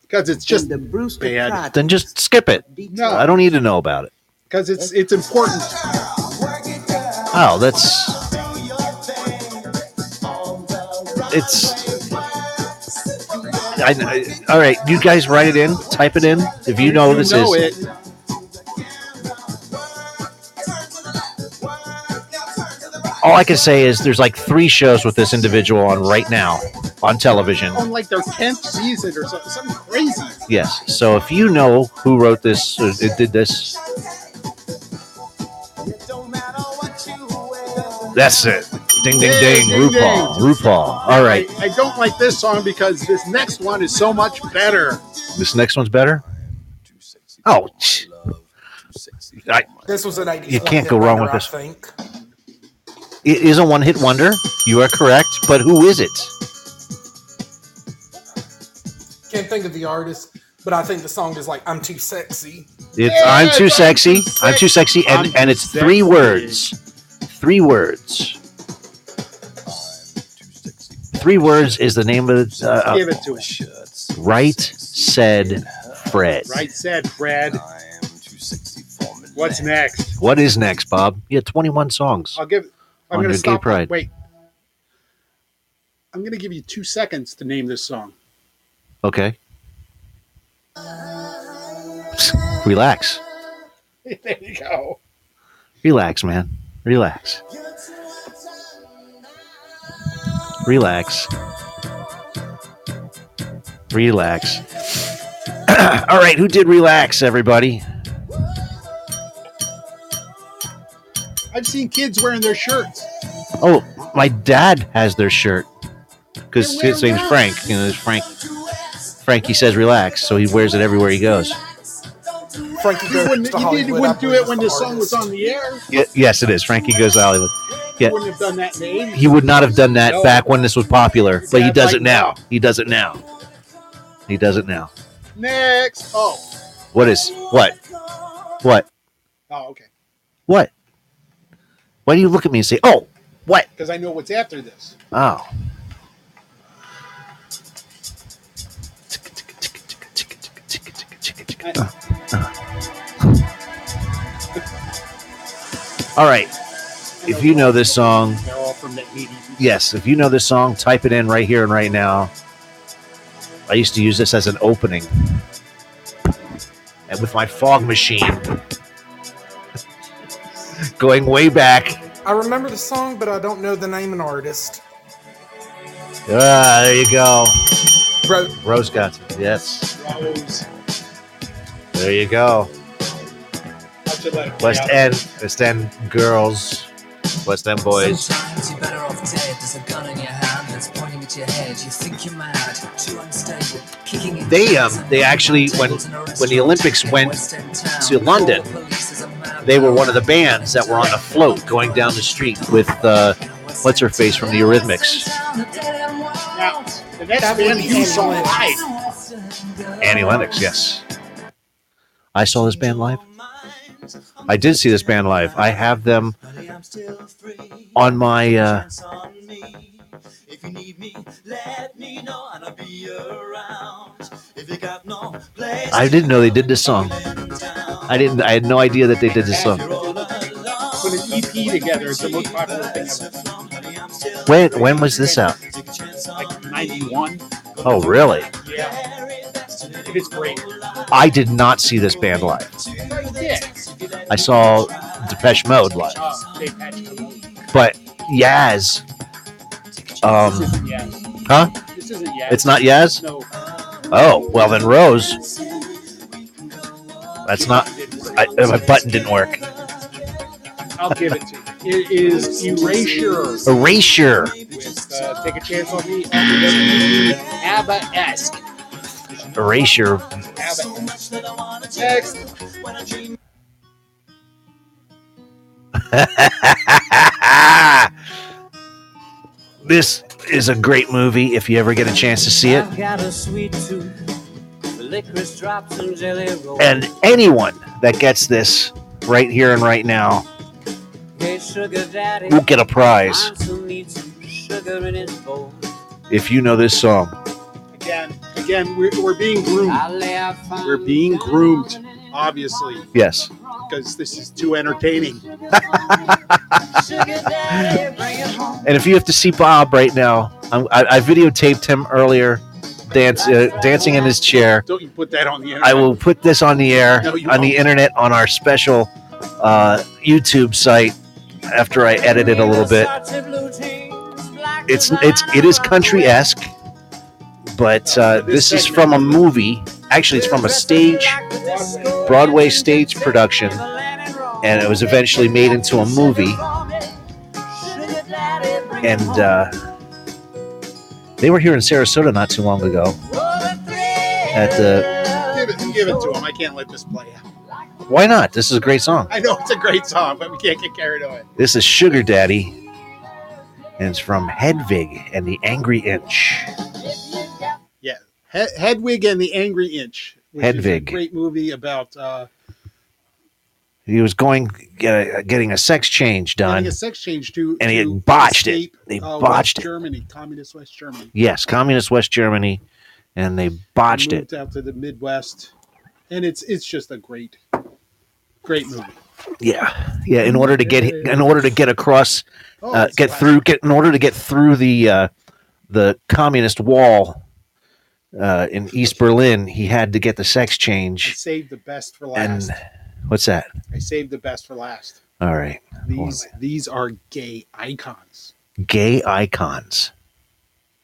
C: because it's
N: just
C: just
N: the Brewster
C: bad.
N: Project,
B: Then just skip it.
N: Detroit.
B: I
C: no.
B: don't need to know about it.
C: Because it's it's important.
B: Oh, that's. It's. I, I- all right, you guys write it in, type it in. If you know
C: You
B: this
C: know
B: is,
C: it.
B: all I can say is there's like three shows with this individual on right now on television.
C: on like their tenth season or something, something crazy.
B: Yes. So if you know who wrote this, or it did this. That's it. Ding ding ding.
C: Ding, ding,
B: RuPaul. RuPaul. All right.
C: I, I don't like this song because this next one is so much better.
B: This next one's better. Oh, tch. I,
E: This was an 80s.
B: You
E: one
B: can't
E: hit
B: go wrong
E: wonder,
B: with this.
E: I think.
B: it is a one-hit wonder. You are correct, but who is it?
E: Can't think of the artist, but I think the song is like "I'm Too Sexy."
B: It's
C: Yeah,
B: I'm
C: it's
B: too
C: I'm
B: sexy.
C: too
B: I'm too sexy, and
C: I'm
B: and
C: too
B: it's three
C: sexy.
B: words. Three words. Three words is the name of the uh,
C: Give it to him.
B: right said Fred.
C: Right said, Fred. What's next?
B: What is next, Bob? You had 21 songs.
C: I'll give.
B: On
C: I'm gonna
B: your gay
C: stop.
B: pride.
C: Wait. I'm gonna give you two seconds to name this song.
B: Okay. Relax.
C: there you go.
B: Relax, man. Relax. Relax. Relax. All right, who did relax, everybody?
C: I've seen kids wearing their shirts.
B: Oh, my dad has their shirt because his name's Frank. You know, it's Frank. Frankie says relax, so he wears it everywhere he goes.
E: Frankie
C: You wouldn't,
E: goes to
C: you didn't,
E: Hollywood.
C: wouldn't do it when
E: the
C: the song was on the air.
B: Y- yes, it is. Frankie goes to Hollywood. Yeah,
C: You wouldn't have done that in the 80s.
B: he would not have done that
C: No.
B: back when this was popular, but he
C: That's
B: does
C: like
B: it now. He does it now. He does it now.
C: Next. Oh.
B: What is what? What?
C: Oh, okay.
B: What? Why do you look at me and say, "Oh, what?"
C: Because I know what's after this.
B: Oh. All right. If you know this song,
C: They're all from the 80s.
B: yes, if you know this song, type it in right here and right now. I used to use this as an opening. And with my fog machine. Going way back.
E: I remember the song, but I don't know the name and artist.
B: Ah, there you go.
E: Ro-
B: Rose got it. Yes. There you go. West End, West End girls, West End boys.
O: Sometimes you're better off dead. There's a gun in your hand that's pointing at your head. You think you're mad, too unstable, kicking in
B: They um
O: pants and
B: they
O: knocking
B: actually
O: on
B: when
O: tables in a
B: when the
O: restaurant
B: Olympics
O: in
B: went
O: West End town.
B: to London,
O: Police is a mad
B: they were one of the bands that were on the float going down the street with uh, what's her face from the Eurythmics,
C: Now, the next band you saw live.
B: Annie Lennox. Yes, I saw this band live. I did see this band live. I have them on my uh, I didn't know they did this song. I didn't. I had no idea that they did this song.
C: Put an EP together. It's the most popular thing ever.
B: When when was this out?
C: Like 91.
B: Oh, really?
C: Yeah. It's great.
B: I did not see this band live.
C: Yeah.
B: I saw Depeche Mode live,
C: Oh, they patched them up.
B: but Yaz,
C: This
B: um,
C: isn't Yes.
B: huh?
C: This isn't Yes.
B: It's not Yaz.
C: No.
B: Oh well, then Rose. That's not. I, uh, my button didn't work.
C: I'll give it to you. It is Erasure.
B: Erasure.
C: With, uh, Take a Chance on Me. ABBA-esque.
B: Erasure.
C: ABBA. Next.
B: this is a great movie if you ever get a chance to see it.
P: I've got a sweet tooth, licorice drops and jelly rolls.
B: And anyone that gets this right here and right now
P: Hey, sugar daddy,
B: will get a prize
P: Hansel needs some sugar in his bowl.
B: if you know this song.
C: Again, again, we're, we're being groomed. We're being groomed, obviously,
B: Yes.
C: because this is too entertaining.
B: And if you have to see Bob right now, I'm, I, I videotaped him earlier, dance, uh, dancing in his chair.
C: Don't you put that on the internet.
B: I will put this on the air,
C: No, you
B: on the internet, on our special uh, YouTube site after I edit it a little bit. It's it's it is country esque, but uh, this is from a movie. Actually, it's from a stage, Broadway stage production, and it was eventually made into a movie. And uh, they were here in Sarasota not too long ago at the.
C: Give it, give it to him. I can't let this play out.
B: Why not? This is a great song.
C: I know it's a great song, but we can't get carried away.
B: This is Sugar Daddy, and it's from Hedvig and the Angry Inch.
C: Yeah, He- Hedwig and the Angry Inch. which is a
B: Hedwig.
C: great movie about uh,
B: He was going uh, getting a sex change
C: having
B: done.
C: a sex change to
B: And he
C: to
B: botched it.
C: escape,
B: They
C: uh,
B: botched it.
C: West Germany, communist West Germany.
B: Yes, communist West Germany, and they botched it.
C: moved out to the Midwest, and it's it's just a great, great movie.
B: Yeah, yeah. In order to get in order to get across,
C: Oh,
B: uh,
C: that's
B: get
C: right.
B: through, get in order to get through the uh, the communist wall uh, in East Berlin, he had to get the sex
C: I
B: change.
C: saved the best for
B: And
C: last.
B: what's that?
C: I saved the best for last.
B: All right,
C: These these are gay icons,
B: gay icons.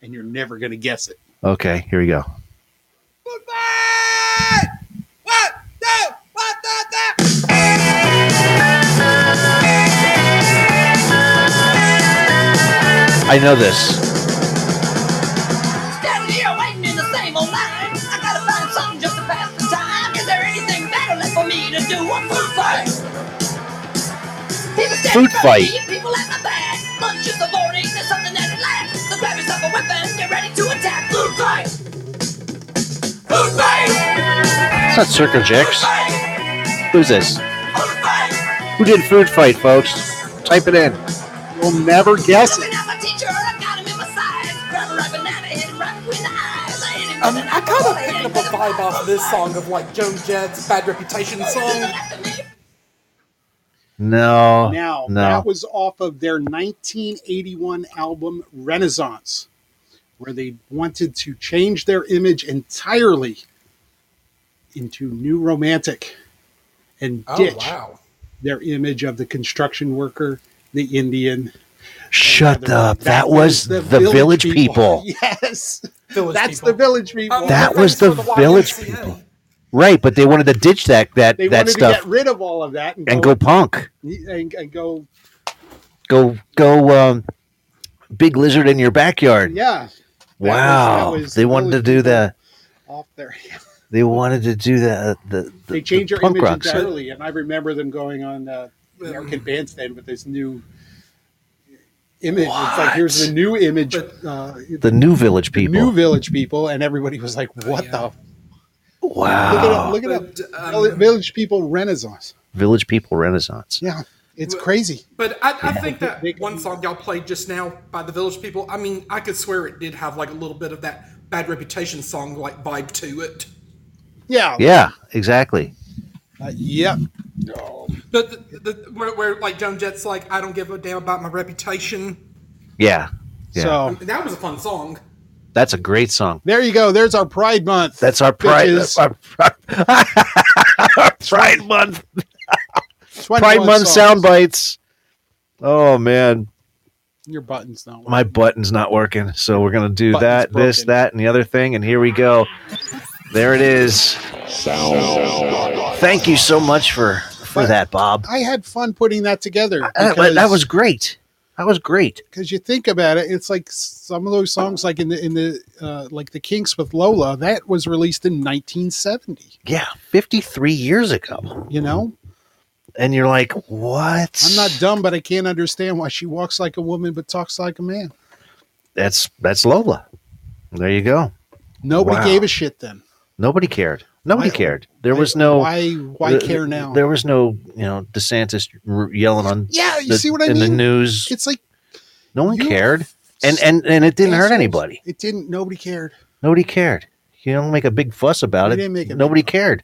C: and you're never gonna guess it.
B: Okay, here we go. I know this.
M: Down here waiting in the same old line. I gotta find something just to pass the time. Is there anything better left for me to do? One food fight. People stand
B: Food
M: in front of
B: fight.
M: me, people at my back. Lunch is the morning. There's something that lasts. So grab yourself a weapon. Get ready to attack. Food fight. Food fight.
B: It's not Circle Jicks. Who's this? Who did Food Fight, folks? Type it in.
C: You'll never guess it.
M: I'm a teacher. I got him in my side. Grab a right banana. Hit him right between the eyes. I hit him
E: I mean, Um, I kind of picked up a vibe um, off this song of like Joan Jett's Bad Reputation song.
B: No.
C: Now,
B: no.
C: that was off of their 1981 album Renaissance, where they wanted to change their image entirely into new romantic and
E: Oh,
C: ditch
E: wow.
C: their image of the construction worker, the Indian.
B: Shut up. That, was the, Village People.
C: Yes. That's the
E: Um,
C: village people.
B: That was the Village People. Right, but they wanted to ditch that that,
C: They
B: that
C: wanted
B: stuff
C: to get rid of all of that and,
B: and go punk.
C: and, and go
B: Go go um, big lizard in your backyard.
C: yeah
B: wow.
C: that was
B: they wanted to
C: Village
B: do that.
C: off there.
B: They wanted to do that. uh, The, the,
C: they changed
B: the
C: their
B: punk
C: image
B: rock stuff.
C: entirely, and I remember them going on uh, American Bandstand with this new image. It's like here's the new image, uh,
B: The new Village
C: the
B: People.
C: new Village People, and everybody was like, "What
B: the?
C: Wow!
B: Wow.
C: Look at up, look it up. Vill- Village People Renaissance.
B: Village People Renaissance.
C: Yeah, it's crazy.
E: But I, I think that one song y'all played just now by the Village People, I mean, I could swear it did have like a little bit of that Bad Reputation song like vibe to it.
C: Yeah.
B: Yeah, exactly.
C: Uh, yep.
E: But the, the, where, where like Joan Jett's like, I don't give a damn about my reputation.
B: Yeah. Yeah.
E: I mean, that was a fun song.
B: That's a great song.
C: There you go. There's our Pride Month.
B: That's our pride. uh,
C: Bitches.
B: Our, our pride month.
C: 21
B: Pride month
C: songs.
B: sound bites. Oh man,
C: Your buttons don't.
B: my button's not working, so we're gonna do
C: Button's
B: that, this,
C: broken.
B: that, and the other thing, and here we go. There it is. Thank you so much for for that, Bob.
C: I had fun putting that together.
B: That,
C: because-
B: that was great. That was great.
C: because you think about it, it's like some of those songs, like in the in the uh, like the Kinks with Lola, that was released in 1970.
B: Yeah, fifty three years ago,
C: You know,
B: and you're like, what?
C: I'm not dumb, but I can't understand why she walks like a woman but talks like a man.
B: That's that's Lola. There you go.
C: Nobody
B: Wow.
C: gave a shit then.
B: Nobody cared. Nobody
C: Why-
B: cared. There was no
C: why- why care now?
B: There was no you know DeSantis r- yelling on
C: Yeah, you
B: the-
C: see what I
B: in the
C: mean?
B: news.
C: It's like
B: no one
C: you-
B: cared, and and and it didn't hurt
C: assholes.
B: anybody.
C: It didn't. Nobody cared.
B: Nobody cared. You don't make a big fuss about
C: You
B: it.
C: didn't make a
B: Nobody cared.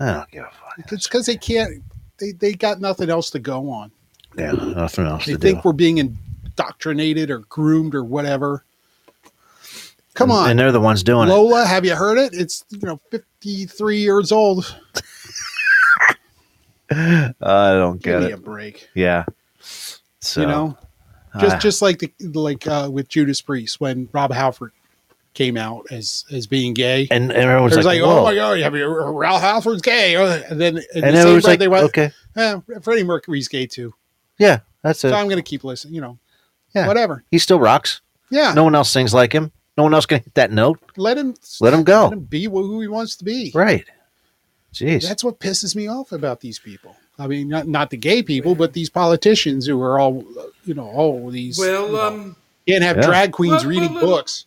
B: I don't give a fuck.
C: It's because they can't. They they got nothing else to go on.
B: Yeah, nothing else
C: They
B: to
C: think
B: do.
C: we're being indoctrinated or groomed or whatever. Come on.
B: And they're the ones doing it.
C: Lola, have you heard it? It's you know 53 years old.
B: I don't
C: Give
B: get
C: me
B: it.
C: a break.
B: yeah. So
C: you know, just
B: ah,
C: just like the like uh, with Judas Priest when Rob Halford came out as as being gay.
B: and, and everyone's
C: There's
B: like,
C: like,
B: Whoa.
C: oh my god, have you, Ralph Halford's gay? Oh, And then in
B: And
C: the same
B: everyone's
C: breath
B: like,
C: they went,
B: okay,
C: eh, Freddie Mercury's gay too.
B: yeah, that's
C: So,
B: it.
C: I'm gonna keep listening. You know,
B: Yeah.
C: whatever.
B: he still rocks.
C: Yeah,
B: No one else sings like him. No one else can hit that note.
C: let him
B: Let him go.
C: Let him be who he wants to be.
B: Right. Jeez.
C: That's what pisses me off about these people. I mean, not not the gay people, but these politicians who are all, you know, all these
E: Well, um,
C: can't have
B: Yeah.
C: drag queens
E: Well,
C: reading
E: well, well,
C: books.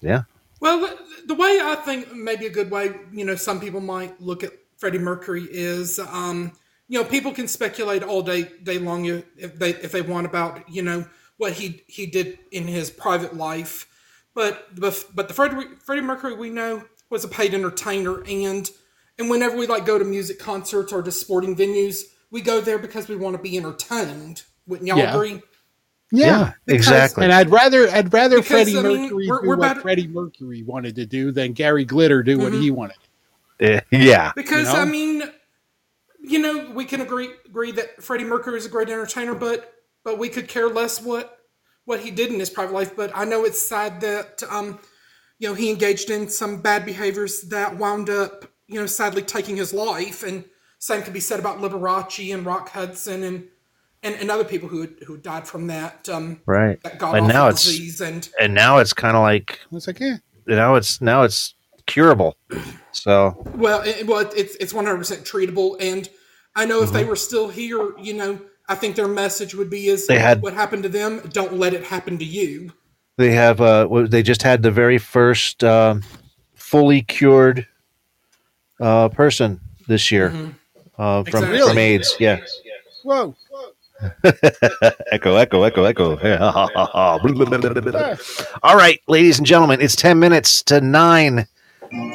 B: yeah.
E: Well, the way I think maybe a good way, you know, some people might look at Freddie Mercury is, um, you know, people can speculate all day day long if they if they want about you know what he he did in his private life, but but, but the Freddie Freddie Mercury we know was a paid entertainer and and whenever we like go to music concerts or to sporting venues, we go there because we want to be entertained. Wouldn't y'all
C: Yeah.
E: agree?
C: Yeah.
E: Because-
B: exactly.
C: And I'd rather I'd rather
E: Because,
C: Freddie
E: I mean,
C: Mercury
E: we're-
C: do
E: we're
C: what
E: better- Mm-hmm.
C: Freddie Mercury wanted to do than Gary Glitter do what he wanted.
B: Eh, yeah.
E: Because
C: You know?
E: I mean, you know, we can agree agree that Freddie Mercury is a great entertainer, but but we could care less what what he did in his private life. But I know it's sad that um, you know, he engaged in some bad behaviors that wound up you know sadly taking his life, and same could be said about Liberace and Rock Hudson and and, and other people who who died from that. Um,
B: right.
E: That god
B: And now
E: awful
B: it's
E: disease and
B: and now it's kind of like
C: it's like eh, yeah.
B: Now it's now it's curable. So
E: Well, it, well, it- it's it's one hundred percent treatable, and I know if
B: Mm-hmm.
E: they were still here, you know, I think their message would be is
B: They had-
E: what happened to them. Don't let it happen to you.
B: they have uh what- they just had the very first um, fully cured uh person this year
C: Mhm.
B: uh from
C: Exactly.
B: from AIDS. Yeah.
C: Whoa.
B: echo, echo, echo, echo. All right, ladies and gentlemen, it's 10 minutes to 9.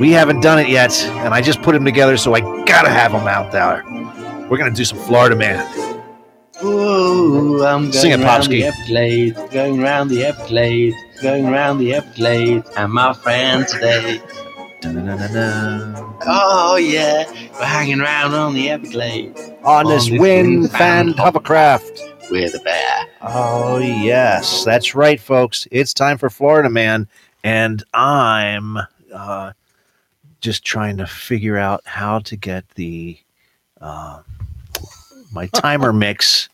B: We haven't done it yet, and I just put them together, so I gotta have them out there. We're gonna do some Florida Man.
Q: Ooh, I'm going
B: Sing it,
Q: round
B: Popsky.
Q: the Everglades, going round the Everglades, going round the Everglades, and my friends today. Oh yeah, we're hanging round on the Everglades.
B: On this wind fanned hovercraft.
Q: We're the bear.
B: Oh, yes, that's right, folks. It's time for Florida Man, and I'm uh, just trying to figure out how to get the uh, my timer mix.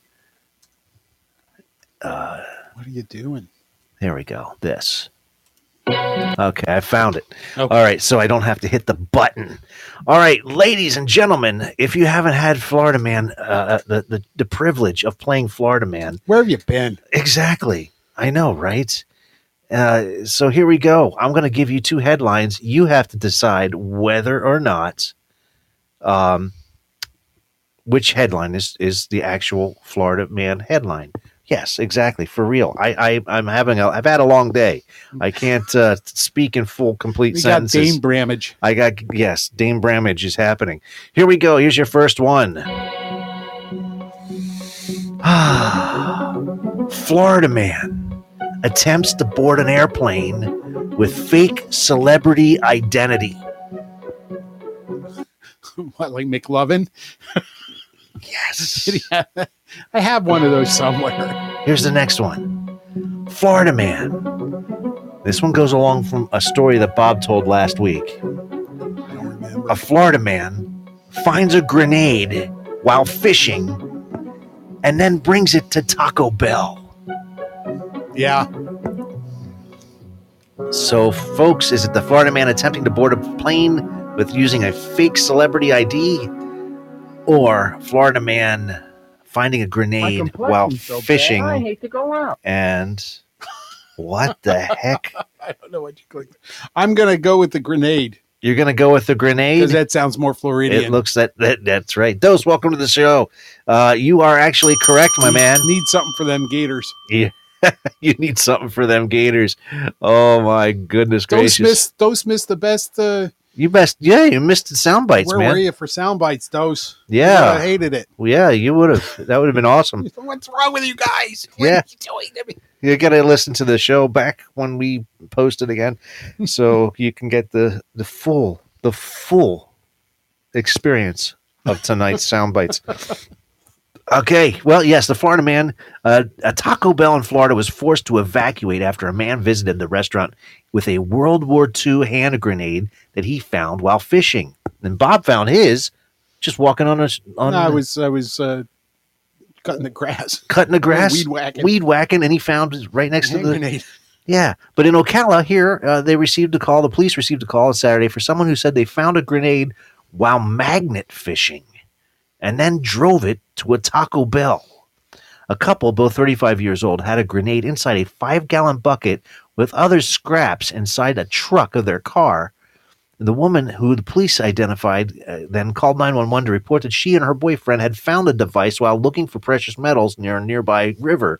B: Uh,
C: what are you doing?
B: There we go. This. Okay, I found it. All right, so I don't have to hit the button. All right, ladies and gentlemen, if you haven't had Florida Man, uh, the, the the privilege of playing Florida Man,
C: where have you been?
B: Exactly. I know, right? Uh, so here we go. I'm going to give you two headlines. You have to decide whether or not, um, which headline is is the actual Florida Man headline. Yes, exactly. For real. I, I I'm having a I've had a long day. I can't uh, speak in full complete
C: We got
B: sentences.
C: Dame Bramage.
B: I got yes, Dame Bramage is happening. Here we go. Here's your first one. Florida man attempts to board an airplane with fake celebrity identity.
C: what, like McLovin?
B: yes.
C: I have one of those somewhere.
B: Here's the next one Florida man. This one goes along from a story that Bob told last week. A Florida man finds a grenade while fishing and then brings it to Taco Bell.
C: Yeah.
B: So, folks, is it the Florida man attempting to board a plane with using a fake celebrity ID or Florida man finding a grenade while fishing?
G: hate to go out.
B: And what the heck?
C: I don't know what you clicked. I'm gonna go with the grenade.
B: You're gonna go with the grenade?
C: Because that sounds more Floridian.
B: It looks that, that that's right. Dose, welcome to the show. Uh, you are actually correct, my man.
C: Need something for them gators.
B: Yeah. you need something for them Gators. Oh my goodness
C: Dose
B: gracious!
C: miss Dose miss the best uh
B: you best, yeah, you missed the sound bites,
C: where
B: man.
C: were you for sound bites, Dose?
B: Yeah.
C: I hated it.
B: Well, yeah, you would have. That would have been awesome.
C: What's wrong with you guys?
B: Yeah.
C: Joey, let me-
B: You got to listen to the show back when we post it again, so you can get the the full the full experience of tonight's sound bites. Okay, well, yes, the Florida man, uh, a Taco Bell in Florida, was forced to evacuate after a man visited the restaurant with a World War II hand grenade that he found while fishing. Then Bob found his just walking on a on.
C: No, I
B: the-
C: was I was uh cutting the grass.
B: cutting the grass,
C: Weed whacking.
B: weed whacking, and he found it right next
C: Hand
B: to the
C: grenade.
B: Yeah, but in Ocala here, uh, they received a call. The police received a call on Saturday for someone who said they found a grenade while magnet fishing, and then drove it to a Taco Bell. A couple, both 35 years old, had a grenade inside a five-gallon bucket with other scraps inside a truck of their car. The woman who the police identified uh, then called 911 to report that she and her boyfriend had found the device while looking for precious metals near a nearby river.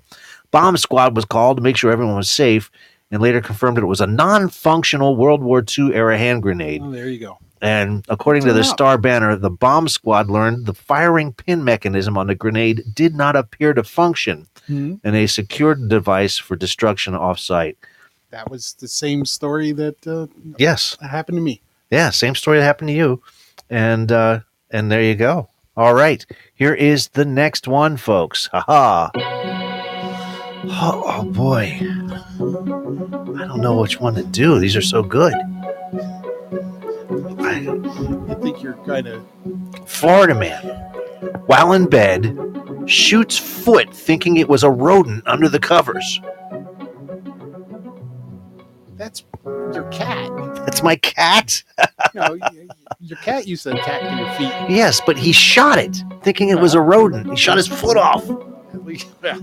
B: Bomb squad was called to make sure everyone was safe and later confirmed that it was a non functional World War II era hand grenade.
C: Oh, there you go.
B: And according to the
C: Turn up.
B: Star Banner, the bomb squad learned the firing pin mechanism on the grenade did not appear to function,
C: Hmm.
B: and they secured the device for destruction off site.
C: That was the same story that uh,
B: Yes.
C: happened to me.
B: Yeah, same story that happened to you. And uh and there you go. All right. Here is the next one, folks. Haha. Oh, oh boy. I don't know which one to do. These are so good.
C: I think you're kind of
B: Florida man, while in bed, shoots foot thinking it was a rodent under the covers.
C: That's your cat.
B: That's my cat?
C: No, y- your cat used to attack your feet.
B: Yes, but he shot it thinking it was a rodent. He shot his foot off.
C: At least, at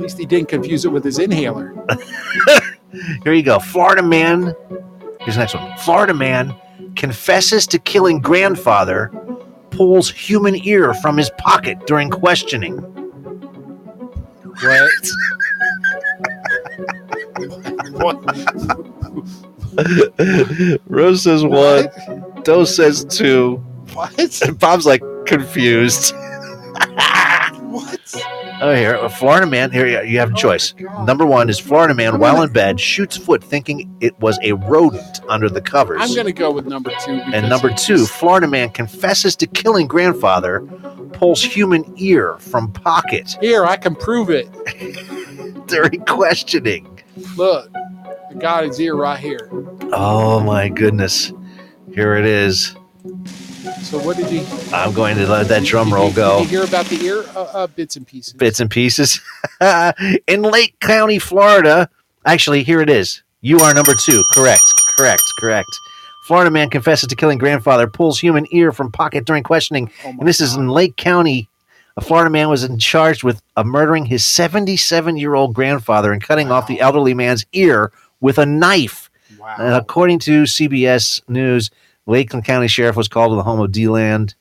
C: least he didn't confuse it with his inhaler.
B: Here you go. Florida man. Here's the next one. Florida man confesses to killing grandfather, pulls human ear from his pocket during questioning.
C: What?
B: Rose says one, Doe says two,
C: What?
B: and Bob's like confused.
C: What?
B: Oh, here, a Florida man. Here you- you have a choice. Number one is Florida man while in bed shoots foot thinking it was a rodent under the covers.
C: I'm going to go with number two.
B: And number two, Florida man confesses to killing grandfather, pulls human ear from pocket
C: Here, I can prove it.
B: during questioning.
C: Look, I got his ear right here.
B: Oh my goodness. Here it is.
C: So what did you?
B: I'm going to let that drum roll
C: did you- Did
B: go.
C: you hear about the ear? Uh, uh, bits and pieces.
B: Bits and pieces. In Lake County, Florida. Actually, here it is. You are number two. Correct. Correct. Correct. Florida man confesses to killing grandfather, pulls human ear from pocket during questioning. and this is in Lake County. A Florida man was in charged with uh, murdering his 77 year old grandfather and cutting off the elderly man's ear with a knife. And according to CBS News, Lakeland County Sheriff was called to the home of D-Land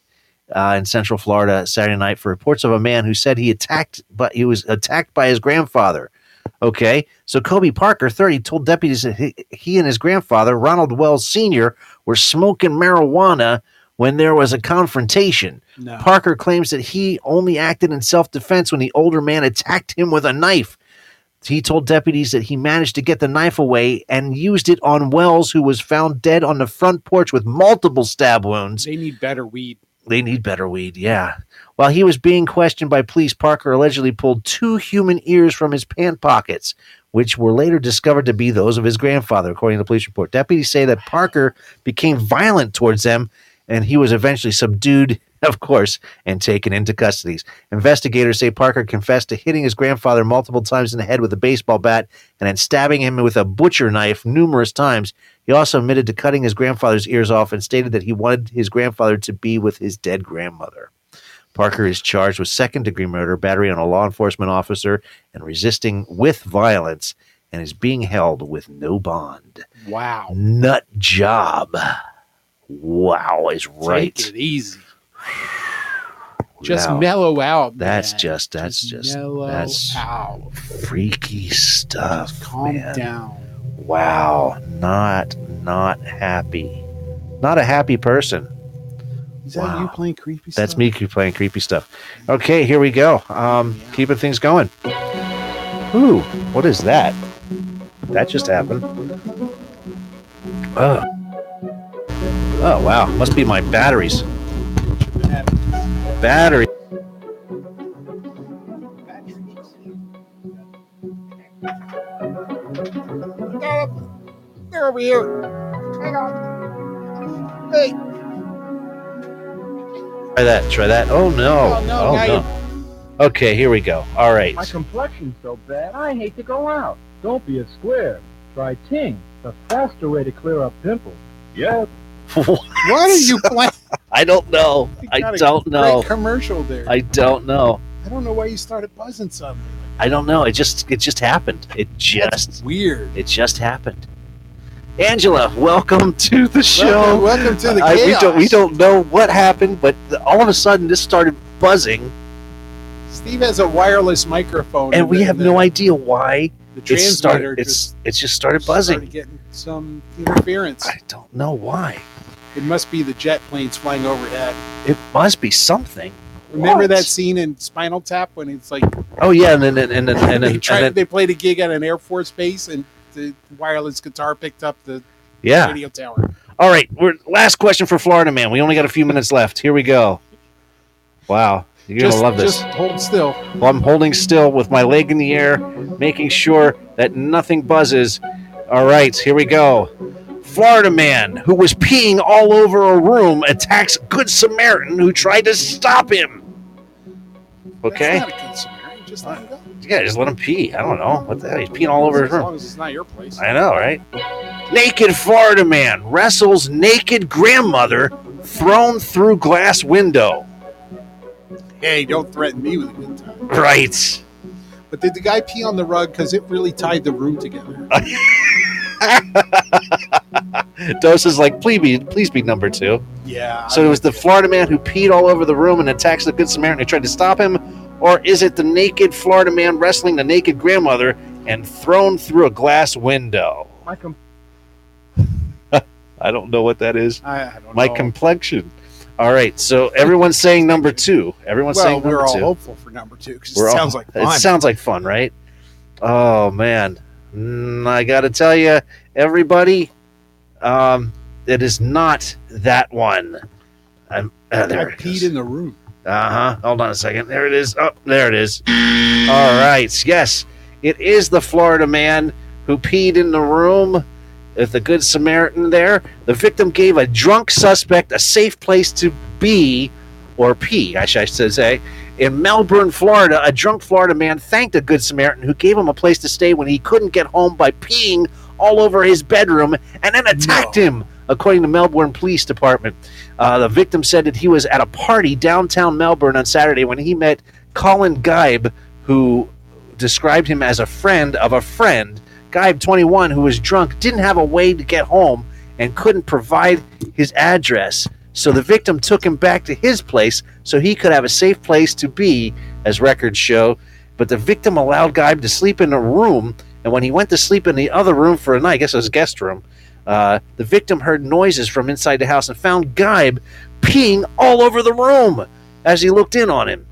B: uh, in Central Florida Saturday night for reports of a man who said he attacked, but he was attacked by his grandfather. Okay, so Kobe Parker, 30, told deputies that he, he and his grandfather, Ronald Wells Sr., were smoking marijuana when there was a confrontation. Parker claims that he only acted in self-defense when the older man attacked him with a knife. He told deputies that he managed to get the knife away and used it on Wells, who was found dead on the front porch with multiple stab wounds.
C: They need better weed.
B: They need better weed, yeah. While he was being questioned by police, Parker allegedly pulled two human ears from his pant pockets, which were later discovered to be those of his grandfather, according to the police report. Deputies say that Parker became violent towards them and he was eventually subdued, of course, and taken into custody. Investigators say Parker confessed to hitting his grandfather multiple times in the head with a baseball bat and then stabbing him with a butcher knife numerous times. He also admitted to cutting his grandfather's ears off and stated that he wanted his grandfather to be with his dead grandmother. Parker is charged with second degree murder, battery on a law enforcement officer, and resisting with violence, and is being held with no bond.
C: Wow.
B: Nut job. Wow, is right.
C: Take it easy. Just
B: Wow.
C: mellow out.
B: That's
C: man.
B: just that's just,
C: mellow
B: that's
C: out.
B: freaky stuff.
C: Calm
B: man.
C: down.
B: Wow, not not happy. Not a happy person.
C: Is that you playing creepy stuff?
B: That's me keep playing creepy stuff. Okay, here we go. Um, keeping things going. Ooh, what is that? That just happened. Oh. Oh wow, must be my batteries. Battery.
D: Got it. They're over here. Hang on. Hey.
B: Try that. Try that. Oh no.
D: Oh, no, now
B: no. Okay, here we go. All right.
R: My complexion's so bad, I hate to go out. Don't be a square. Try Ting, the faster way to clear up pimples. Yep.
C: What are you playing?
B: I don't know. I
C: Got a
B: don't
C: great
B: know.
C: commercial there.
B: I don't know.
C: I don't know why you started buzzing suddenly.
B: I don't know. It just it just happened. It just
C: weird.
B: It just happened. Angela, welcome to the show.
C: Welcome- welcome to the
B: we don't we
C: chaos.
B: don't know what happened, but the, all of a sudden this started buzzing,
C: Steve has a wireless microphone,
B: and we have no idea why.
C: The
B: it
C: transmitter
B: started. It's
C: just
B: it's just started buzzing.
C: started getting some interference. I
B: don't know why.
C: It must be the jet planes flying overhead.
B: It must be something.
C: Remember
B: What?
C: that scene in Spinal Tap when it's like
B: Oh yeah, and then and then and then, and
C: they
B: then,
C: tried they played a gig at an Air Force base and the wireless guitar picked up the
B: Yeah.
C: radio tower.
B: All right, we're last question for Florida man. We only got a few minutes left. Here we go. Wow, you're
C: just,
B: gonna love this.
C: Just hold still.
B: Well, I'm holding still with my leg in the air, making sure that nothing buzzes. All right, here we go. Florida man who was peeing all over a room attacks Good Samaritan who tried to stop him. Okay.
C: That's not a concern. Just let him go.
B: yeah, just let him pee. I don't know. What the hell? He's peeing all over
C: As
B: his
C: long
B: room.
C: as it's not your place.
B: I know, right? Naked Florida man wrestles naked grandmother thrown through glass window.
C: Hey, don't threaten me with a good time.
B: Right.
C: But did the guy pee on the rug because it really tied the room together?
B: Dose is like, please be, please be number two.
C: Yeah.
B: So it was the Florida man who peed all over the room and attacks the Good Samaritan who tried to stop him, or is it the naked Florida man wrestling the naked grandmother and thrown through a glass window?
R: My com-
B: I don't know what that is.
C: I, I don't
B: My
C: know.
B: complexion. All right, so everyone's saying number two. Everyone's
C: well,
B: saying number
C: we're all
B: two.
C: hopeful for number two because it
B: We're all-
C: sounds like
B: it
C: fun.
B: sounds like fun, right? Oh man, Mm, I gotta tell you, everybody, um, it is not that one. I'm uh,
C: I
B: there. It
C: peed in the room.
B: Uh huh. Hold on a second. There it is. Oh, there it is. All right. Yes, it is the Florida man who peed in the room with the Good Samaritan there. The victim gave a drunk suspect a safe place to be or pee, I should I should say. In Melbourne, Florida, a drunk Florida man thanked a Good Samaritan who gave him a place to stay when he couldn't get home by peeing all over his bedroom and then attacked him, according to Melbourne Police Department. Uh, the victim said that he was at a party downtown Melbourne on Saturday when he met Colin Guybe, who described him as a friend of a friend. Guybe, 21, who was drunk, didn't have a way to get home and couldn't provide his address. So the victim took him back to his place so he could have a safe place to be, as records show. But the victim allowed Guybe to sleep in a room, and when he went to sleep in the other room for a night, I guess it was guest room, uh, the victim heard noises from inside the house and found Guybe peeing all over the room as he looked in on him.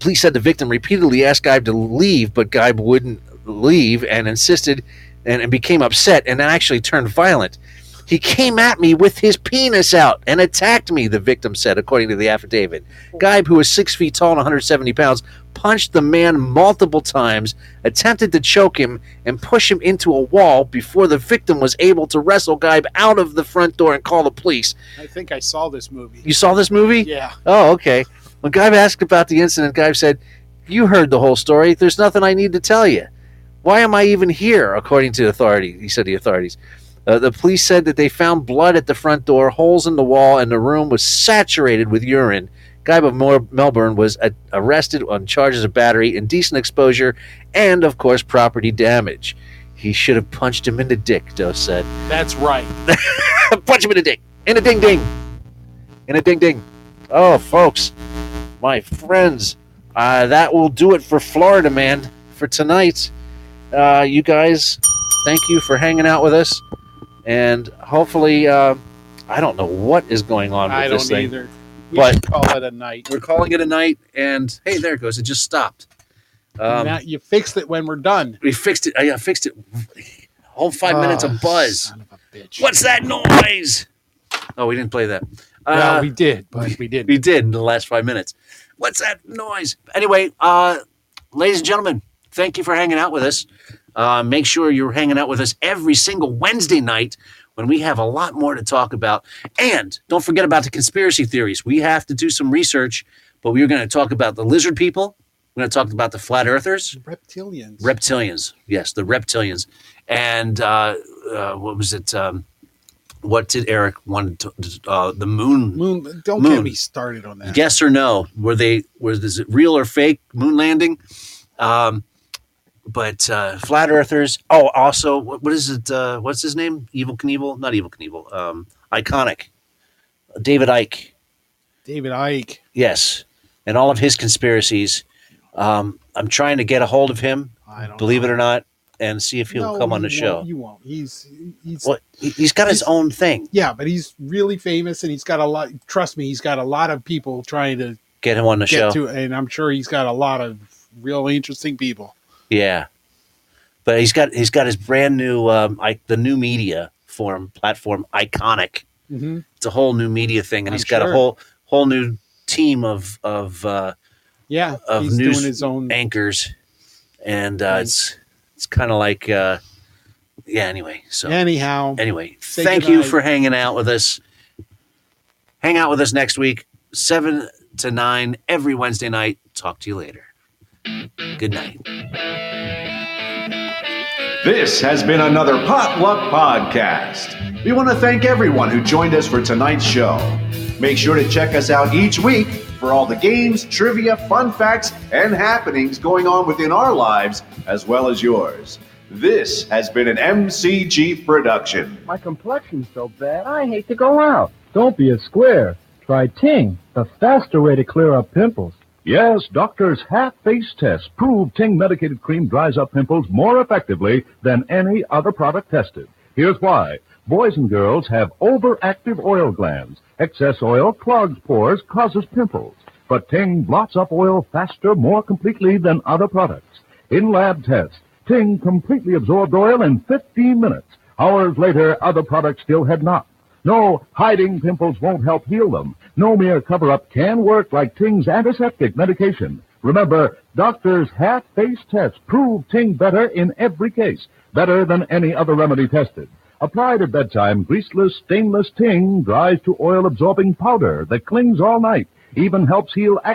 B: Police said the victim repeatedly asked Guybe to leave, but Guybe wouldn't leave and insisted and, and became upset and then actually turned violent. He came at me with his penis out and attacked me, the victim said, according to the affidavit. Guybe, who was six feet tall and 170 pounds, punched the man multiple times, attempted to choke him, and push him into a wall before the victim was able to wrestle Guybe out of the front door and call the police.
C: I think I saw this movie.
B: You saw this movie?
C: Yeah.
B: Oh, okay. When Guyve asked about the incident, Guyve said, You heard the whole story. There's nothing I need to tell you. Why am I even here? According to authority, he said to the authorities. Uh, the police said that they found blood at the front door, holes in the wall, and the room was saturated with urine. Guybe of Mor- Melbourne was a- arrested on charges of battery, indecent exposure, and, of course, property damage. He should have punched him in the dick, Dose said.
C: That's right.
B: Punch him in the dick. In a ding ding. In a ding ding. Oh, folks, my friends, uh, that will do it for Florida Man for tonight. Uh, you guys, thank you for hanging out with us. And hopefully, uh, I don't know what is going on with
C: I
B: this
C: don't
B: thing.
C: either. We
B: But-
C: should call it a night.
B: We're calling it a night, and hey, there it goes. It just stopped. Um,
C: now, you fixed it when we're done.
B: we fixed it. I uh, fixed it. Whole five
C: Ah,
B: minutes of buzz.
C: bitch.
B: What's that noise? Oh, we didn't play that.
C: well, we did, but we didn't.
B: We did in the last five minutes. What's that noise? Anyway, uh, ladies and gentlemen, thank you for hanging out with us. Uh, make sure you're hanging out with us every single Wednesday night when we have a lot more to talk about. And don't forget about the conspiracy theories. We have to do some research, but we're going to talk about the lizard people. We're going to talk about the flat earthers.
C: Reptilians.
B: Reptilians, yes, the reptilians. And uh, uh, what was it? Um, what did Eric want? To, uh, the moon?
C: Moon, don't
B: Moon.
C: get me started on that.
B: Yes or no? Were they? Was is it real or fake moon landing? Um, but uh, flat earthers. Oh, also, what, what is it? Uh, what's his name? Evil Knievel? Not Evil Knievel. Um, iconic. David Ike.
C: David Ike.
B: Yes, and all of his conspiracies. Um, I'm trying to get a hold of him.
C: I don't
B: believe it or not, and see if he'll
C: No,
B: come on
C: you
B: the
C: won't.
B: show.
C: You won't. He's he's
B: Well, he- he's got his own thing.
C: yeah, but he's really famous, and he's got a lot. Trust me, he's got a lot of people trying to
B: Get him on the show.
C: get to, and I'm sure he's got a lot of real interesting people.
B: Yeah, but he's got he's got his brand new um, I, the new media form platform iconic.
C: Mm-hmm.
B: It's a whole new media thing, and
C: I'm
B: he's got a
C: sure.
B: whole whole new team of of uh,
C: Yeah,
B: of
C: he's
B: news
C: doing his own.
B: anchors, and uh, it's it's kind of like uh, yeah. Anyway, so
C: Anyhow,
B: anyway,
C: Say
B: thank you
C: goodnight.
B: for hanging out with us. Hang out with us next week, 7 to 9 every Wednesday night. Talk to you later. Good night.
A: This has been another Potluck Podcast. We want to thank everyone who joined us for tonight's show. Make sure to check us out each week for all the games, trivia, fun facts, and happenings going on within our lives as well as yours. This has been an MCG production.
R: My complexion's so bad, I hate to go out. Don't be a square. Try Ting, the faster way to clear up pimples.
L: Yes, doctors' half face tests prove Ting medicated cream dries up pimples more effectively than any other product tested. Here's why. Boys and girls have overactive oil glands. Excess oil clogs pores, causes pimples. But Ting blots up oil faster, more completely than other products. In lab tests, Ting completely absorbed oil in 15 minutes. Hours later, other products still had not. No, hiding pimples won't help heal them. No mere cover up can work like Ting's antiseptic medication. Remember, doctors' half face tests prove Ting better in every case, better than any other remedy tested. Applied at bedtime, greaseless, stainless Ting dries to oil absorbing powder that clings all night, even helps heal acne.